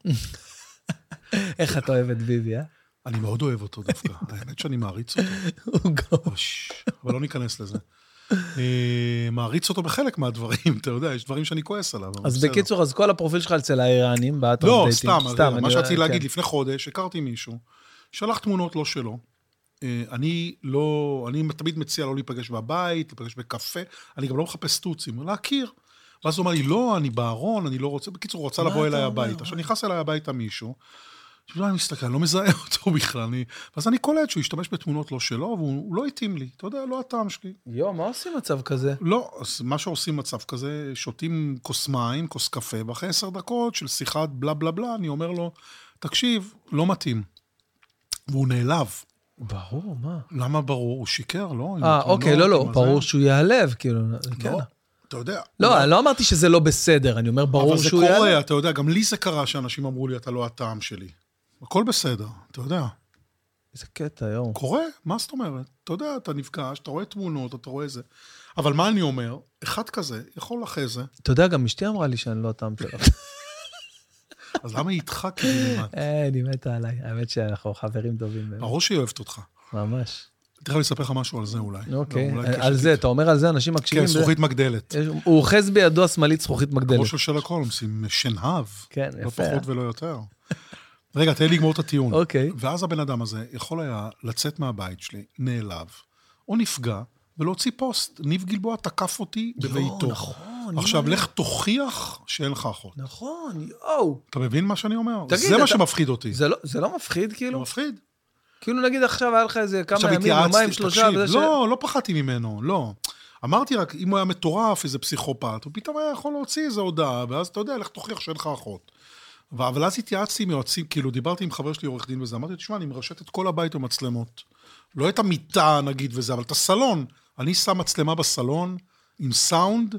A: איך אתה אוהב את ביבי, אה?
B: אני מאוד אוהב אותו דווקא, האמת שאני מעריץ אותו.
A: הוא גאון.
B: ש- אבל לא ניכנס לזה. אה, מעריץ אותו בחלק מהדברים, אתה יודע, יש דברים שאני כועס עליו. אבל
A: אז
B: בסדר.
A: בקיצור, אז כל הפרופיל שלך אצל האיראנים, באתר
B: לא,
A: דייטינג.
B: סתם, סתם
A: אני-
B: מה שרציתי להגיד,
A: כן.
B: לפני חודש הכרתי מישהו, שלח תמונות לא שלו. אה, אני לא, אני תמיד מציע לא להיפגש בבית, להיפגש בקפה, אני גם לא מחפש טוצים, להכיר. ואז הוא אמר לי, לא, אני בארון, אני לא רוצה, בקיצור, הוא רצה
A: מה אתה
B: לבוא אליי
A: אומר?
B: הביתה. עכשיו נכנס אליי הביתה מישהו, עכשיו אני מסתכל, אני לא מזהה אותו בכלל, אני... ואז אני קולט שהוא השתמש בתמונות לא שלו, והוא הוא לא התאים לי, אתה יודע, לא הטעם שלי.
A: יואו, מה עושים מצב כזה?
B: לא, אז מה שעושים מצב כזה, שותים כוס מים, כוס קפה, ואחרי עשר דקות של שיחת בלה בלה בלה, אני אומר לו, תקשיב, לא מתאים. והוא נעלב.
A: ברור, מה?
B: למה ברור? הוא שיקר, לא? עם
A: אה,
B: התמונות,
A: אוקיי, לא,
B: עם
A: לא,
B: הזה.
A: ברור שהוא ייעלב, כאילו, כן.
B: לא, אתה יודע.
A: לא, אני לא אמרתי שזה לא בסדר, אני אומר ברור שהוא
B: אבל זה
A: ייעלב.
B: קורה, אתה יודע, גם לי זה קרה שאנשים אמרו לי, אתה לא הטעם שלי. הכל בסדר, אתה יודע.
A: איזה קטע, יואו.
B: קורה, מה זאת אומרת? אתה יודע, אתה נפגש, אתה רואה תמונות, אתה רואה זה. אבל מה אני אומר? אחד כזה, יכול אחרי זה,
A: אתה יודע, גם אשתי אמרה לי שאני לא הטעם שלה.
B: אז למה היא איתך קיבינימט?
A: אין, היא מתה עליי. האמת שאנחנו חברים טובים. באמת.
B: ברור שהיא אוהבת אותך.
A: ממש.
B: תכף אני אספר לך משהו על זה אולי.
A: אוקיי,
B: לא, אולי
A: על
B: קשר
A: זה,
B: איתי.
A: אתה אומר על זה, אנשים מקשיבים.
B: כן,
A: זה-
B: זכוכית מגדלת.
A: יש- הוא אוחז בידו השמאלית זכוכית מגדלת.
B: כמו של שרלוק הולמס, עם אה, שנהב.
A: כן,
B: לא
A: יפה.
B: פחות ולא יותר. רגע, תן לי לגמור את הטיעון.
A: אוקיי.
B: ואז הבן אדם הזה יכול היה לצאת מהבית שלי, נעלב, או נפגע, ולהוציא פוסט. ניב גלבוע תקף אותי בביתו.
A: נכון,
B: עכשיו,
A: יואו.
B: לך תוכיח שאין לך אחות.
A: נכון, יואו.
B: אתה מבין מה שאני אומר?
A: תגיד,
B: זה מה
A: אתה-
B: שמפחיד אותי.
A: זה לא- זה לא מפחיד,
B: זה
A: כאילו?
B: מפחיד.
A: כאילו, נגיד עכשיו היה לך איזה כמה
B: עכשיו
A: ימים, יומיים,
B: התייעצתי,
A: שלושה,
B: תקשיב,
A: וזה ש...
B: לא, לא פחדתי ממנו, לא. אמרתי רק, אם הוא היה מטורף, איזה פסיכופת, הוא פתאום היה יכול להוציא איזו הודעה, ואז אתה יודע, לך תוכיח שאין לך אחות. ו- אבל אז התייעצתי עם יועצים, כאילו, דיברתי עם חבר שלי, עורך דין וזה, אמרתי, תשמע, אני מרשת את כל הבית במצלמות. לא את המיטה, נגיד, וזה, אבל את הסלון. אני שם מצלמה בסלון, עם סאונד,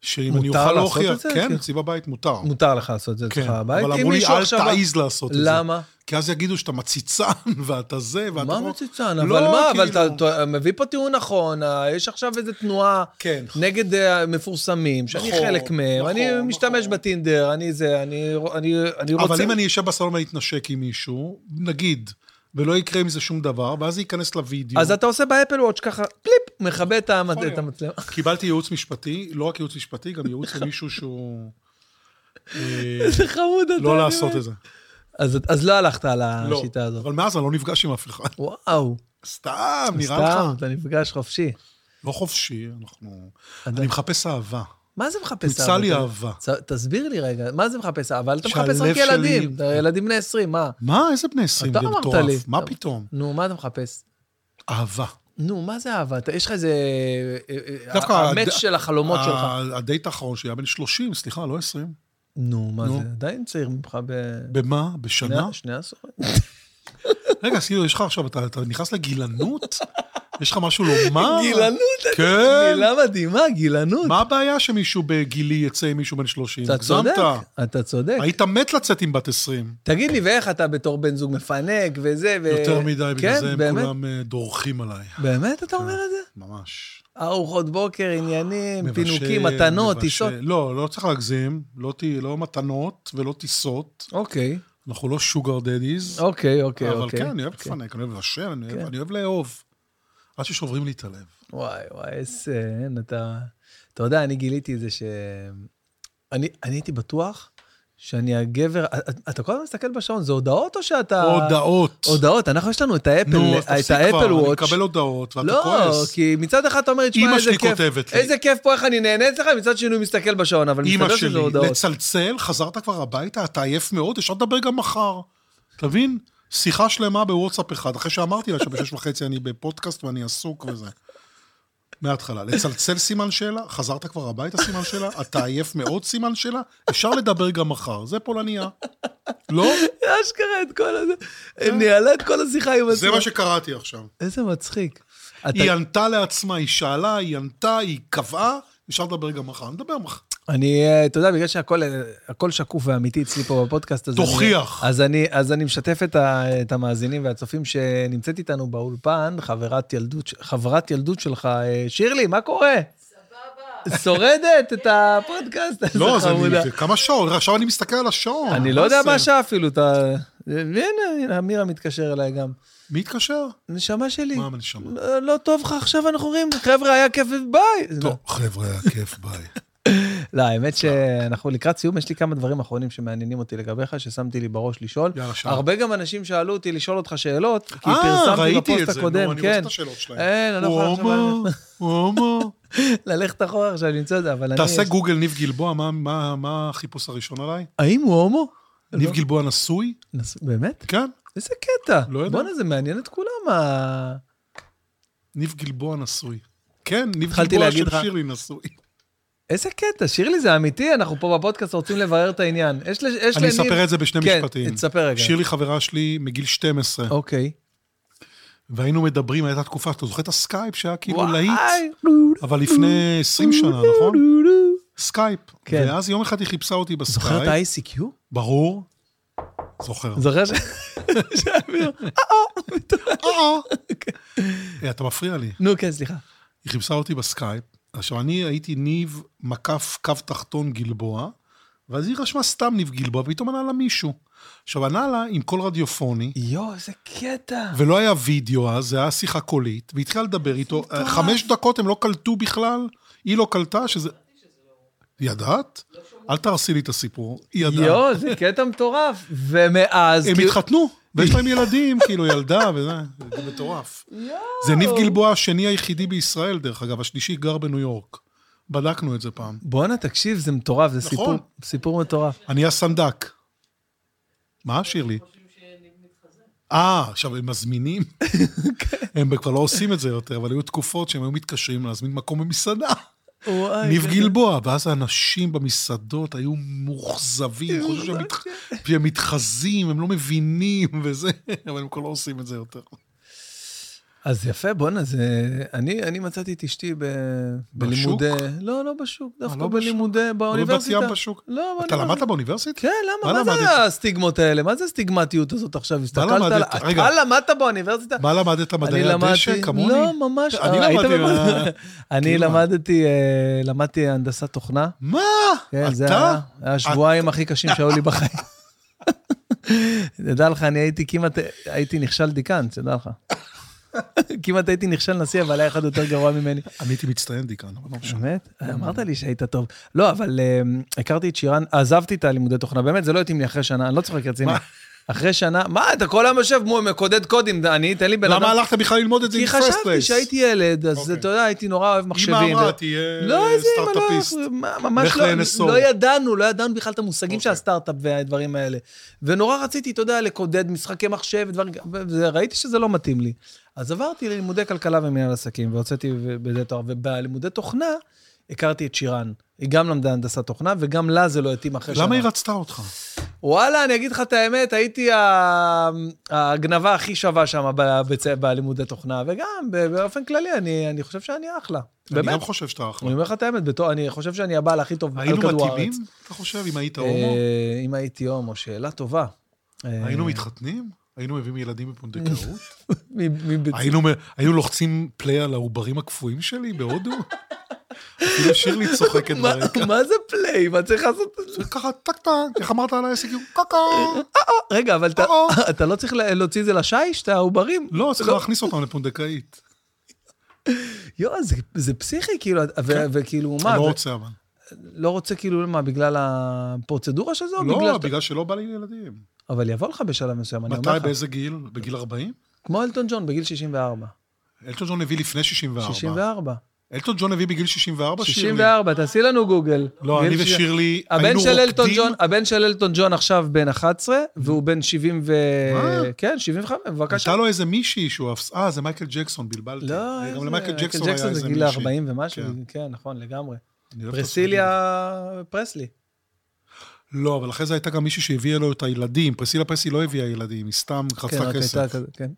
B: שאם אני
A: מותר
B: אוכל
A: לעשות
B: להוכיח...
A: את זה?
B: כן,
A: כן.
B: אצלי בבית מותר.
A: מותר לך לעשות את זה אצלך
B: כן,
A: בבית.
B: אבל
A: אם
B: אמרו לי,
A: מישהו
B: אל
A: עכשיו-
B: תעז לעשות את זה.
A: למה?
B: כי אז יגידו שאתה מציצן, ואתה זה, ואתה...
A: מה
B: לא-
A: מציצן?
B: לא,
A: אבל מה, אבל אתה-
B: כאילו-
A: אתה מביא פה טיעון נכון, אה, יש עכשיו איזו תנועה
B: כן.
A: נגד אה, המפורסמים, שאני
B: נכון,
A: חלק מהם,
B: נכון,
A: אני
B: נכון.
A: משתמש בטינדר, אני זה, אני רו- אני- אני רוצה...
B: אבל אם אני אשב בסלון ואני אתנשק עם מישהו, נגיד, ולא יקרה עם זה שום דבר, ואז זה ייכנס לוידאו.
A: אז אתה עושה באפל וואץ' ככה, קליפ, מכבה את המצ-
B: יכול
A: את
B: להיות.
A: המצלמה.
B: קיבלתי ייעוץ משפטי, לא רק ייעוץ משפטי, גם ייעוץ למישהו שהוא... אה,
A: זה חמוד, אתה...
B: לא
A: אני
B: לעשות
A: מת.
B: את זה.
A: אז- אז לא הלכת על
B: לא.
A: השיטה הזאת.
B: אבל מאז אני לא נפגש עם אף אחד.
A: וואו,
B: סתם, נראה
A: סתם,
B: לך.
A: אתה נפגש חופשי.
B: לא חופשי, אנחנו...
A: אתה-
B: אני מחפש אהבה.
A: מה זה מחפש
B: יצא לי אהבה.
A: צ- תסביר לי רגע, מה זה מחפש אהבה? אבל אתה מחפש
B: שהלב
A: רק ילדים,
B: שלי-
A: אתה ילדים בני 20, מה?
B: מה, איזה בני 20,
A: אתה
B: זה
A: אמרת
B: מטורף.
A: לי.
B: מה
A: אתה-
B: פתאום?
A: נו, מה אתה מחפש?
B: אהבה.
A: נו, מה זה אהבה? אתה- יש לך איזה... אה, אה,
B: דווקא אה,
A: המאץ'
B: הד-
A: של החלומות שלך.
B: ה- הדייט האחרון שלי היה בן 30, סליחה, לא 20.
A: נו, מה
B: נו.
A: זה? עדיין צעיר ממך ב...
B: במה?
A: שני-
B: בשנה?
A: שני עשורים?
B: רגע, אז כאילו, יש לך עכשיו, אתה, אתה נכנס לגילנות? יש לך משהו לומר?
A: גילנות,
B: אה, כן.
A: מילה מדהימה, גילנות.
B: מה הבעיה שמישהו בגילי יצא עם מישהו בן 30?
A: אתה
B: הגזמת.
A: צודק, אתה צודק.
B: היית מת לצאת עם בת 20.
A: תגיד לי, ואיך אתה בתור בן זוג מפנק וזה, ו...
B: יותר מדי, בגלל
A: כן,
B: זה הם
A: באמת?
B: כולם כן. אה, דורכים עליי.
A: באמת אתה אומר את זה?
B: ממש.
A: ארוחות בוקר, עניינים,
B: מבשל,
A: פינוקים, מתנות,
B: מבשל.
A: טיסות.
B: לא, לא צריך להגזים. לא, ת- לא מתנות ולא טיסות.
A: אוקיי,
B: אנחנו לא שוגר דדיז.
A: אוקיי, אוקיי.
B: אבל
A: אוקיי.
B: כן, אני אוהב
A: אוקיי.
B: לפנק, אני אוהב לבשל, אני אוהב-
A: כן.
B: אני אוהב לאהוב. עד ששוברים לי את הלב.
A: וואי, וואי, איזה... אין, אתה... אתה יודע, אני גיליתי את זה ש... אני, אני הייתי בטוח שאני הגבר... אה, אתה- אתה כל הזמן מסתכל בשעון, זה הודעות או שאתה...
B: הודעות.
A: הודעות, אנחנו יש לנו את האפל,
B: נו, אז
A: אה, את
B: תפסיק
A: האפל
B: כבר, אני
A: וואץ'.
B: מקבל הודעות, ואתה
A: לא,
B: כועס.
A: כי מצד אחד אתה אומר, תשמע,
B: אמא
A: איזה
B: שלי
A: כיף,
B: כותבת לי.
A: איזה כיף פה, איך אני נהנה אצלך, מצד שני הוא מסתכל בשעון, אבל
B: אמא
A: מסתבר שזה
B: שלי,
A: הודעות.
B: לצלצל, חזרת כבר הביתה, אתה עייף מאוד, אפשר לדבר גם מחר. אתה מבין? שיחה שלמה בוואטסאפ אחד, אחרי שאמרתי לה שבשש וחצי אני בפודקאסט ואני עסוק וזה. מההתחלה, לצלצל סימן שאלה, חזרת כבר הביתה סימן שאלה, אתה עייף מאוד סימן שאלה, אפשר לדבר גם מחר, זה פולניה. לא?
A: אשכרה את כל הזה, ניהלה את כל השיחה עם עצמה.
B: זה מה שקראתי עכשיו.
A: איזה מצחיק. אתה-
B: היא ענתה לעצמה, היא שאלה, היא ענתה, היא קבעה, אפשר לדבר גם מחר, נדבר מחר.
A: אני, אה, אתה יודע, בגלל שהכל אה, הכל שקוף ואמיתי אצלי פה בפודקאסט, אז אני-
B: תוכיח.
A: אז אני, אז אני משתף את, ה, את המאזינים והצופים שנמצאת איתנו באולפן, חברת ילדות, ש- חברת ילדות שלך, אה, שירלי, מה קורה? סבבה. שורדת את הפודקאסט? איזה
B: לא, אז
A: חמודה.
B: אני, זה כמה שעות, עכשיו אני מסתכל על השעון.
A: אני לא יודע
B: זה?
A: מה השעה אפילו, אתה... הנה, הנה, אמירה מתקשר אליי גם.
B: מי התקשר?
A: נשמה שלי.
B: מה הנשמה?
A: לא- לא טוב לך עכשיו, אנחנו אומרים, חבר'ה, היה כיף, ביי.
B: טוב, חבר'ה, היה כיף, ביי.
A: לא, האמת שאנחנו לקראת סיום, יש לי כמה דברים אחרונים שמעניינים אותי לגביך, ששמתי לי בראש לשאול.
B: יאללה, שאל.
A: הרבה גם אנשים שאלו אותי לשאול אותך שאלות, כי
B: אה,
A: פרסמתי
B: ראיתי את
A: בפוסט
B: זה, נו, אני
A: הקודם,
B: רוצה
A: כן.
B: את השאלות שלהם.
A: אין, אני לא יכול עכשיו
B: הומו, הומו.
A: ללכת אחורה עכשיו למצוא את זה, אבל אני...
B: תעשה גוגל ניב גלבוע, מה- מה מה החיפוש הראשון עליי?
A: האם הוא הומו? לא.
B: ניב גלבוע נשוי?
A: נס- באמת?
B: כן.
A: איזה קטע.
B: לא יודע.
A: בואנה, זה מעניין את כולם. ה-
B: ניב גלבוע נשוי. כן, ניב
A: התחלתי
B: גלבוע
A: להגיד
B: של
A: לך-
B: שירלי נשוי.
A: איזה קטע, שירלי, זה אמיתי, אנחנו פה בפודקאסט רוצים לברר את העניין. יש לניב...
B: אני אספר את זה בשני
A: כן,
B: משפטים.
A: תספר רגע.
B: שירלי חברה שלי מגיל 12,
A: אוקיי.
B: והיינו מדברים, הייתה תקופה, אתה זוכר את הסקייפ שהיה כאילו
A: וואי.
B: להיט? אבל לפני 20 שנה, נכון? סקייפ.
A: כן.
B: ואז יום אחד היא חיפשה אותי
A: זוכר את
B: בסקייפ.
A: ה-ICQ?
B: ברור. זוכר.
A: זוכר ש...
B: או-או. אה, אתה מפריע לי.
A: נו, כן, סליחה.
B: היא חיפשה אותי בסקייפ. עכשיו, אני הייתי ניב מקף קו תחתון גלבוע, ואז היא רשמה סתם ניב גלבוע, ופתאום ענה לה מישהו. עכשיו, ענה לה עם קול רדיופוני,
A: יואו, איזה קטע.
B: ולא היה וידאו אז, זה היה שיחה קולית, והתחילה לדבר איתו. אה, חמש דקות הם לא קלטו בכלל, היא לא קלטה שזה... ידעת? אל תהרסי לי את הסיפור. היא ידעה.
A: יואו, זה קטע מטורף. ומאז...
B: הם
A: כאילו-
B: התחתנו, ויש להם ילדים, כאילו ילדה וזה, זה מטורף. זה ניב גלבוע השני היחידי בישראל, דרך אגב, השלישי גר בניו יורק. בדקנו את זה פעם.
A: בואנה, תקשיב, זה מטורף, זה סיפור-
B: נכון.
A: סיפור מטורף.
B: אני הסנדק. מה, שירלי? אה, עכשיו הם מזמינים? הם כבר לא עושים את זה יותר, אבל היו תקופות שהם היו מתקשרים להזמין מקום במסעדה.
A: וואי,
B: ניב
A: זה-
B: גלבוע, ואז האנשים במסעדות היו מאוכזבים, חושבים שהם מת- שהם מתחזים, הם לא מבינים וזה, אבל הם כבר לא עושים את זה יותר.
A: אז יפה, בואנה, זה... אני, אני מצאתי את אשתי ב... בלימודי... לא, לא בשוק, דווקא
B: לא בשוק?
A: בלימודי, באוניברסיטה.
B: בת ים בשוק?
A: לא, באוניברסיטה.
B: אתה למדת באוניברסיטה?
A: כן, למה?
B: מה
A: מה,
B: למדת?
A: זה הסטיגמות האלה? מה זה הסטיגמטיות הזאת עכשיו? הסתכלת על...
B: למדת? רגע.
A: אתה למדת באוניברסיטה?
B: מה למדת? מדעי הדשא? כמוני?
A: לא, ממש.
B: אני
A: אה, היית
B: למדתי...
A: במה- אני
B: כאילו מה?
A: למדתי, אה, למדתי הנדסת תוכנה.
B: מה?
A: כן, זה היה
B: אתה?
A: היה השבועיים הכי קשים שהיו לי בחיים. תדע לך, אני הייתי כמעט, הייתי נכשל דיקן, תדע לך. כמעט הייתי נכשל נשיא, אבל היה אחד יותר גרוע ממני.
B: אני הייתי מצטיין דיקן, אבל לא משנה.
A: באמת? אמרת לי שהיית טוב. לא, אבל אמ, הכרתי את שירן, עזבתי את הלימודי תוכנה, באמת, זה לא התאים לי אחרי שנה, אני לא צוחק רציני.
B: מה?
A: אחרי שנה, מה, אתה כל היום יושב מול מקודד קודים, אני, תן לי בן אדם.
B: למה הלכת בכלל ללמוד את זה עם
A: כי
B: פרסט
A: חשבתי שהייתי ילד, אז
B: אוקיי.
A: אתה יודע, הייתי נורא אוהב מחשבים.
B: אמא אמרה,
A: ו-
B: תהיה
A: לא, איזה אמא, לא,
B: אה, סטארט-אפיסט.
A: מה- ממש
B: לך
A: לא,
B: ל-NSO.
A: לא ידענו, לא ידענו בכלל את המושגים של
B: אוקיי.
A: הסטארט-אפ והדברים האלה. ונורא רציתי, אתה יודע, לקודד משחקי מחשב ודברים, וראיתי שזה לא מתאים לי. אז עברתי ללימודי כלכלה ומנהל עסקים, והוצאתי בזה תואר, ובלימודי תוכנה הכרתי את שירן. היא גם למדה הנדסת תוכנה, וגם לה זה לא התאים אחרי שנה.
B: למה היא רצתה אותך?
A: וואלה, אני אגיד לך את האמת, הייתי ה- הגנבה הכי שווה שם בבית- בלימודי תוכנה, וגם באופן כללי, אני, אני חושב שאני אחלה.
B: אני
A: באמת.
B: גם חושב שאתה אחלה.
A: אני אומר לך את האמת, בתור, אני חושב שאני הבעל הכי טוב על
B: היינו
A: כדור הארץ.
B: מתאימים, אתה חושב, אם היית הומו?
A: אה, אם הייתי הומו, שאלה טובה. אה,
B: היינו מתחתנים? היינו מביאים ילדים בפונדקאות?
A: מ- מבית-
B: היינו מ- היינו לוחצים פליי על העוברים הקפואים שלי בהודו? אפילו שירלי צוחקת
A: מה-
B: ברקע.
A: מה זה פליי? מה צריך לעשות?
B: ככה טק טק, איך אמרת על העסק? קקה.
A: לא, רגע, אבל אתה-
B: או-או.
A: אתה לא צריך לה- להוציא את זה לשיש, את העוברים?
B: לא, צריך להכניס אותם לפונדקאית.
A: יואו, זה- זה פסיכי, כאילו, ו- וכאילו,
B: אני
A: מה?
B: לא
A: ו-
B: רוצה אבל.
A: לא רוצה, כאילו, מה, בגלל הפרוצדורה של זה? או
B: לא,
A: בגלל שאתה-
B: בגלל שלא בא לי ילדים.
A: אבל יבוא לך בשלב מסוים, אני
B: מתי,
A: אומר לך.
B: באיזה גיל? בגיל 40?
A: כמו אלטון ג'ון, בגיל 64.
B: אלטון ג'ון הביא לפני 64.
A: 64.
B: אלטון ג'ון הביא בגיל 64, שירלי?
A: 64, תעשי לנו גוגל.
B: לא,
A: גיל
B: אני
A: ש-
B: ושירלי
A: הבן
B: היינו
A: של אלטון
B: רוקדים.
A: ג'ון, הבן של אלטון ג'ון עכשיו בן 11, והוא בן 70 ו...
B: מה?
A: כן, 75, בבקשה.
B: הייתה לו איזה מישהי שהוא... אפס- אה, זה מייקל ג'קסון, בלבלתי.
A: לא,
B: אה,
A: איזה-
B: גם למייקל ג'קסון היה
A: זה
B: איזה
A: גיל
B: מישהי.
A: 40 ומשהו,
B: כן.
A: כן, נכון, לגמרי.
B: אני אוהב את הסרטים.
A: פרסיליה פרסלי.
B: לא, אבל אחרי זה הייתה גם מישהי שהביאה לו את הילדים. פרסילה פרסי לא הביאה ילדים, היא סתם
A: כן,
B: חטפה
A: רק
B: כסף.
A: הייתה כזה, כן.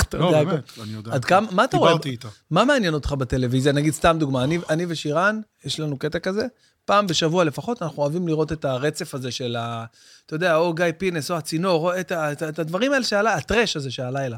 A: אתה
B: לא,
A: יודע הכל.
B: באמת, אני יודע.
A: עד כמה, מה אתה רואה?
B: דיברתי איתה.
A: מה מעניין אותך בטלוויזיה? נגיד, סתם דוגמה, אני, אני ושירן, יש לנו קטע כזה, פעם בשבוע לפחות, אנחנו אוהבים לראות את הרצף הזה של ה... אתה יודע, או גיא פינס, או הצינור, או את, ה, את, ה- את הדברים האלה שעלה, הטרש הזה שהלילה.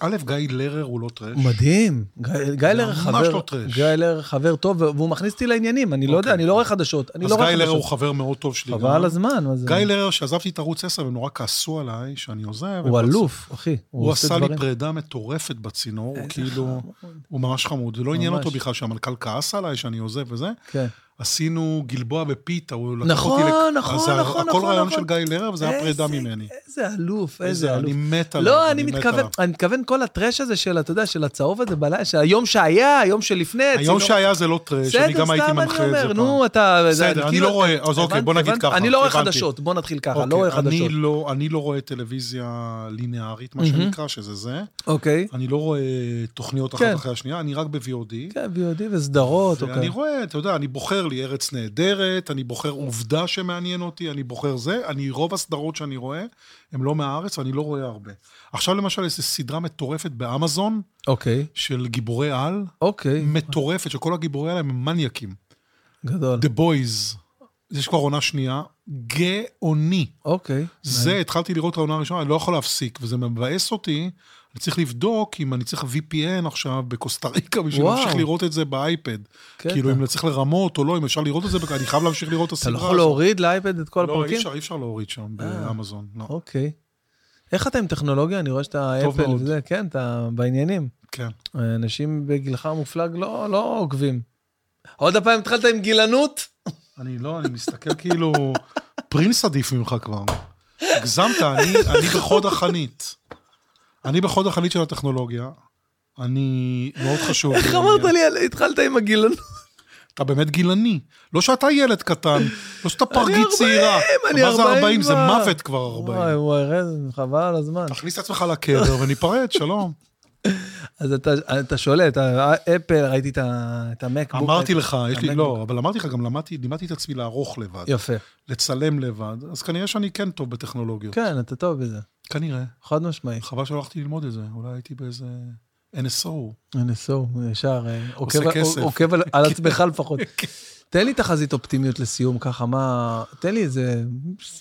B: א', גיא לרר הוא לא טרש.
A: מדהים. גיא- גיא לר
B: ממש
A: חבר,
B: לא טרש. אוקיי.
A: גיא לר חבר טוב, והוא מכניס אותי לעניינים, אני לא יודע, אני לא רואה חדשות, אני
B: אז
A: לא רואה
B: גיא לרר הוא
A: חדשות.
B: חבר מאוד טוב שלי. גם.
A: חבל הזמן, מה זה?
B: גיא לרר, שעזבתי את ערוץ 10, והם נורא כעסו עליי שאני עוזב. הם
A: הוא
B: רצו-
A: אלוף, אחי.
B: הוא
A: עושה
B: עשה לי
A: דברים.
B: פרידה מטורפת בצינור, הוא כאילו, הוא ממש חמוד, זה לא עניין
A: ממש.
B: אותו בכלל שהמנכ"ל כעס עליי שאני עוזב וזה,
A: כן.
B: עשינו גלבוע בפיתה, הוא לקח
A: נכון,
B: אותי...
A: נכון,
B: אז זה
A: נכון,
B: הכל
A: נכון,
B: רעיון
A: נכון.
B: של גיא לרר, וזה היה פרידה
A: איזה-
B: ממני.
A: איזה אלוף, איזה
B: איזה,
A: אלוף.
B: אני מת עליו.
A: לא, אני
B: מת
A: מתכוון,
B: עליו.
A: אני מתכוון כל הטרש הזה של, אתה יודע, של הצהוב הזה בלילה, של היום שהיה, היום שלפני.
B: היום
A: צינור-
B: שהיה זה לא טרש, אני גם הייתי
A: בסדר,
B: מנחה
A: סתם
B: את
A: אני
B: זה
A: אומר,
B: פעם.
A: נו, אתה...
B: בסדר, אני
A: כאילו-
B: לא רואה, אז אוקיי,
A: הבנתי,
B: בוא נגיד
A: הבנתי.
B: ככה,
A: אני לא רואה
B: הבנתי.
A: חדשות, בוא נתחיל ככה, לא
B: אוקיי,
A: רואה
B: אני
A: חדשות.
B: לא- אני לא רואה טלוויזיה לינארית, מה
A: מהמם.
B: שנקרא, שזה זה.
A: אוקיי.
B: אני לא רואה תוכניות אחת
A: כן.
B: אחרי השנייה, אני רק ב-VOD.
A: כן, ויודעים, וסדרות,
B: ואני
A: אוקיי.
B: רואה, אתה יודע, אני בוחר לי ארץ נהדרת, אני בוחר עובדה שמעניין אותי, אני בוחר זה. אני, רוב הסדרות שאני רואה, הן לא מהארץ, ואני לא רואה הרבה. עכשיו למשל, איזו סדרה מטורפת באמזון,
A: אוקיי,
B: של גיבורי על,
A: אוקיי,
B: מטורפת, שכל הגיבורי על הם מניאקים.
A: גדול.
B: The Boys, יש כבר עונה שנייה, גאוני.
A: אוקיי.
B: זה, התחלתי לראות את העונה הראשונה, אני לא יכול להפסיק, וזה מבאס אותי. אני צריך לבדוק אם אני צריך VPN עכשיו בקוסטה ריקה בשביל
A: וואו.
B: להמשיך לראות את זה באייפד.
A: קטע.
B: כאילו, אם אני צריך לרמות או לא, אם אפשר לראות את זה, אני חייב להמשיך לראות את
A: כן, אתה לא
B: הסדרה
A: יכול להוריד לאייפד את כל
B: לא, אי
A: הפרקים? אה.
B: אפשר, אי אפשר להוריד שם באמזון. לא.
A: אוקיי. איך אתה עם טכנולוגיה? אני רואה שאתה
B: טוב
A: אפל
B: מאוד.
A: וזה, כן, אתה בעניינים.
B: כן.
A: אנשים בגילך המופלג לא לא עוקבים. עוד הפעם התחלת עם גילנות?
B: אני לא, אני מסתכל כאילו, פרינס עדיף ממך כבר. הגזמת, אני, אני בחוד החנית. אני בחוד החנית של הטכנולוגיה. אני, מאוד חשוב. לי
A: איך
B: העניין.
A: אמרת לי, על- התחלת עם הגילנות?
B: אתה באמת גילני. לא שאתה ילד קטן, לא שאתה פרגית צעירה.
A: אני
B: מה זה
A: 40
B: 40? זה
A: כבר.
B: מוות כבר 40.
A: וואי, וואי, רז, חבל על הזמן.
B: תכניס את עצמך לקבר וניפרד, שלום.
A: אז אתה- אתה שולט, אפל, ראיתי את ה- את המקבוק.
B: אמרתי לך, יש לי,
A: המקבוק.
B: לא, אבל אמרתי לך, גם למדתי, לימדתי את עצמי לערוך לבד,
A: יפה.
B: לצלם לבד, אז כנראה שאני כן טוב בטכנולוגיות.
A: כן, אתה טוב בזה.
B: כנראה.
A: חד משמעי.
B: חבל שלא הלכתי ללמוד את זה, אולי הייתי באיזה NSO.
A: כן. NSO, ישר, אה, עוקב-
B: כסף. כן.
A: עוקב על- על עצמך לפחות. תן לי תחזית אופטימיות לסיום ככה, מה... תן לי איזה...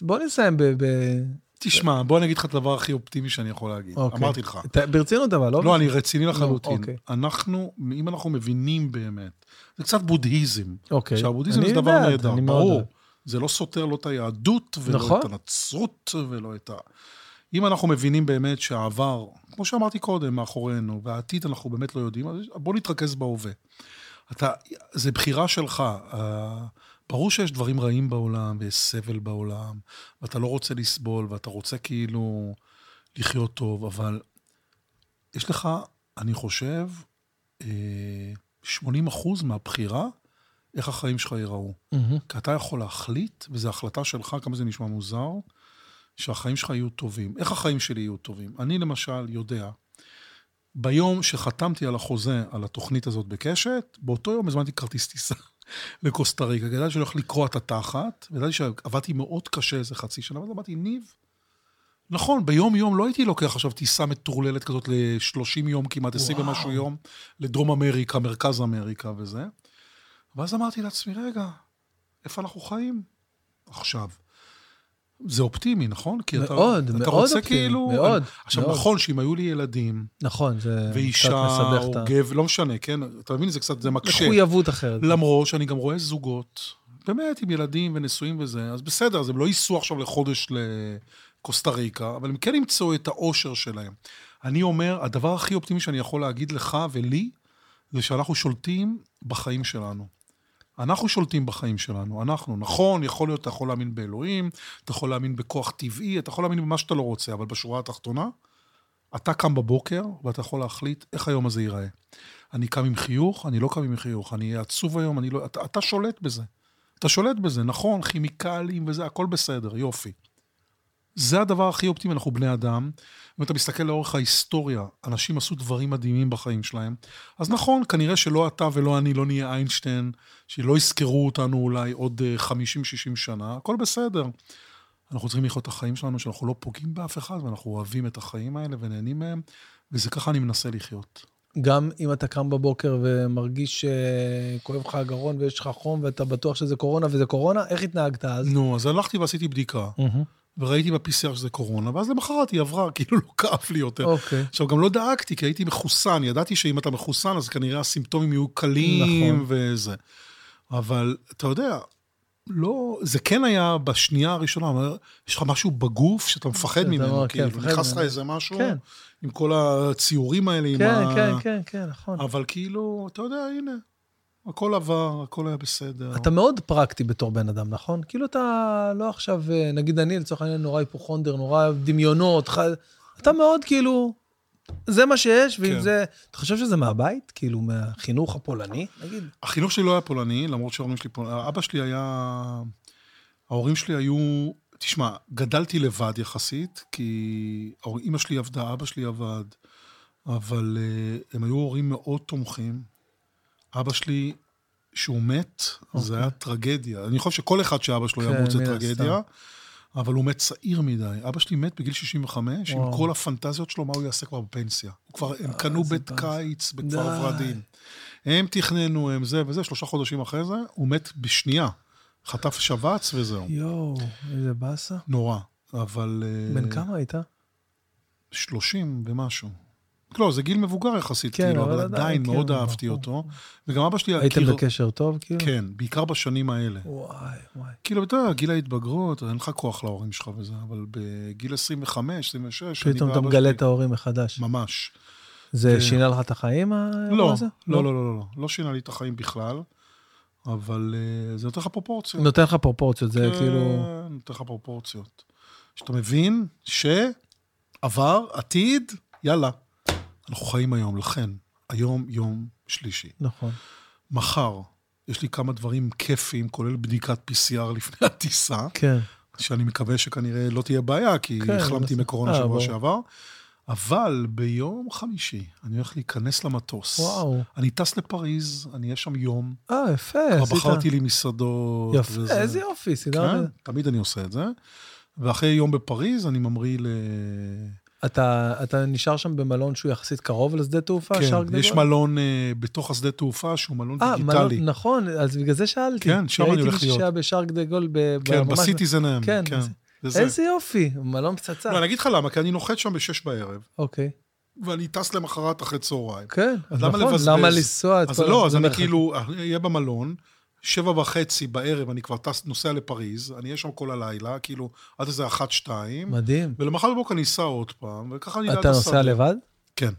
A: בוא נסיים ב... ב-
B: תשמע, בוא אני אגיד לך את הדבר הכי אופטימי שאני יכול להגיד.
A: אוקיי.
B: אמרתי לך.
A: ת- ברצינות אבל, לא?
B: לא, אני רציני לחלוטין.
A: אוקיי.
B: אנחנו, אם אנחנו מבינים באמת, זה קצת בודהיזם.
A: אוקיי.
B: שהבודהיזם
A: אני
B: זה דבר
A: בעד,
B: נהדר,
A: אני מאוד
B: ברור.
A: בעד.
B: זה לא סותר לא את היהדות, ולא
A: נכון.
B: את הנצרות, ולא את ה... אם אנחנו מבינים באמת שהעבר, כמו שאמרתי קודם, מאחורינו, והעתיד אנחנו באמת לא יודעים, אז בוא נתרכז בהווה. אתה, זה בחירה שלך. אה, ברור שיש דברים רעים בעולם, ויש סבל בעולם, ואתה לא רוצה לסבול, ואתה רוצה כאילו לחיות טוב, אבל יש לך, אני חושב, אה, 80 אחוז מהבחירה, איך החיים שלך ייראו.
A: מהמם.
B: כי אתה יכול להחליט, וזו החלטה שלך, כמה זה נשמע מוזר, שהחיים שלך יהיו טובים. איך החיים שלי יהיו טובים? אני למשל יודע, ביום שחתמתי על החוזה, על התוכנית הזאת בקשת, באותו יום הזמנתי כרטיס טיסה לקוסטה ריקה. כי ידעתי שאני הולך לקרוע את התחת, וידעתי שעבדתי מאוד קשה איזה חצי שנה, ואז אמרתי, ניב, נכון, ביום-יום לא הייתי לוקח עכשיו טיסה מטורללת כזאת ל-30 יום כמעט, 20 ומשהו יום, לדרום אמריקה, מרכז אמריקה וזה. ואז אמרתי לעצמי, רגע, איפה אנחנו חיים עכשיו? זה אופטימי, נכון? כי אתה,
A: מאוד,
B: אתה
A: מאוד
B: רוצה
A: אופטימי,
B: כאילו...
A: מאוד,
B: עכשיו,
A: מאוד.
B: נכון שאם היו לי ילדים,
A: נכון, זה קצת
B: ואישה,
A: מסבך
B: או
A: את ה...
B: גב, לא משנה, כן? אתה מבין, זה קצת, זה מקשה.
A: מחויבות אחרת.
B: למרות שאני גם רואה זוגות, באמת, עם ילדים ונשואים וזה, אז בסדר, אז הם לא ייסעו עכשיו לחודש לקוסטה ריקה, אבל הם כן ימצאו את האושר שלהם. אני אומר, הדבר הכי אופטימי שאני יכול להגיד לך ולי, זה שאנחנו שולטים בחיים שלנו. אנחנו שולטים בחיים שלנו, אנחנו. נכון, יכול להיות, אתה יכול להאמין באלוהים, אתה יכול להאמין בכוח טבעי, אתה יכול להאמין במה שאתה לא רוצה, אבל בשורה התחתונה, אתה קם בבוקר ואתה יכול להחליט איך היום הזה ייראה. אני קם עם חיוך, אני לא קם עם חיוך, אני אהיה עצוב היום, אני לא... אתה, אתה שולט בזה. אתה שולט בזה, נכון, כימיקלים וזה, הכל בסדר, יופי. זה הדבר הכי אופטימי, אנחנו בני אדם. אם אתה מסתכל לאורך ההיסטוריה, אנשים עשו דברים מדהימים בחיים שלהם. אז נכון, כנראה שלא אתה ולא אני לא נהיה איינשטיין, שלא יזכרו אותנו אולי עוד אה, 50-60 שנה, הכל בסדר. אנחנו צריכים לחיות את החיים שלנו, שאנחנו לא פוגעים באף אחד, ואנחנו אוהבים את החיים האלה ונהנים מהם, וזה ככה אני מנסה לחיות.
A: גם אם אתה קם בבוקר ומרגיש שכואב לך הגרון ויש לך חום ואתה בטוח שזה קורונה וזה קורונה, איך התנהגת אז?
B: נו, אז הלכתי ועשיתי בדיקה.
A: מהמם.
B: וראיתי ב-PCR שזה קורונה, ואז למחרת היא עברה, כאילו לא כאב לי יותר.
A: אוקיי.
B: עכשיו, גם לא דאגתי, כי הייתי מחוסן, ידעתי שאם אתה מחוסן, אז כנראה הסימפטומים יהיו קלים
A: נכון.
B: וזה. אבל, אתה יודע, לא, זה כן היה בשנייה הראשונה, אומר, יש לך משהו בגוף שאתה מפחד
A: אתה
B: ממנו,
A: אומר, כן,
B: כאילו,
A: מפחד
B: נכנס לך
A: ממנו.
B: איזה משהו,
A: כן.
B: עם כל הציורים האלה, עם
A: כן,
B: ה...
A: כן, כן, כן, נכון.
B: אבל כאילו, אתה יודע, הנה, הכל עבר, הכל היה בסדר.
A: אתה מאוד פרקטי בתור בן אדם, נכון? כאילו אתה לא עכשיו, אה, נגיד אני לצורך העניין נורא היפוכונדר, נורא דמיונות, ח... אתה מאוד כאילו, זה מה שיש, ואם
B: כן.
A: זה... אתה חושב שזה מהבית? כאילו, מהחינוך הפולני? נגיד.
B: החינוך שלי לא היה פולני, למרות שההורים שלי פולני. אבא שלי היה... ההורים שלי היו... תשמע, גדלתי לבד יחסית, כי ההור- אימא שלי עבדה, אבא שלי עבד, אבל אה, הם היו הורים מאוד תומכים. אבא שלי, שהוא מת, זה היה טרגדיה. אני חושב שכל אחד שאבא שלו
A: אוקיי. כן,
B: ימות זה
A: מן
B: טרגדיה, אבל הוא מת צעיר מדי. אבא שלי מת בגיל 65, עם
A: וואו.
B: כל הפנטזיות שלו, מה הוא יעשה כבר בפנסיה. הוא כבר, הם קנו
A: זה
B: בית
A: פנס.
B: קיץ בכפר
A: די.
B: ורדים. הם תכננו, הם זה וזה, שלושה חודשים אחרי זה, הוא מת בשנייה. חטף שבץ וזהו.
A: יואו, איזה באסה.
B: נורא. אבל... אה,
A: אה, בן כמה היית?
B: 30 ומשהו. לא, זה גיל מבוגר יחסית,
A: כן,
B: כאילו,
A: אבל
B: אבל
A: עדיין,
B: עדיין
A: כן,
B: מאוד
A: בחור.
B: אהבתי אותו. וגם אבא שלי...
A: הייתם
B: הכיר-
A: בקשר טוב, כאילו?
B: כן, בעיקר בשנים האלה.
A: וואי, וואי.
B: כאילו, אתה יודע, גיל ההתבגרות, אין לך כוח להורים שלך וזה, אבל בגיל 25, 26, אני
A: פתאום אתה
B: ואבא
A: מגלה
B: שלי-
A: את ההורים מחדש.
B: ממש. כן.
A: זה שינה לך את החיים, האירוע
B: לא,
A: הזה?
B: לא, לא, לא, לא, לא. לא שינה לי את החיים בכלל, אבל אה, זה נותן לך פרופורציות.
A: נותן לך פרופורציות, זה כאילו...
B: כן, נותן לך פרופורציות. שאתה מבין שעבר, עתיד, יאללה. אנחנו חיים היום, לכן, היום יום שלישי.
A: נכון.
B: מחר, יש לי כמה דברים כיפיים, כולל בדיקת PCR לפני הטיסה,
A: כן.
B: שאני מקווה שכנראה לא תהיה בעיה, כי
A: כן,
B: החלמתי
A: בסדר.
B: מקורונה
A: אה,
B: שבוע
A: ברור.
B: שעבר. אבל ביום חמישי אני הולך להיכנס למטוס.
A: וואו.
B: אני טס לפריז, אני אהיה שם יום.
A: אה, יפה,
B: כבר
A: עשית.
B: בחרתי לי מסעדות.
A: יפה,
B: וזה.
A: איזה יופי, סידרת.
B: כן, תמיד אני עושה את זה. ואחרי יום בפריז, אני ממריא ל...
A: אתה, אתה נשאר שם במלון שהוא יחסית קרוב לשדה תעופה,
B: כן,
A: שער גדול?
B: יש מלון אה, בתוך השדה תעופה שהוא מלון
A: אה, מלון,
B: דיגיטלי.
A: נכון, אז בגלל זה שאלתי.
B: כן, שם
A: כי
B: אני הולך
A: ראיתי מישהו
B: להיות.
A: שהיה בשער גדול גול ב...
B: כן,
A: ממש-
B: בסיטיזן האם.
A: כן,
B: כן,
A: זה-
B: זה זה.
A: איזה יופי, מלון פצצה.
B: לא, אני אגיד לך למה, כי אני נוחת שם בשש בערב,
A: אוקיי.
B: ואני טס למחרת אחרי צהריים.
A: כן,
B: אז
A: נכון,
B: למה לבזבז?
A: למה לנסוע? את
B: אז
A: כל-
B: לא, אז
A: זה
B: אני
A: מרחק.
B: כאילו אה, אהיה במלון, שבע וחצי בערב אני כבר טס, נוסע לפריז, אני אהיה שם כל הלילה, כאילו, עד איזה אחת-שתיים,
A: מדהים.
B: ולמחר בבוקר אני אסע עוד פעם, וככה כאילו- אני לא ליד
A: אתה נוסע
B: השדה.
A: לבד?
B: כן.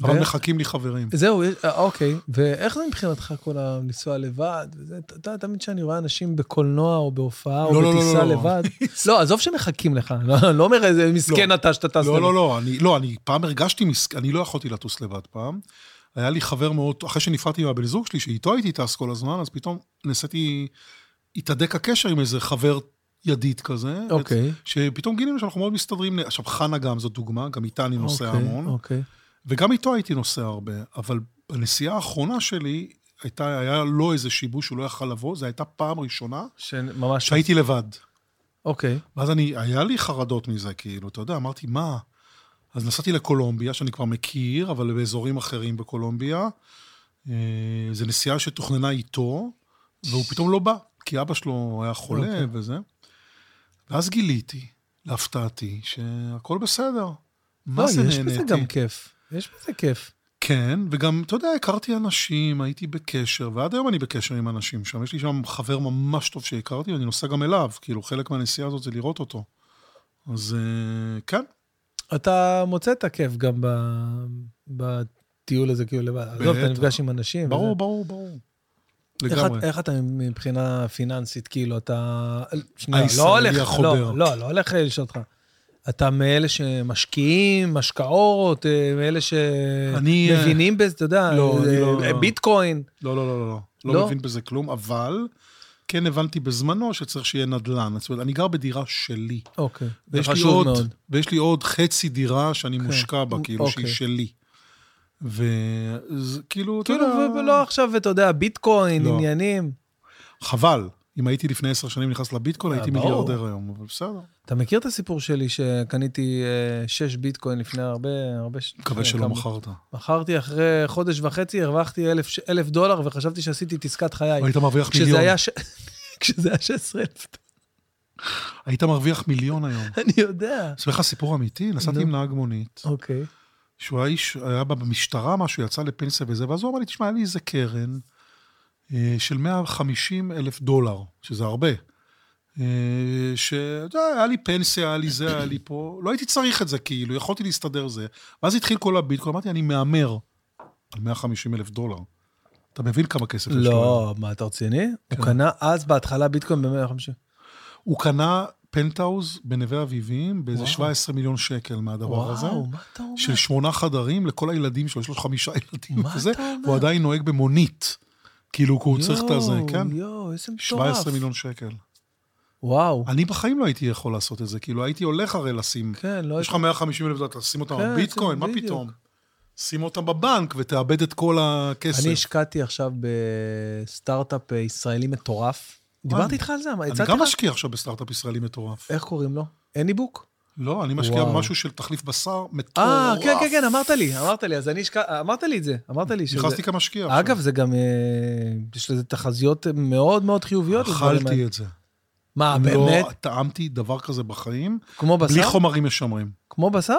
A: ו-
B: אבל מחכים לי חברים.
A: זהו, יש- אה, אוקיי. ואיך זה מבחינתך כל הלנסוע לבד? וזה, אתה יודע, תמיד כשאני רואה אנשים בקולנוע או בהופעה או
B: לא, לא, לא,
A: בטיסה
B: לא.
A: לבד... לא, עזוב שמחכים לך, לא- לא אומר איזה מסכן
B: לא.
A: אתה שאתה טס לבד.
B: לא, לא, לא, אני, לא, אני פעם הרגשתי, מס... אני לא יכולתי לטוס לבד פעם. היה לי חבר מאוד, אחרי שנפרדתי מהבן זוג שלי, שאיתו הייתי טס כל הזמן, אז פתאום ניסיתי, התהדק הקשר עם איזה חבר ידיד כזה.
A: אוקיי.
B: שפתאום גילינו שאנחנו מאוד מסתדרים, עכשיו חנה גם זו דוגמה, גם איתה אני נוסע
A: אוקיי,
B: המון,
A: אוקיי.
B: וגם איתו הייתי נוסע הרבה, אבל בנסיעה האחרונה שלי, הייתה, היה לו איזה שיבוש, הוא לא יכל לבוא, זו הייתה פעם ראשונה
A: שממש...
B: שהייתי לבד.
A: אוקיי.
B: ואז אני, היה לי חרדות מזה, כאילו, אתה יודע, אמרתי, מה? אז נסעתי לקולומביה, שאני כבר מכיר, אבל באזורים אחרים בקולומביה. אה, זו נסיעה שתוכננה איתו, והוא פתאום לא בא, כי אבא שלו היה חולה
A: אוקיי.
B: וזה. ואז גיליתי, להפתעתי, שהכל בסדר.
A: לא,
B: מה זה
A: יש בזה גם
B: נהניתי?
A: כיף. יש בזה כיף.
B: כן, וגם, אתה יודע, הכרתי אנשים, הייתי בקשר, ועד היום אני בקשר עם אנשים שם. יש לי שם חבר ממש טוב שהכרתי, ואני נוסע גם אליו. כאילו, חלק מהנסיעה הזאת זה לראות אותו. אז אה, כן,
A: אתה מוצא את הכיף גם ב- בטיול הזה, כאילו לבד. עזוב, אתה
B: בטח.
A: נפגש עם אנשים.
B: ברור,
A: וזה.
B: ברור, ברור.
A: איך
B: לגמרי.
A: את- איך אתה מבחינה פיננסית, כאילו, אתה... שנייה,
B: הישראלי
A: לא הולך,
B: החודר.
A: לא, לא, לא הולך לשאול אותך. אתה מאלה שמשקיעים, משקאות, אה, מאלה
B: אני, אה,
A: שמבינים בזה, אתה יודע,
B: לא, אני
A: אה,
B: לא-
A: אה, ביטקוין.
B: לא, לא, לא, לא, לא.
A: לא?
B: לא מבין בזה כלום, אבל כן הבנתי בזמנו שצריך שיהיה נדל"ן. זאת אומרת, אני גר בדירה שלי.
A: אוקיי, זה
B: ויש לי,
A: חשוב
B: עוד,
A: מאוד. כן.
B: ויש לי עוד חצי דירה שאני מושקע בה, כאילו, שהיא
A: אוקיי.
B: שלי. וכאילו, אתה
A: כאילו,
B: יודע...
A: ולא עכשיו, אתה יודע, ביטקוין,
B: לא.
A: עניינים.
B: חבל. אם הייתי לפני עשר שנים נכנס לביטקוין,
A: אה,
B: הייתי
A: ברור.
B: מיליארדר היום, אבל בסדר.
A: אתה מכיר את הסיפור שלי שקניתי אה, שש ביטקוין לפני הרבה, הרבה... ש-
B: מקווה
A: לפני
B: שלא
A: כמה-
B: מכרת.
A: מכרתי אחרי חודש וחצי, הרווחתי אלף, ש- אלף דולר וחשבתי שעשיתי את עסקת חיי.
B: היית מרוויח
A: כשזה
B: מיליון.
A: היה, ש... כשזה היה 16 אלף,
B: היית מרוויח מיליון היום.
A: אני יודע.
B: אספר לך סיפור אמיתי, נסעתי
A: נו.
B: עם נהג מונית,
A: אוקיי.
B: שהוא היה איש, היה במשטרה משהו, יצא לפנסיה וזה, ואז הוא אמר לי, תשמע, היה לי איזה קרן אה, של 150 אלף דולר, שזה הרבה. אה, שאתה יודע, היה לי פנסיה, היה לי זה, היה לי פה, לא הייתי צריך את זה, כאילו, יכולתי להסתדר זה. ואז התחיל כל הביטקוין, אמרתי, אני מהמר על 150 אלף דולר. אתה מבין כמה כסף יש לו.
A: לא, מה, אתה רציני?
B: כן.
A: הוא קנה אז בהתחלה ביטקוין ב-150.
B: הוא קנה פנטהאוז בנווה אביבים באיזה 17 מיליון שקל מהדבר הזה.
A: וואו, מה אתה אומר?
B: של שמונה חדרים לכל הילדים שלו, יש לו חמישה ילדים
A: מה
B: וזה,
A: אתה אומר?
B: הוא עדיין נוהג במונית. כאילו, הוא צריך את הזה,
A: יואו,
B: כן?
A: יואו, איזה מטורף.
B: 17 מיליון שקל.
A: וואו.
B: אני בחיים לא הייתי יכול לעשות את זה, כאילו הייתי הולך הרי לשים.
A: כן, לא
B: יש לך
A: הייתי-
B: 150 אלף, אתה שים אותם
A: כן,
B: בביטקוין,
A: זה
B: מה
A: בדיוק.
B: פתאום? שים אותם בבנק ותאבד את כל הכסף.
A: אני השקעתי עכשיו בסטארט-אפ אה, ישראלי מטורף. דיברתי איתך על זה? מה,
B: אני
A: הצעתי
B: גם
A: לך?
B: משקיע עכשיו בסטארט-אפ ישראלי מטורף.
A: איך קוראים לו? Anybook?
B: לא, אני משקיע
A: וואו.
B: במשהו של תחליף בשר מטורף.
A: אה, כן, כן, כן, אמרת לי, אמרת לי, אז אני השקע... אמרת לי את זה, אמרת לי שזה...
B: נכנסתי כמשקיע עכשיו.
A: אגב, זה גם, אה, יש לזה תחזיות מאוד מאוד חיוביות. לדברים האלה.
B: אכלתי את זה.
A: מה, אה, באמת?
B: לא טעמתי דבר כזה בחיים,
A: כמו בשר?
B: בלי חומרים משמרים.
A: כמו בשר?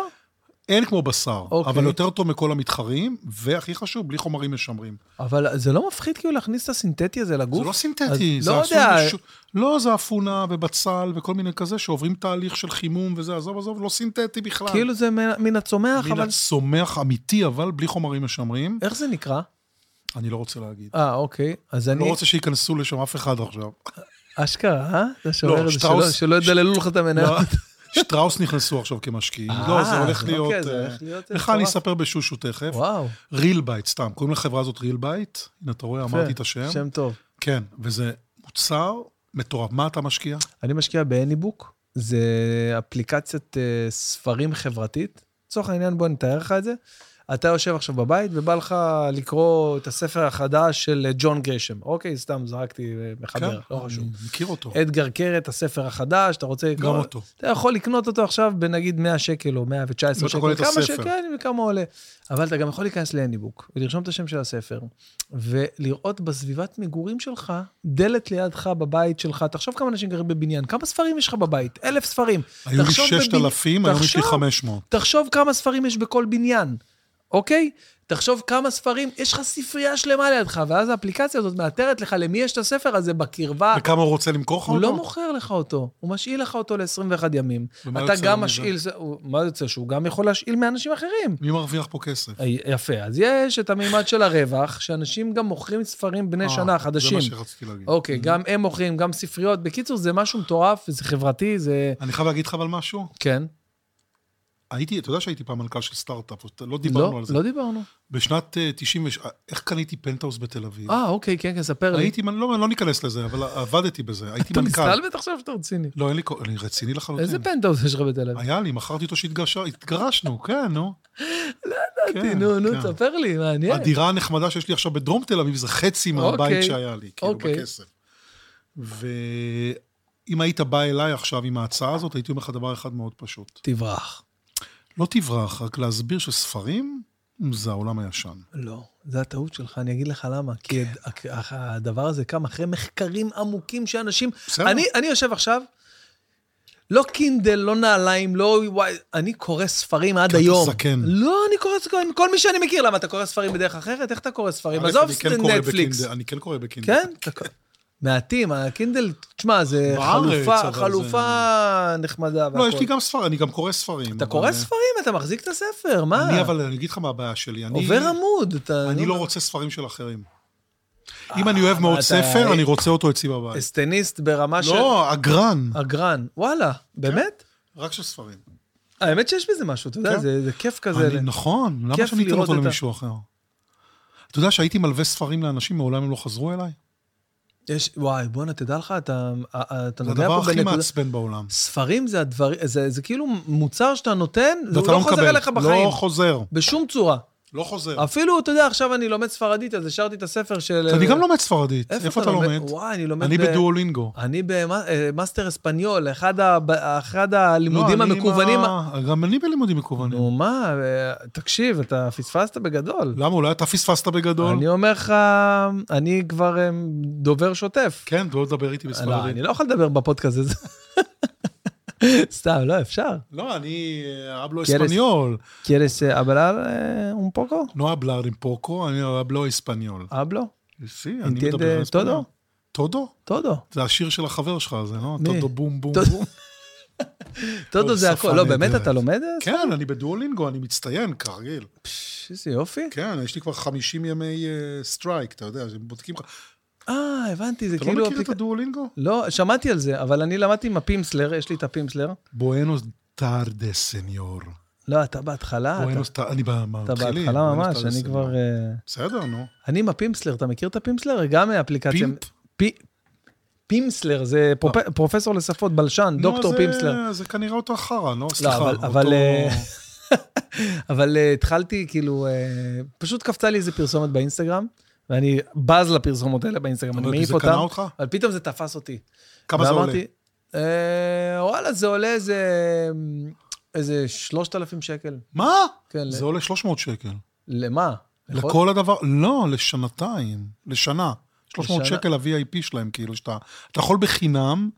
B: אין כמו בשר,
A: אוקיי.
B: אבל יותר טוב מכל המתחרים, והכי חשוב, בלי חומרים משמרים.
A: אבל זה לא מפחיד כאילו להכניס את הסינתטי הזה לגוף?
B: זה לא
A: אז
B: סינתטי,
A: לא
B: זה עשוי
A: יודע.
B: מש- לא, זה אפונה ובצל וכל מיני כזה, שעוברים תהליך של חימום וזה, עזוב, עזוב, לא סינתטי בכלל.
A: כאילו זה מן- מן הצומח,
B: מן
A: אבל
B: הצומח אמיתי, אבל בלי חומרים משמרים,
A: איך זה נקרא?
B: אני לא רוצה להגיד.
A: אה, אוקיי. אז
B: אני לא
A: אני...
B: רוצה שייכנסו לשם אף אחד עכשיו.
A: אשכרה, אה?
B: לא,
A: אתה שומר את זה, שלא-
B: שטראוס-
A: שלא ידללו לך את המניה.
B: לא, שטראוס נכנסו עכשיו כמשקיעים.
A: אה,
B: לא, זה הולך
A: אוקיי,
B: להיות...
A: זה
B: אה,
A: הולך להיות
B: לך
A: מטורף.
B: אני אספר בשושו תכף.
A: וואו,
B: ריל בייט, סתם, קוראים לחברה הזאת ריל בייט. הנה, אתה רואה, אמרתי את השם.
A: שם טוב.
B: כן, וזה מוצר מטורף. מה אתה משקיע?
A: אני משקיע ב-Anybook, זה אפליקציית אה, ספרים חברתית. לצורך העניין, בוא נתאר לך את זה. אתה יושב עכשיו בבית ובא לך לקרוא את הספר החדש של אה, ג'ון גשם. אוקיי, סתם זרקתי אה,
B: כן.
A: מחבר, לא חשוב.
B: אני מכיר אותו.
A: אדגר קרת, הספר החדש, אתה רוצה לקנות...
B: אותו.
A: אתה יכול לקנות אותו עכשיו בנגיד 100 שקל או 119
B: ואתה
A: שקל,
B: קונה את
A: כמה
B: הספר.
A: שכן וכמה עולה. אבל אתה גם יכול להיכנס ל-Anybook ולרשום את השם של הספר, ולראות בסביבת מגורים שלך, דלת לידך בבית שלך, תחשוב כמה אנשים גרים בבניין, כמה ספרים יש לך בבית? אלף ספרים.
B: היו לי
A: תחשוב בבנ-
B: 6,000, היום יש לי
A: תחשוב.
B: 500.
A: תחשוב כמה ספרים יש בכל בניין, אוקיי? תחשוב כמה ספרים, יש לך ספרייה שלמה לידך, ואז האפליקציה הזאת מאתרת לך למי יש את הספר הזה בקרבה.
B: וכמה הוא רוצה למכור לך
A: אה, הוא
B: אותו?
A: לא מוכר לך אותו, הוא משאיל לך אותו ל-21 ימים.
B: ומה
A: אתה
B: יוצא
A: גם
B: מזה?
A: משאיל, זה- הוא- מה יוצא? שהוא גם יכול להשאיל מאנשים אחרים.
B: מי מרוויח פה כסף?
A: אה, יפה, אז יש את המימד של הרווח, שאנשים גם מוכרים ספרים בני
B: אה,
A: שנה חדשים.
B: זה מה שרציתי Mm-hmm. להגיד.
A: אוקיי, גם הם מוכרים, גם ספריות. בקיצור, זה משהו מטורף, זה חברתי, זה...
B: אני חייב להגיד לך אבל משהו.
A: כן.
B: הייתי, אתה יודע שהייתי פעם מנכ"ל של סטארט-אפ, אתה- לא דיברנו
A: לא,
B: על זה.
A: לא דיברנו.
B: בשנת אה, 96, איך קניתי פנטהאוס בתל אביב?
A: אה, אוקיי, כן, כן, ספר לי.
B: הייתי, מנ- לא לא ניכנס לזה, אבל עבדתי בזה, הייתי
A: אתה
B: מנכ"ל. אוקיי.
A: מסתלבט עכשיו שאתה רציני.
B: לא, אין לי, כל- אני רציני לחלוטין.
A: איזה פנטהאוז יש לך בתל אביב?
B: היה לי, מכרתי אותו שהתגרשנו, כן, נו. לא
A: ידעתי, אה, נו, נו, תספר לי, מעניין.
B: הדירה הנחמדה שיש לי עכשיו בדרום תל אביב זה חצי
A: כן. אוקיי.
B: מהבית שהיה לי, כאילו,
A: אוקיי.
B: בכסף. ואם היית בא אליי עכשיו עם ההצעה הזאת, הייתי אומר לך דבר אחד מאוד פשוט.
A: תברח.
B: לא תברח, רק להסביר שספרים זה העולם הישן.
A: לא, זה הטעות שלך, אני אגיד לך למה. כי
B: כן.
A: הד- הח- הדבר הזה קם אחרי מחקרים עמוקים שאנשים...
B: בסדר.
A: אני, אני יושב עכשיו, לא קינדל, לא נעליים, לא וואי, אני קורא ספרים עד
B: אתה
A: היום.
B: זקן.
A: לא, אני קורא ספרים, כל מי שאני מכיר, למה אתה קורא ספרים בדרך אחרת? איך אתה קורא ספרים?
B: א',
A: עזוב
B: אני כן קורא
A: נטפליקס.
B: בקינדל- אני כן קורא בקינדל.
A: כן? אתה קורא- מעטים, הקינדל, תשמע, זה
B: בארץ,
A: חלופה,
B: אבל זה-
A: חלופה נחמדה.
B: לא,
A: והכל.
B: יש לי גם ספרים, אני גם קורא ספרים.
A: אתה
B: אבל-
A: קורא ספרים, אתה מחזיק את הספר, מה?
B: אני, אבל אני אגיד לך מה הבעיה שלי. אני-
A: עובר עמוד, אתה...
B: אני
A: נו,
B: לא רוצה ספרים של אחרים. אם אני אוהב מאוד
A: אה, אתה-
B: ספר, אני רוצה אותו אצלי בבית.
A: אסטניסט ברמה של...
B: לא, אגרן.
A: אגרן, וואלה, באמת?
B: רק של ספרים.
A: האמת שיש בזה משהו, אתה יודע,
B: כן.
A: זה זה כיף כזה.
B: אני-
A: ל-
B: נכון, למה
A: כיף
B: שאני אתן
A: לראות
B: אותו
A: את ה-
B: למישהו אחר? אתה יודע שהייתי מלווה ספרים לאנשים, מעולם הם לא חזרו אליי?
A: יש, וואי, בואנה, תדע לך, אתה אתה- אתה
B: זה
A: נוגע
B: הדבר
A: פה
B: הכי
A: בנקודה.
B: מעצבן בעולם.
A: ספרים זה הדבר, זה זה כאילו מוצר שאתה נותן, והוא
B: ואתה
A: לא חוזר
B: מקבל.
A: אליך בחיים.
B: לא חוזר,
A: בשום צורה.
B: לא חוזר.
A: אפילו, אתה יודע, עכשיו אני לומד ספרדית, אז השארתי את הספר של...
B: אני גם לומד ספרדית. איפה אתה לומד?
A: וואי, אני לומד...
B: אני
A: ב-
B: בדואלינגו.
A: אני במאסטר אספניול, אחד ה- אחד הלימודים
B: לא, אני עם
A: המקוונים.
B: ה- גם אני בלימודים מקוונים.
A: נו מה, אה, תקשיב, אתה פספסת בגדול.
B: למה? אולי אתה פספסת בגדול?
A: אני אומר לך, אני כבר אה, דובר שוטף.
B: כן, ולא לדבר איתי
A: לא, אני
B: בספרדית.
A: לא יכול לדבר בפודקאסט הזה. סתם, לא, אפשר.
B: לא, אני אה, אבלו
A: כי אלה-
B: אספניול.
A: ¿Quieres eh, hablar eh, un poco?
B: לא אבלר עם פורקו, אני אבלו אספניול.
A: Hablo.
B: סי, אני
A: אינטנדה
B: מדבר אספניול.
A: טודו?
B: טודו?
A: Todo.
B: זה השיר של החבר שלך, זה לא?
A: מי?
B: טודו בום בום
A: טודו.
B: בום.
A: טודו זה הכל. לא,
B: שפה
A: באמת
B: נהדרת.
A: אתה לומד?
B: כן, אני בדואלינגו, אני מצטיין, כרגיל.
A: פש, איזה יופי.
B: כן, יש לי כבר 50 ימי אה, סטרייק, אתה יודע, הם בודקים לך.
A: אה, הבנתי, זה
B: אתה לא
A: כאילו...
B: מכיר את
A: אפליקציה-
B: הדואלינגו?
A: לא, שמעתי על זה, אבל אני למדתי עם הפימסלר, יש לי את הפימסלר.
B: בואנוס טרדה, סניור.
A: לא, אתה בהתחלה, אתה-
B: בואנוס טרדה, אני
A: אתה
B: במתחילים.
A: בהתחלה
B: בואנוס
A: ממש,
B: טרדס,
A: אני
B: סניור.
A: כבר... אה,
B: בסדר, נו.
A: אני עם הפימסלר, אתה מכיר את הפימסלר? גם מאפליקציה...
B: פימפ?
A: פי- פימסלר, זה פרופ- פרופסור לשפות, בלשן, דוקטור
B: נו, לא, זה-
A: פימסלר.
B: זה כנראה אותו חרא, נו, סליחה.
A: אבל-
B: אותו-
A: אבל, אה, אבל אה, התחלתי, כאילו, אה, פשוט קפצה לי איזה פרסומת באינסטגרם, ואני בז לפרסומות האלה באינסטגרם, אני
B: אבל
A: מעיף
B: זה
A: אותם.
B: קנה אותך?
A: אבל פתאום זה תפס אותי.
B: כמה זה עולה?
A: ואמרתי, "אה, וואלה, זה עולה איזה... איזה 3,000 שקל.
B: מה?
A: כן,
B: זה
A: ל-
B: עולה 300 שקל.
A: למה? לחוד-
B: לכל הדבר, לא, לשנתיים, לשנה. 300
A: לשנה.
B: שקל ה-VIP שלהם, כאילו, שאתה אתה יכול בחינם.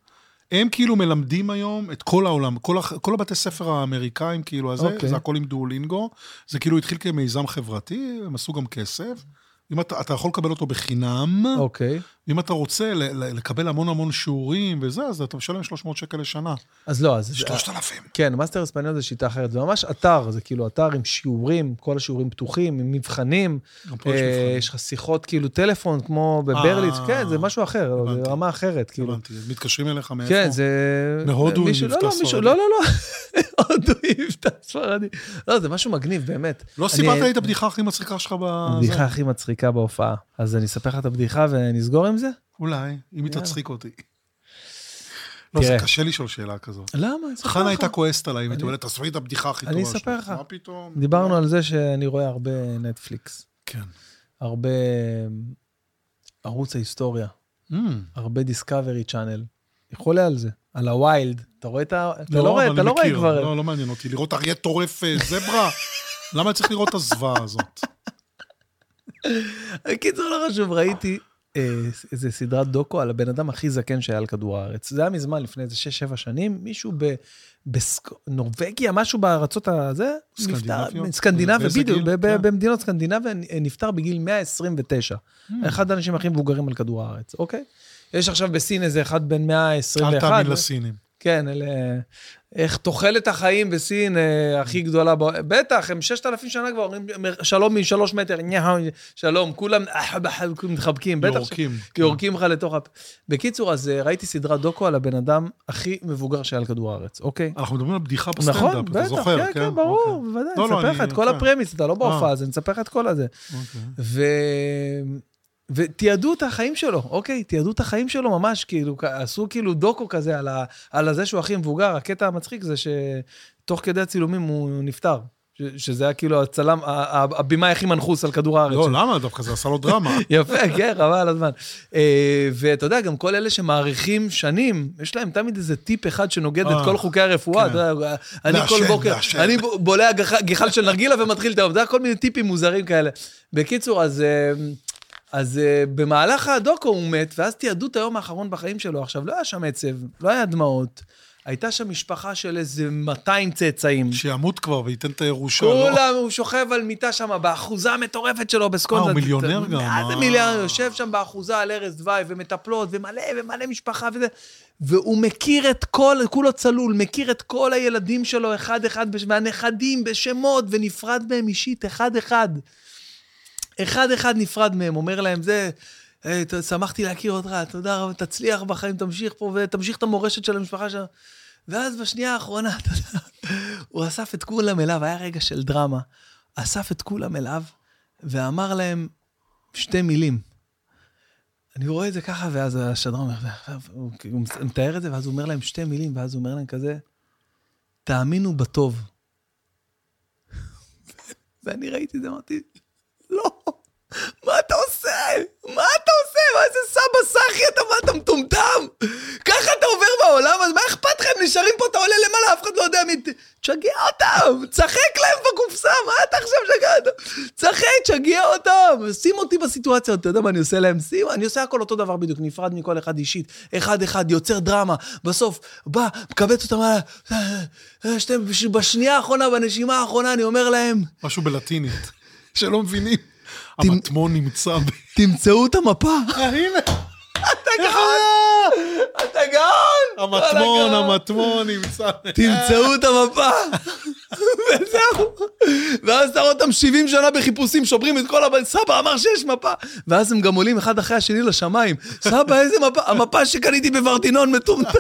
B: הם כאילו מלמדים היום את כל העולם, כל, הח- כל הבתי ספר האמריקאים, כאילו, הזה, okay.
A: אוקיי.
B: זה הכל עם דואלינגו. זה כאילו התחיל כמיזם חברתי, הם עשו גם כסף. אם אתה, אתה יכול לקבל אותו בחינם, okay.
A: אוקיי.
B: אם אתה רוצה ל- ל- לקבל המון המון שיעורים וזה, אז אתה משלם 300 שקל לשנה.
A: אז לא, אז...
B: 3,000.
A: כן, מאסטר אספניול זה שיטה אחרת, זה ממש אתר, זה כאילו אתר עם שיעורים, כל השיעורים פתוחים, עם מבחנים.
B: גם פה יש
A: אה,
B: מבחנים.
A: יש לך שיחות כאילו טלפון, כמו בברליץ,
B: אה,
A: כן, זה משהו אחר, לא, זה
B: הבנתי.
A: רמה אחרת, כאילו.
B: הבנתי, אז מתקשרים אליך מאיפה?
A: כן, זה...
B: מהודו עם
A: מישהו-
B: מבטא
A: לא, לא, מישהו-
B: ספרדי.
A: לא, לא, לא, הודו עם מבטא ספרדי. לא, זה משהו מגניב, באמת.
B: לא
A: אני-
B: סיפרת לי את הבדיחה הכי מצחיקה שלך בזה.
A: הבדיחה הכי מצחיקה בהופעה. אז אני אספר לך את הבדיחה ונסגור עם זה?
B: אולי, אם היא
A: יאללה.
B: תצחיק אותי. לא, זה
A: תראה.
B: קשה לשאול שאלה כזאת.
A: למה? אני אספר
B: חנה
A: לך.
B: הייתה כועסת עליי, אם הייתי אומר, תעשו לי את הבדיחה הכי
A: אני
B: טובה שלך.
A: אספר לך.
B: מה פתאום?
A: דיברנו על זה שאני רואה הרבה נטפליקס,
B: כן.
A: הרבה אה, ערוץ ההיסטוריה,
B: Mm.
A: הרבה דיסקאברי צ'אנל. אני חולה על זה, על הווילד. אתה רואה את ה... אתה
B: לא,
A: לא רואה,
B: אבל
A: אתה
B: אני
A: לא רואה
B: מכיר,
A: כבר...
B: לא, לא מעניין אותי. לראות אריה טורף אה, זברה? למה אני צריך לראות את הזוועה הזאת?
A: בקיצור, לא חשוב, ראיתי אה, איזה סדרת דוקו על הבן אדם הכי זקן שהיה על כדור הארץ. זה היה מזמן, לפני איזה 6-7 שנים, מישהו ב... בנורבגיה, משהו בארצות הזה, נפטר,
B: סקנדינביות?
A: סקנדינביה,
B: באיזה
A: בדיוק, ב-
B: גיל?
A: ב-
B: כן.
A: במדינות סקנדינביה, אה, נפטר בגיל 129.
B: Hmm.
A: אחד האנשים הכי מבוגרים על כדור הארץ, אוקיי? יש עכשיו בסין איזה אחד בן 121.
B: אל תאמין לסינים.
A: כן, אלה... איך תוחלת החיים בסין אה, הכי גדולה, בו... בטח, הם 6,000 שנה כבר אומרים מ- שלום משלוש מטר, ניהו, שלום, כולם אה, אה, אה, כולם מתחבקים, בטח, ש-
B: יורקים. כן.
A: יורקים לך לתוך הפ... בקיצור, אז אה, ראיתי סדרת דוקו על הבן אדם הכי מבוגר שהיה על כדור הארץ, אוקיי?
B: אנחנו מדברים על בדיחה בסטנדאפ,
A: נכון,
B: אתה
A: בטח,
B: זוכר,
A: כן, כן, ברור,
B: אוקיי.
A: בוודאי,
B: לא,
A: אני
B: לא,
A: אספר
B: אני-
A: לך את כל
B: כן.
A: הפרמיס, אתה לא בהופעה,
B: אה.
A: אז אני אספר לך את כל הזה.
B: אוקיי.
A: ו... ותיעדו את החיים שלו, אוקיי? תיעדו את החיים שלו ממש, כאילו, כ- עשו כאילו דוקו כזה על, ה... על הזה שהוא הכי מבוגר. הקטע המצחיק זה שתוך כדי הצילומים הוא נפטר. ש... שזה היה כאילו הצלם, ה- ה- הבמאי הכי מנחוס על כדור הארץ.
B: לא, למה? דווקא זה עשה לו דרמה.
A: יפה, כן, חבל על הזמן. אה, ואתה יודע, גם כל אלה שמעריכים שנים, יש להם תמיד איזה טיפ אחד שנוגד את
B: אה,
A: כל חוקי הרפואה.
B: כן.
A: אתה יודע, אה, אני כל
B: לעשן,
A: בוקר,
B: לעשן.
A: אני ב- בולע גח- גחל של נרגילה ומתחיל את היום. אתה יודע, כל מיני טיפים מוזרים כאלה. בקיצור, אז... אה, אז אה, במהלך הדוקו הוא מת, ואז תיעדו את היום האחרון בחיים שלו. עכשיו, לא היה שם עצב, לא היה דמעות, הייתה שם משפחה של איזה 200 צאצאים.
B: שימות כבר וייתן את הירושה. לא?
A: כולם, הוא שוכב על מיטה שם, באחוזה המטורפת שלו בסקוטלנד.
B: אה, הוא מיליונר גם,
A: מה זה
B: אה.
A: מיליונר? יושב שם באחוזה על ערש דווי, ומטפלות, ומלא, ומלא משפחה וזה. והוא מכיר את כל, כולו צלול, מכיר את כל הילדים שלו אחד-אחד, בש- והנכדים בשמות, ונפרד מהם אישית, אחד-אחד. אחד-אחד נפרד מהם, אומר להם, זה... "אה, ת- שמחתי להכיר אותך, תודה רבה, תצליח בחיים, תמשיך פה ותמשיך את המורשת של המשפחה שלנו. ואז בשנייה האחרונה, אתה יודע, הוא אסף את כולם אליו, היה רגע של דרמה. אסף את כולם אליו, ואמר להם שתי מילים. אני רואה את זה ככה, ואז השדרן אומר, הוא הוא מתאר את זה, ואז הוא אומר להם שתי מילים, ואז הוא אומר להם כזה, תאמינו בטוב. ואני ראיתי את זה, אמרתי, לא, מה אתה עושה? מה אתה עושה? מה איזה סבא סאחי אתה? מה אתה מטומטם? ככה אתה עובר בעולם? אז מה אכפת לך? הם נשארים פה, אתה עולה למעלה, אף אחד לא יודע מי... ת- תשגע אותם! צחק להם בקופסה, מה אתה עכשיו שגע אותם? צחק, תשגע אותם! שים אותי בסיטואציה, אתה יודע מה אני עושה להם? שים, אני עושה הכל אותו דבר בדיוק, נפרד מכל אחד אישית, אחד-אחד, יוצר דרמה, בסוף, בא, מקבץ אותם, אה, אה, שתי- בשנייה האחרונה, בנשימה האחרונה, אני אומר להם,
B: משהו בלטינית, שלא מבינים. המטמון נמצא ב...
A: תמצאו את המפה.
B: הנה,
A: אה, אתה גאון! אתה גאון!
B: המטמון, המטמון נמצא...
A: תמצאו את המפה, וזהו. ואז אתה רואה אותם 70 שנה בחיפושים, שוברים את כל הבית, סבא אמר שיש מפה. ואז הם גם עולים אחד אחרי השני לשמיים. סבא, איזה מפה? המפה שקניתי בברטינון מטומטם.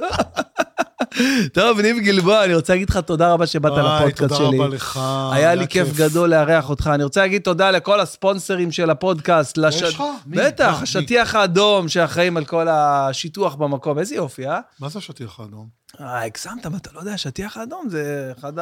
A: טוב, ניב גלבוע, אני רוצה להגיד לך תודה רבה שבאת
B: וואי,
A: לפודקאסט שלי.
B: תודה רבה לך.
A: היה לי כיף גדול לארח אותך. אני רוצה להגיד תודה לכל הספונסרים של הפודקאסט. לש-
B: לך? מי? מה,
A: בטח,
B: מי?
A: השטיח האדום שאחראים על כל השיטוח במקום. איזה יופי, אה?
B: מה זה השטיח האדום?
A: אה, הגזמת, אבל אתה לא יודע, השטיח האדום זה אחת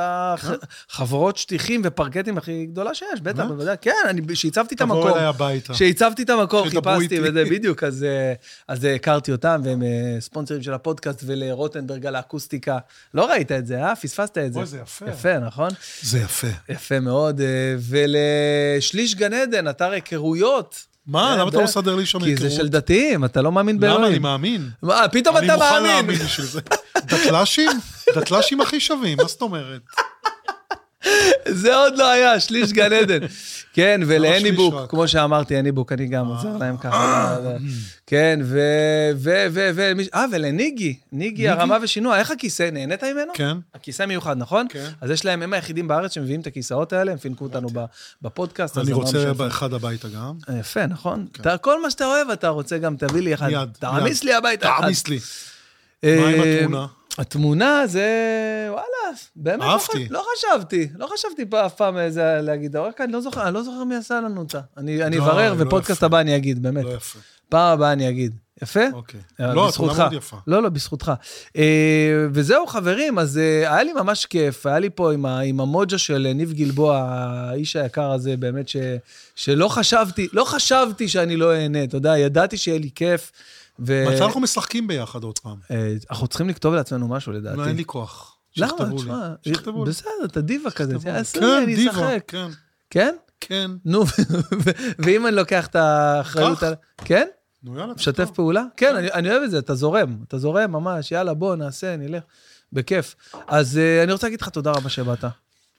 B: כן.
A: החברות שטיחים ופרקטים הכי גדולה שיש, בטח,
B: באמת?
A: בוודאי. כן, אני, שהצבתי את
B: תבואו
A: המקום.
B: אליי הביתה.
A: שהצבתי את המקום,
B: שידברו
A: חיפשתי
B: איתי.
A: וזה, בדיוק, אז, אה, אז אה, הכרתי אותם, והם אה, ספונסרים של הפודקאסט, ולרוטנברג על האקוסטיקה. לא ראית את זה, אה? פספסת את זה.
B: אוי, זה יפה.
A: יפה, נכון?
B: זה יפה.
A: יפה מאוד. אה, ולשליש גן עדן, אתר היכרויות.
B: מה?
A: כן,
B: למה אתה לא מסדר לי שם
A: כי זה
B: היכרות?
A: של דתיים, אתה לא מאמין באלוהים.
B: למה? אני מאמין.
A: מה, פתאום אתה
B: אני מוכן
A: מאמין.
B: להאמין בשביל זה. דתל"שים? דתל"שים הכי שווים, מה זאת אומרת?
A: זה עוד לא היה, שליש גן עדן. כן, ולהני
B: לא שליש
A: בוק,
B: רק. אה.
A: כמו שאמרתי, אני בוק, אני גם עוזר להם ככה. כן, ו... ו... ו... ו... מי- אה, ולניגי, ניגי הרמה ושינוע, איך הכיסא? נהנית ממנו?
B: כן.
A: הכיסא מיוחד, נכון?
B: כן. אוקיי.
A: אז יש להם, הם היחידים בארץ שמביאים את הכיסאות האלה, הם פינקו אותנו ב- בפודקאסט. אז לא
B: אני
A: אמרנו
B: רוצה
A: ש-
B: באחד הביתה גם.
A: יפה, נכון? אתה- כל מה שאתה אוהב, אתה רוצה גם, תביא לי אחד.
B: כן. מיד.
A: תעמיס
B: מיד.
A: לי הביתה. אחד.
B: תעמיס לי. מה עם
A: אה,
B: התמונה?
A: התמונה זה, וואלה, באמת, לא
B: אהבתי.
A: ח- לא חשבתי, לא חשבתי פה אף פעם איזה להגיד, רק אני לא זוכר, אני לא זוכר מי עשה לנו אותה. אני אני
B: לא,
A: אברר,
B: לא
A: ופודקאסט
B: יפה.
A: הבא אני אגיד, באמת.
B: לא יפה.
A: פעם הבאה אני אגיד. יפה?
B: אוקיי.
A: אה,
B: לא, התמונה
A: בזכותך.
B: מאוד יפה.
A: לא, לא, בזכותך. אה, וזהו, חברים, אז אה, היה לי ממש כיף, היה לי פה עם ה- עם המוג'ה של אה, ניב גלבוע, האיש היקר הזה, באמת, ש- שלא חשבתי, לא חשבתי שאני לא אהנה, אתה יודע, ידעתי שיהיה לי כיף. ו-
B: מתי אנחנו משחקים ביחד עוד פעם?
A: אה, אנחנו צריכים לכתוב לעצמנו משהו, לדעתי.
B: לא, אין לי כוח.
A: למה?
B: שיכתבו לי.
A: תשמע,
B: שיכתבו לי.
A: בסדר, אתה דיבה כזה,
B: שיכתבו לי.
A: תעשה לי,
B: כן,
A: אני
B: דיווה,
A: אשחק.
B: כן,
A: כן?
B: כן.
A: נו, ו- ואם אני לוקח את האחריות
B: קח.
A: על... כן?
B: נו, יאללה.
A: משתף
B: תכתוב.
A: פעולה? כן, אני- אני אוהב את זה, אתה זורם. אתה זורם ממש, יאללה, בוא, נעשה, נלך. בכיף. אז אה, אני רוצה להגיד לך תודה רבה שבאת.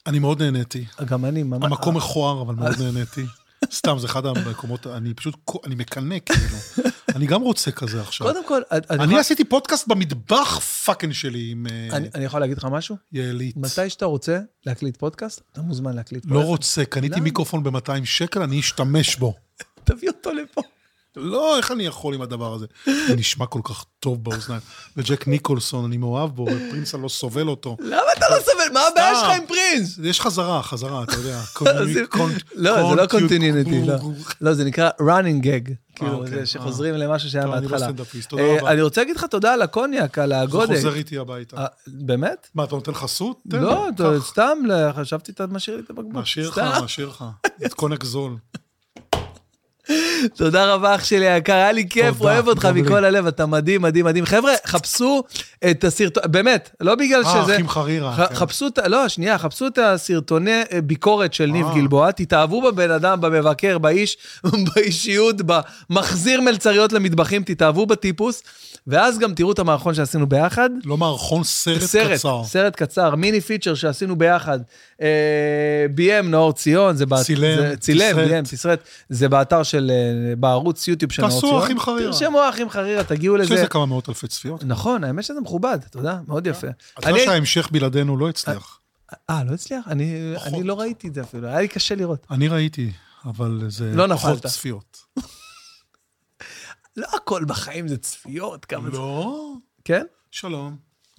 B: אני מאוד נהניתי.
A: גם אני ממש...
B: המקום מכוער, אבל מאוד נהניתי. סתם, זה אחד המקומות, אני פשוט, כו- אני מקנא כאילו. אני גם רוצה כזה עכשיו.
A: אה, קודם כל, את- את
B: אני
A: יכול-
B: עשיתי פודקאסט במטבח פאקינג שלי עם אה,
A: אני- אני יכול להגיד לך משהו?
B: יעלית.
A: מתי שאתה רוצה להקליט פודקאסט, אתה מוזמן להקליט
B: לא
A: פודקאסט.
B: רוצה, קניתי
A: למה?
B: מיקרופון ב-200 שקל, אני אשתמש בו.
A: תביא אותו לפה.
B: לא, איך אני יכול עם הדבר הזה? זה נשמע כל כך טוב באוזניים. וג'ק ניקולסון, אני מאוהב בו, ופרינסה לא סובל אותו.
A: למה אתה לא סובל? מה הבעיה
B: סתם.
A: שלך עם פרינס?
B: יש חזרה, חזרה, אתה יודע.
A: זה- לא, זה לא קונטיניוניטי, לא. לא, זה נקרא running gag, כאילו,
B: אוקיי,
A: זה
B: אה.
A: שחוזרים למשהו שהיה
B: טוב, אני לא
A: מההתחלה.
B: סטנדאפיסט, תודה
A: אה,
B: רבה.
A: אני רוצה להגיד לך תודה על הקוניאק, על
B: זה
A: הגודק.
B: חוזר איתי הביתה.
A: אה, באמת?
B: מה, אתה נותן חסות? תן,
A: לא, אתה-
B: קח.
A: סתם, לא, חשבתי אתה משאיר לי את הבקבוק.
B: משאיר לך,
A: סתם.
B: משאיר לך. את קונק זול. אה,
A: תודה רבה, אח שלי היקר, היה לי כיף,
B: תודה,
A: אוהב אותך
B: גם לי.
A: מכל הלב, אתה מדהים, מדהים, מדהים. חבר'ה, חפשו את הסרטון, באמת, לא בגלל
B: אה,
A: שזה...
B: אחים חרירה.
A: ח-
B: כן.
A: חפשו את, ה- לא, שנייה, חפשו את הסרטוני אה, ביקורת של ניב
B: אה.
A: גלבוע, תתאהבו בבן אדם, במבקר, באיש, באישיות, במחזיר מלצריות למטבחים, תתאהבו בטיפוס, ואז גם תראו את המערכון שעשינו ביחד.
B: לא מערכון, סרט
A: סרט,
B: קצר.
A: סרט קצר, מיני פיצ'ר שעשינו ביחד. אה, ביים נאור ציון, זה בא-
B: צילם,
A: זה- צילם,
B: תסרט.
A: ביים, תסרט, זה באתר של, אה, בערוץ יוטיוב של נאור
B: תעשו
A: ציון.
B: אחים חרירה.
A: תרשמו אחים חרירה, תגיעו
B: יש
A: לזה.
B: לזה כמה מאות אלפי צפיות.
A: נכון, האמת שזה מכובד, תודה, מאוד יפה.
B: אתה יודע
A: אני-
B: שההמשך בלעדינו לא הצליח.
A: אה, לא הצליח? אני,
B: פחות.
A: אני לא ראיתי את זה אפילו, היה לי קשה לראות.
B: אני ראיתי, אבל זה
A: לא
B: פחות
A: נפלת.
B: צפיות.
A: לא הכל בחיים זה צפיות, כמה זה...
B: לא,
A: כן?
B: שלום.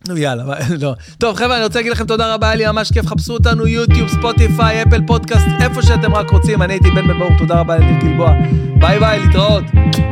A: נו, יאללה, מה- לא. טוב, חבר'ה, אני רוצה להגיד לכם תודה רבה, היה לי ממש כיף, חפשו אותנו, יוטיוב, ספוטיפיי, אפל פודקאסט, איפה שאתם רק רוצים, אני הייתי בן בן ברוך, תודה רבה לניב גלבוע. ביי ביי, להתראות.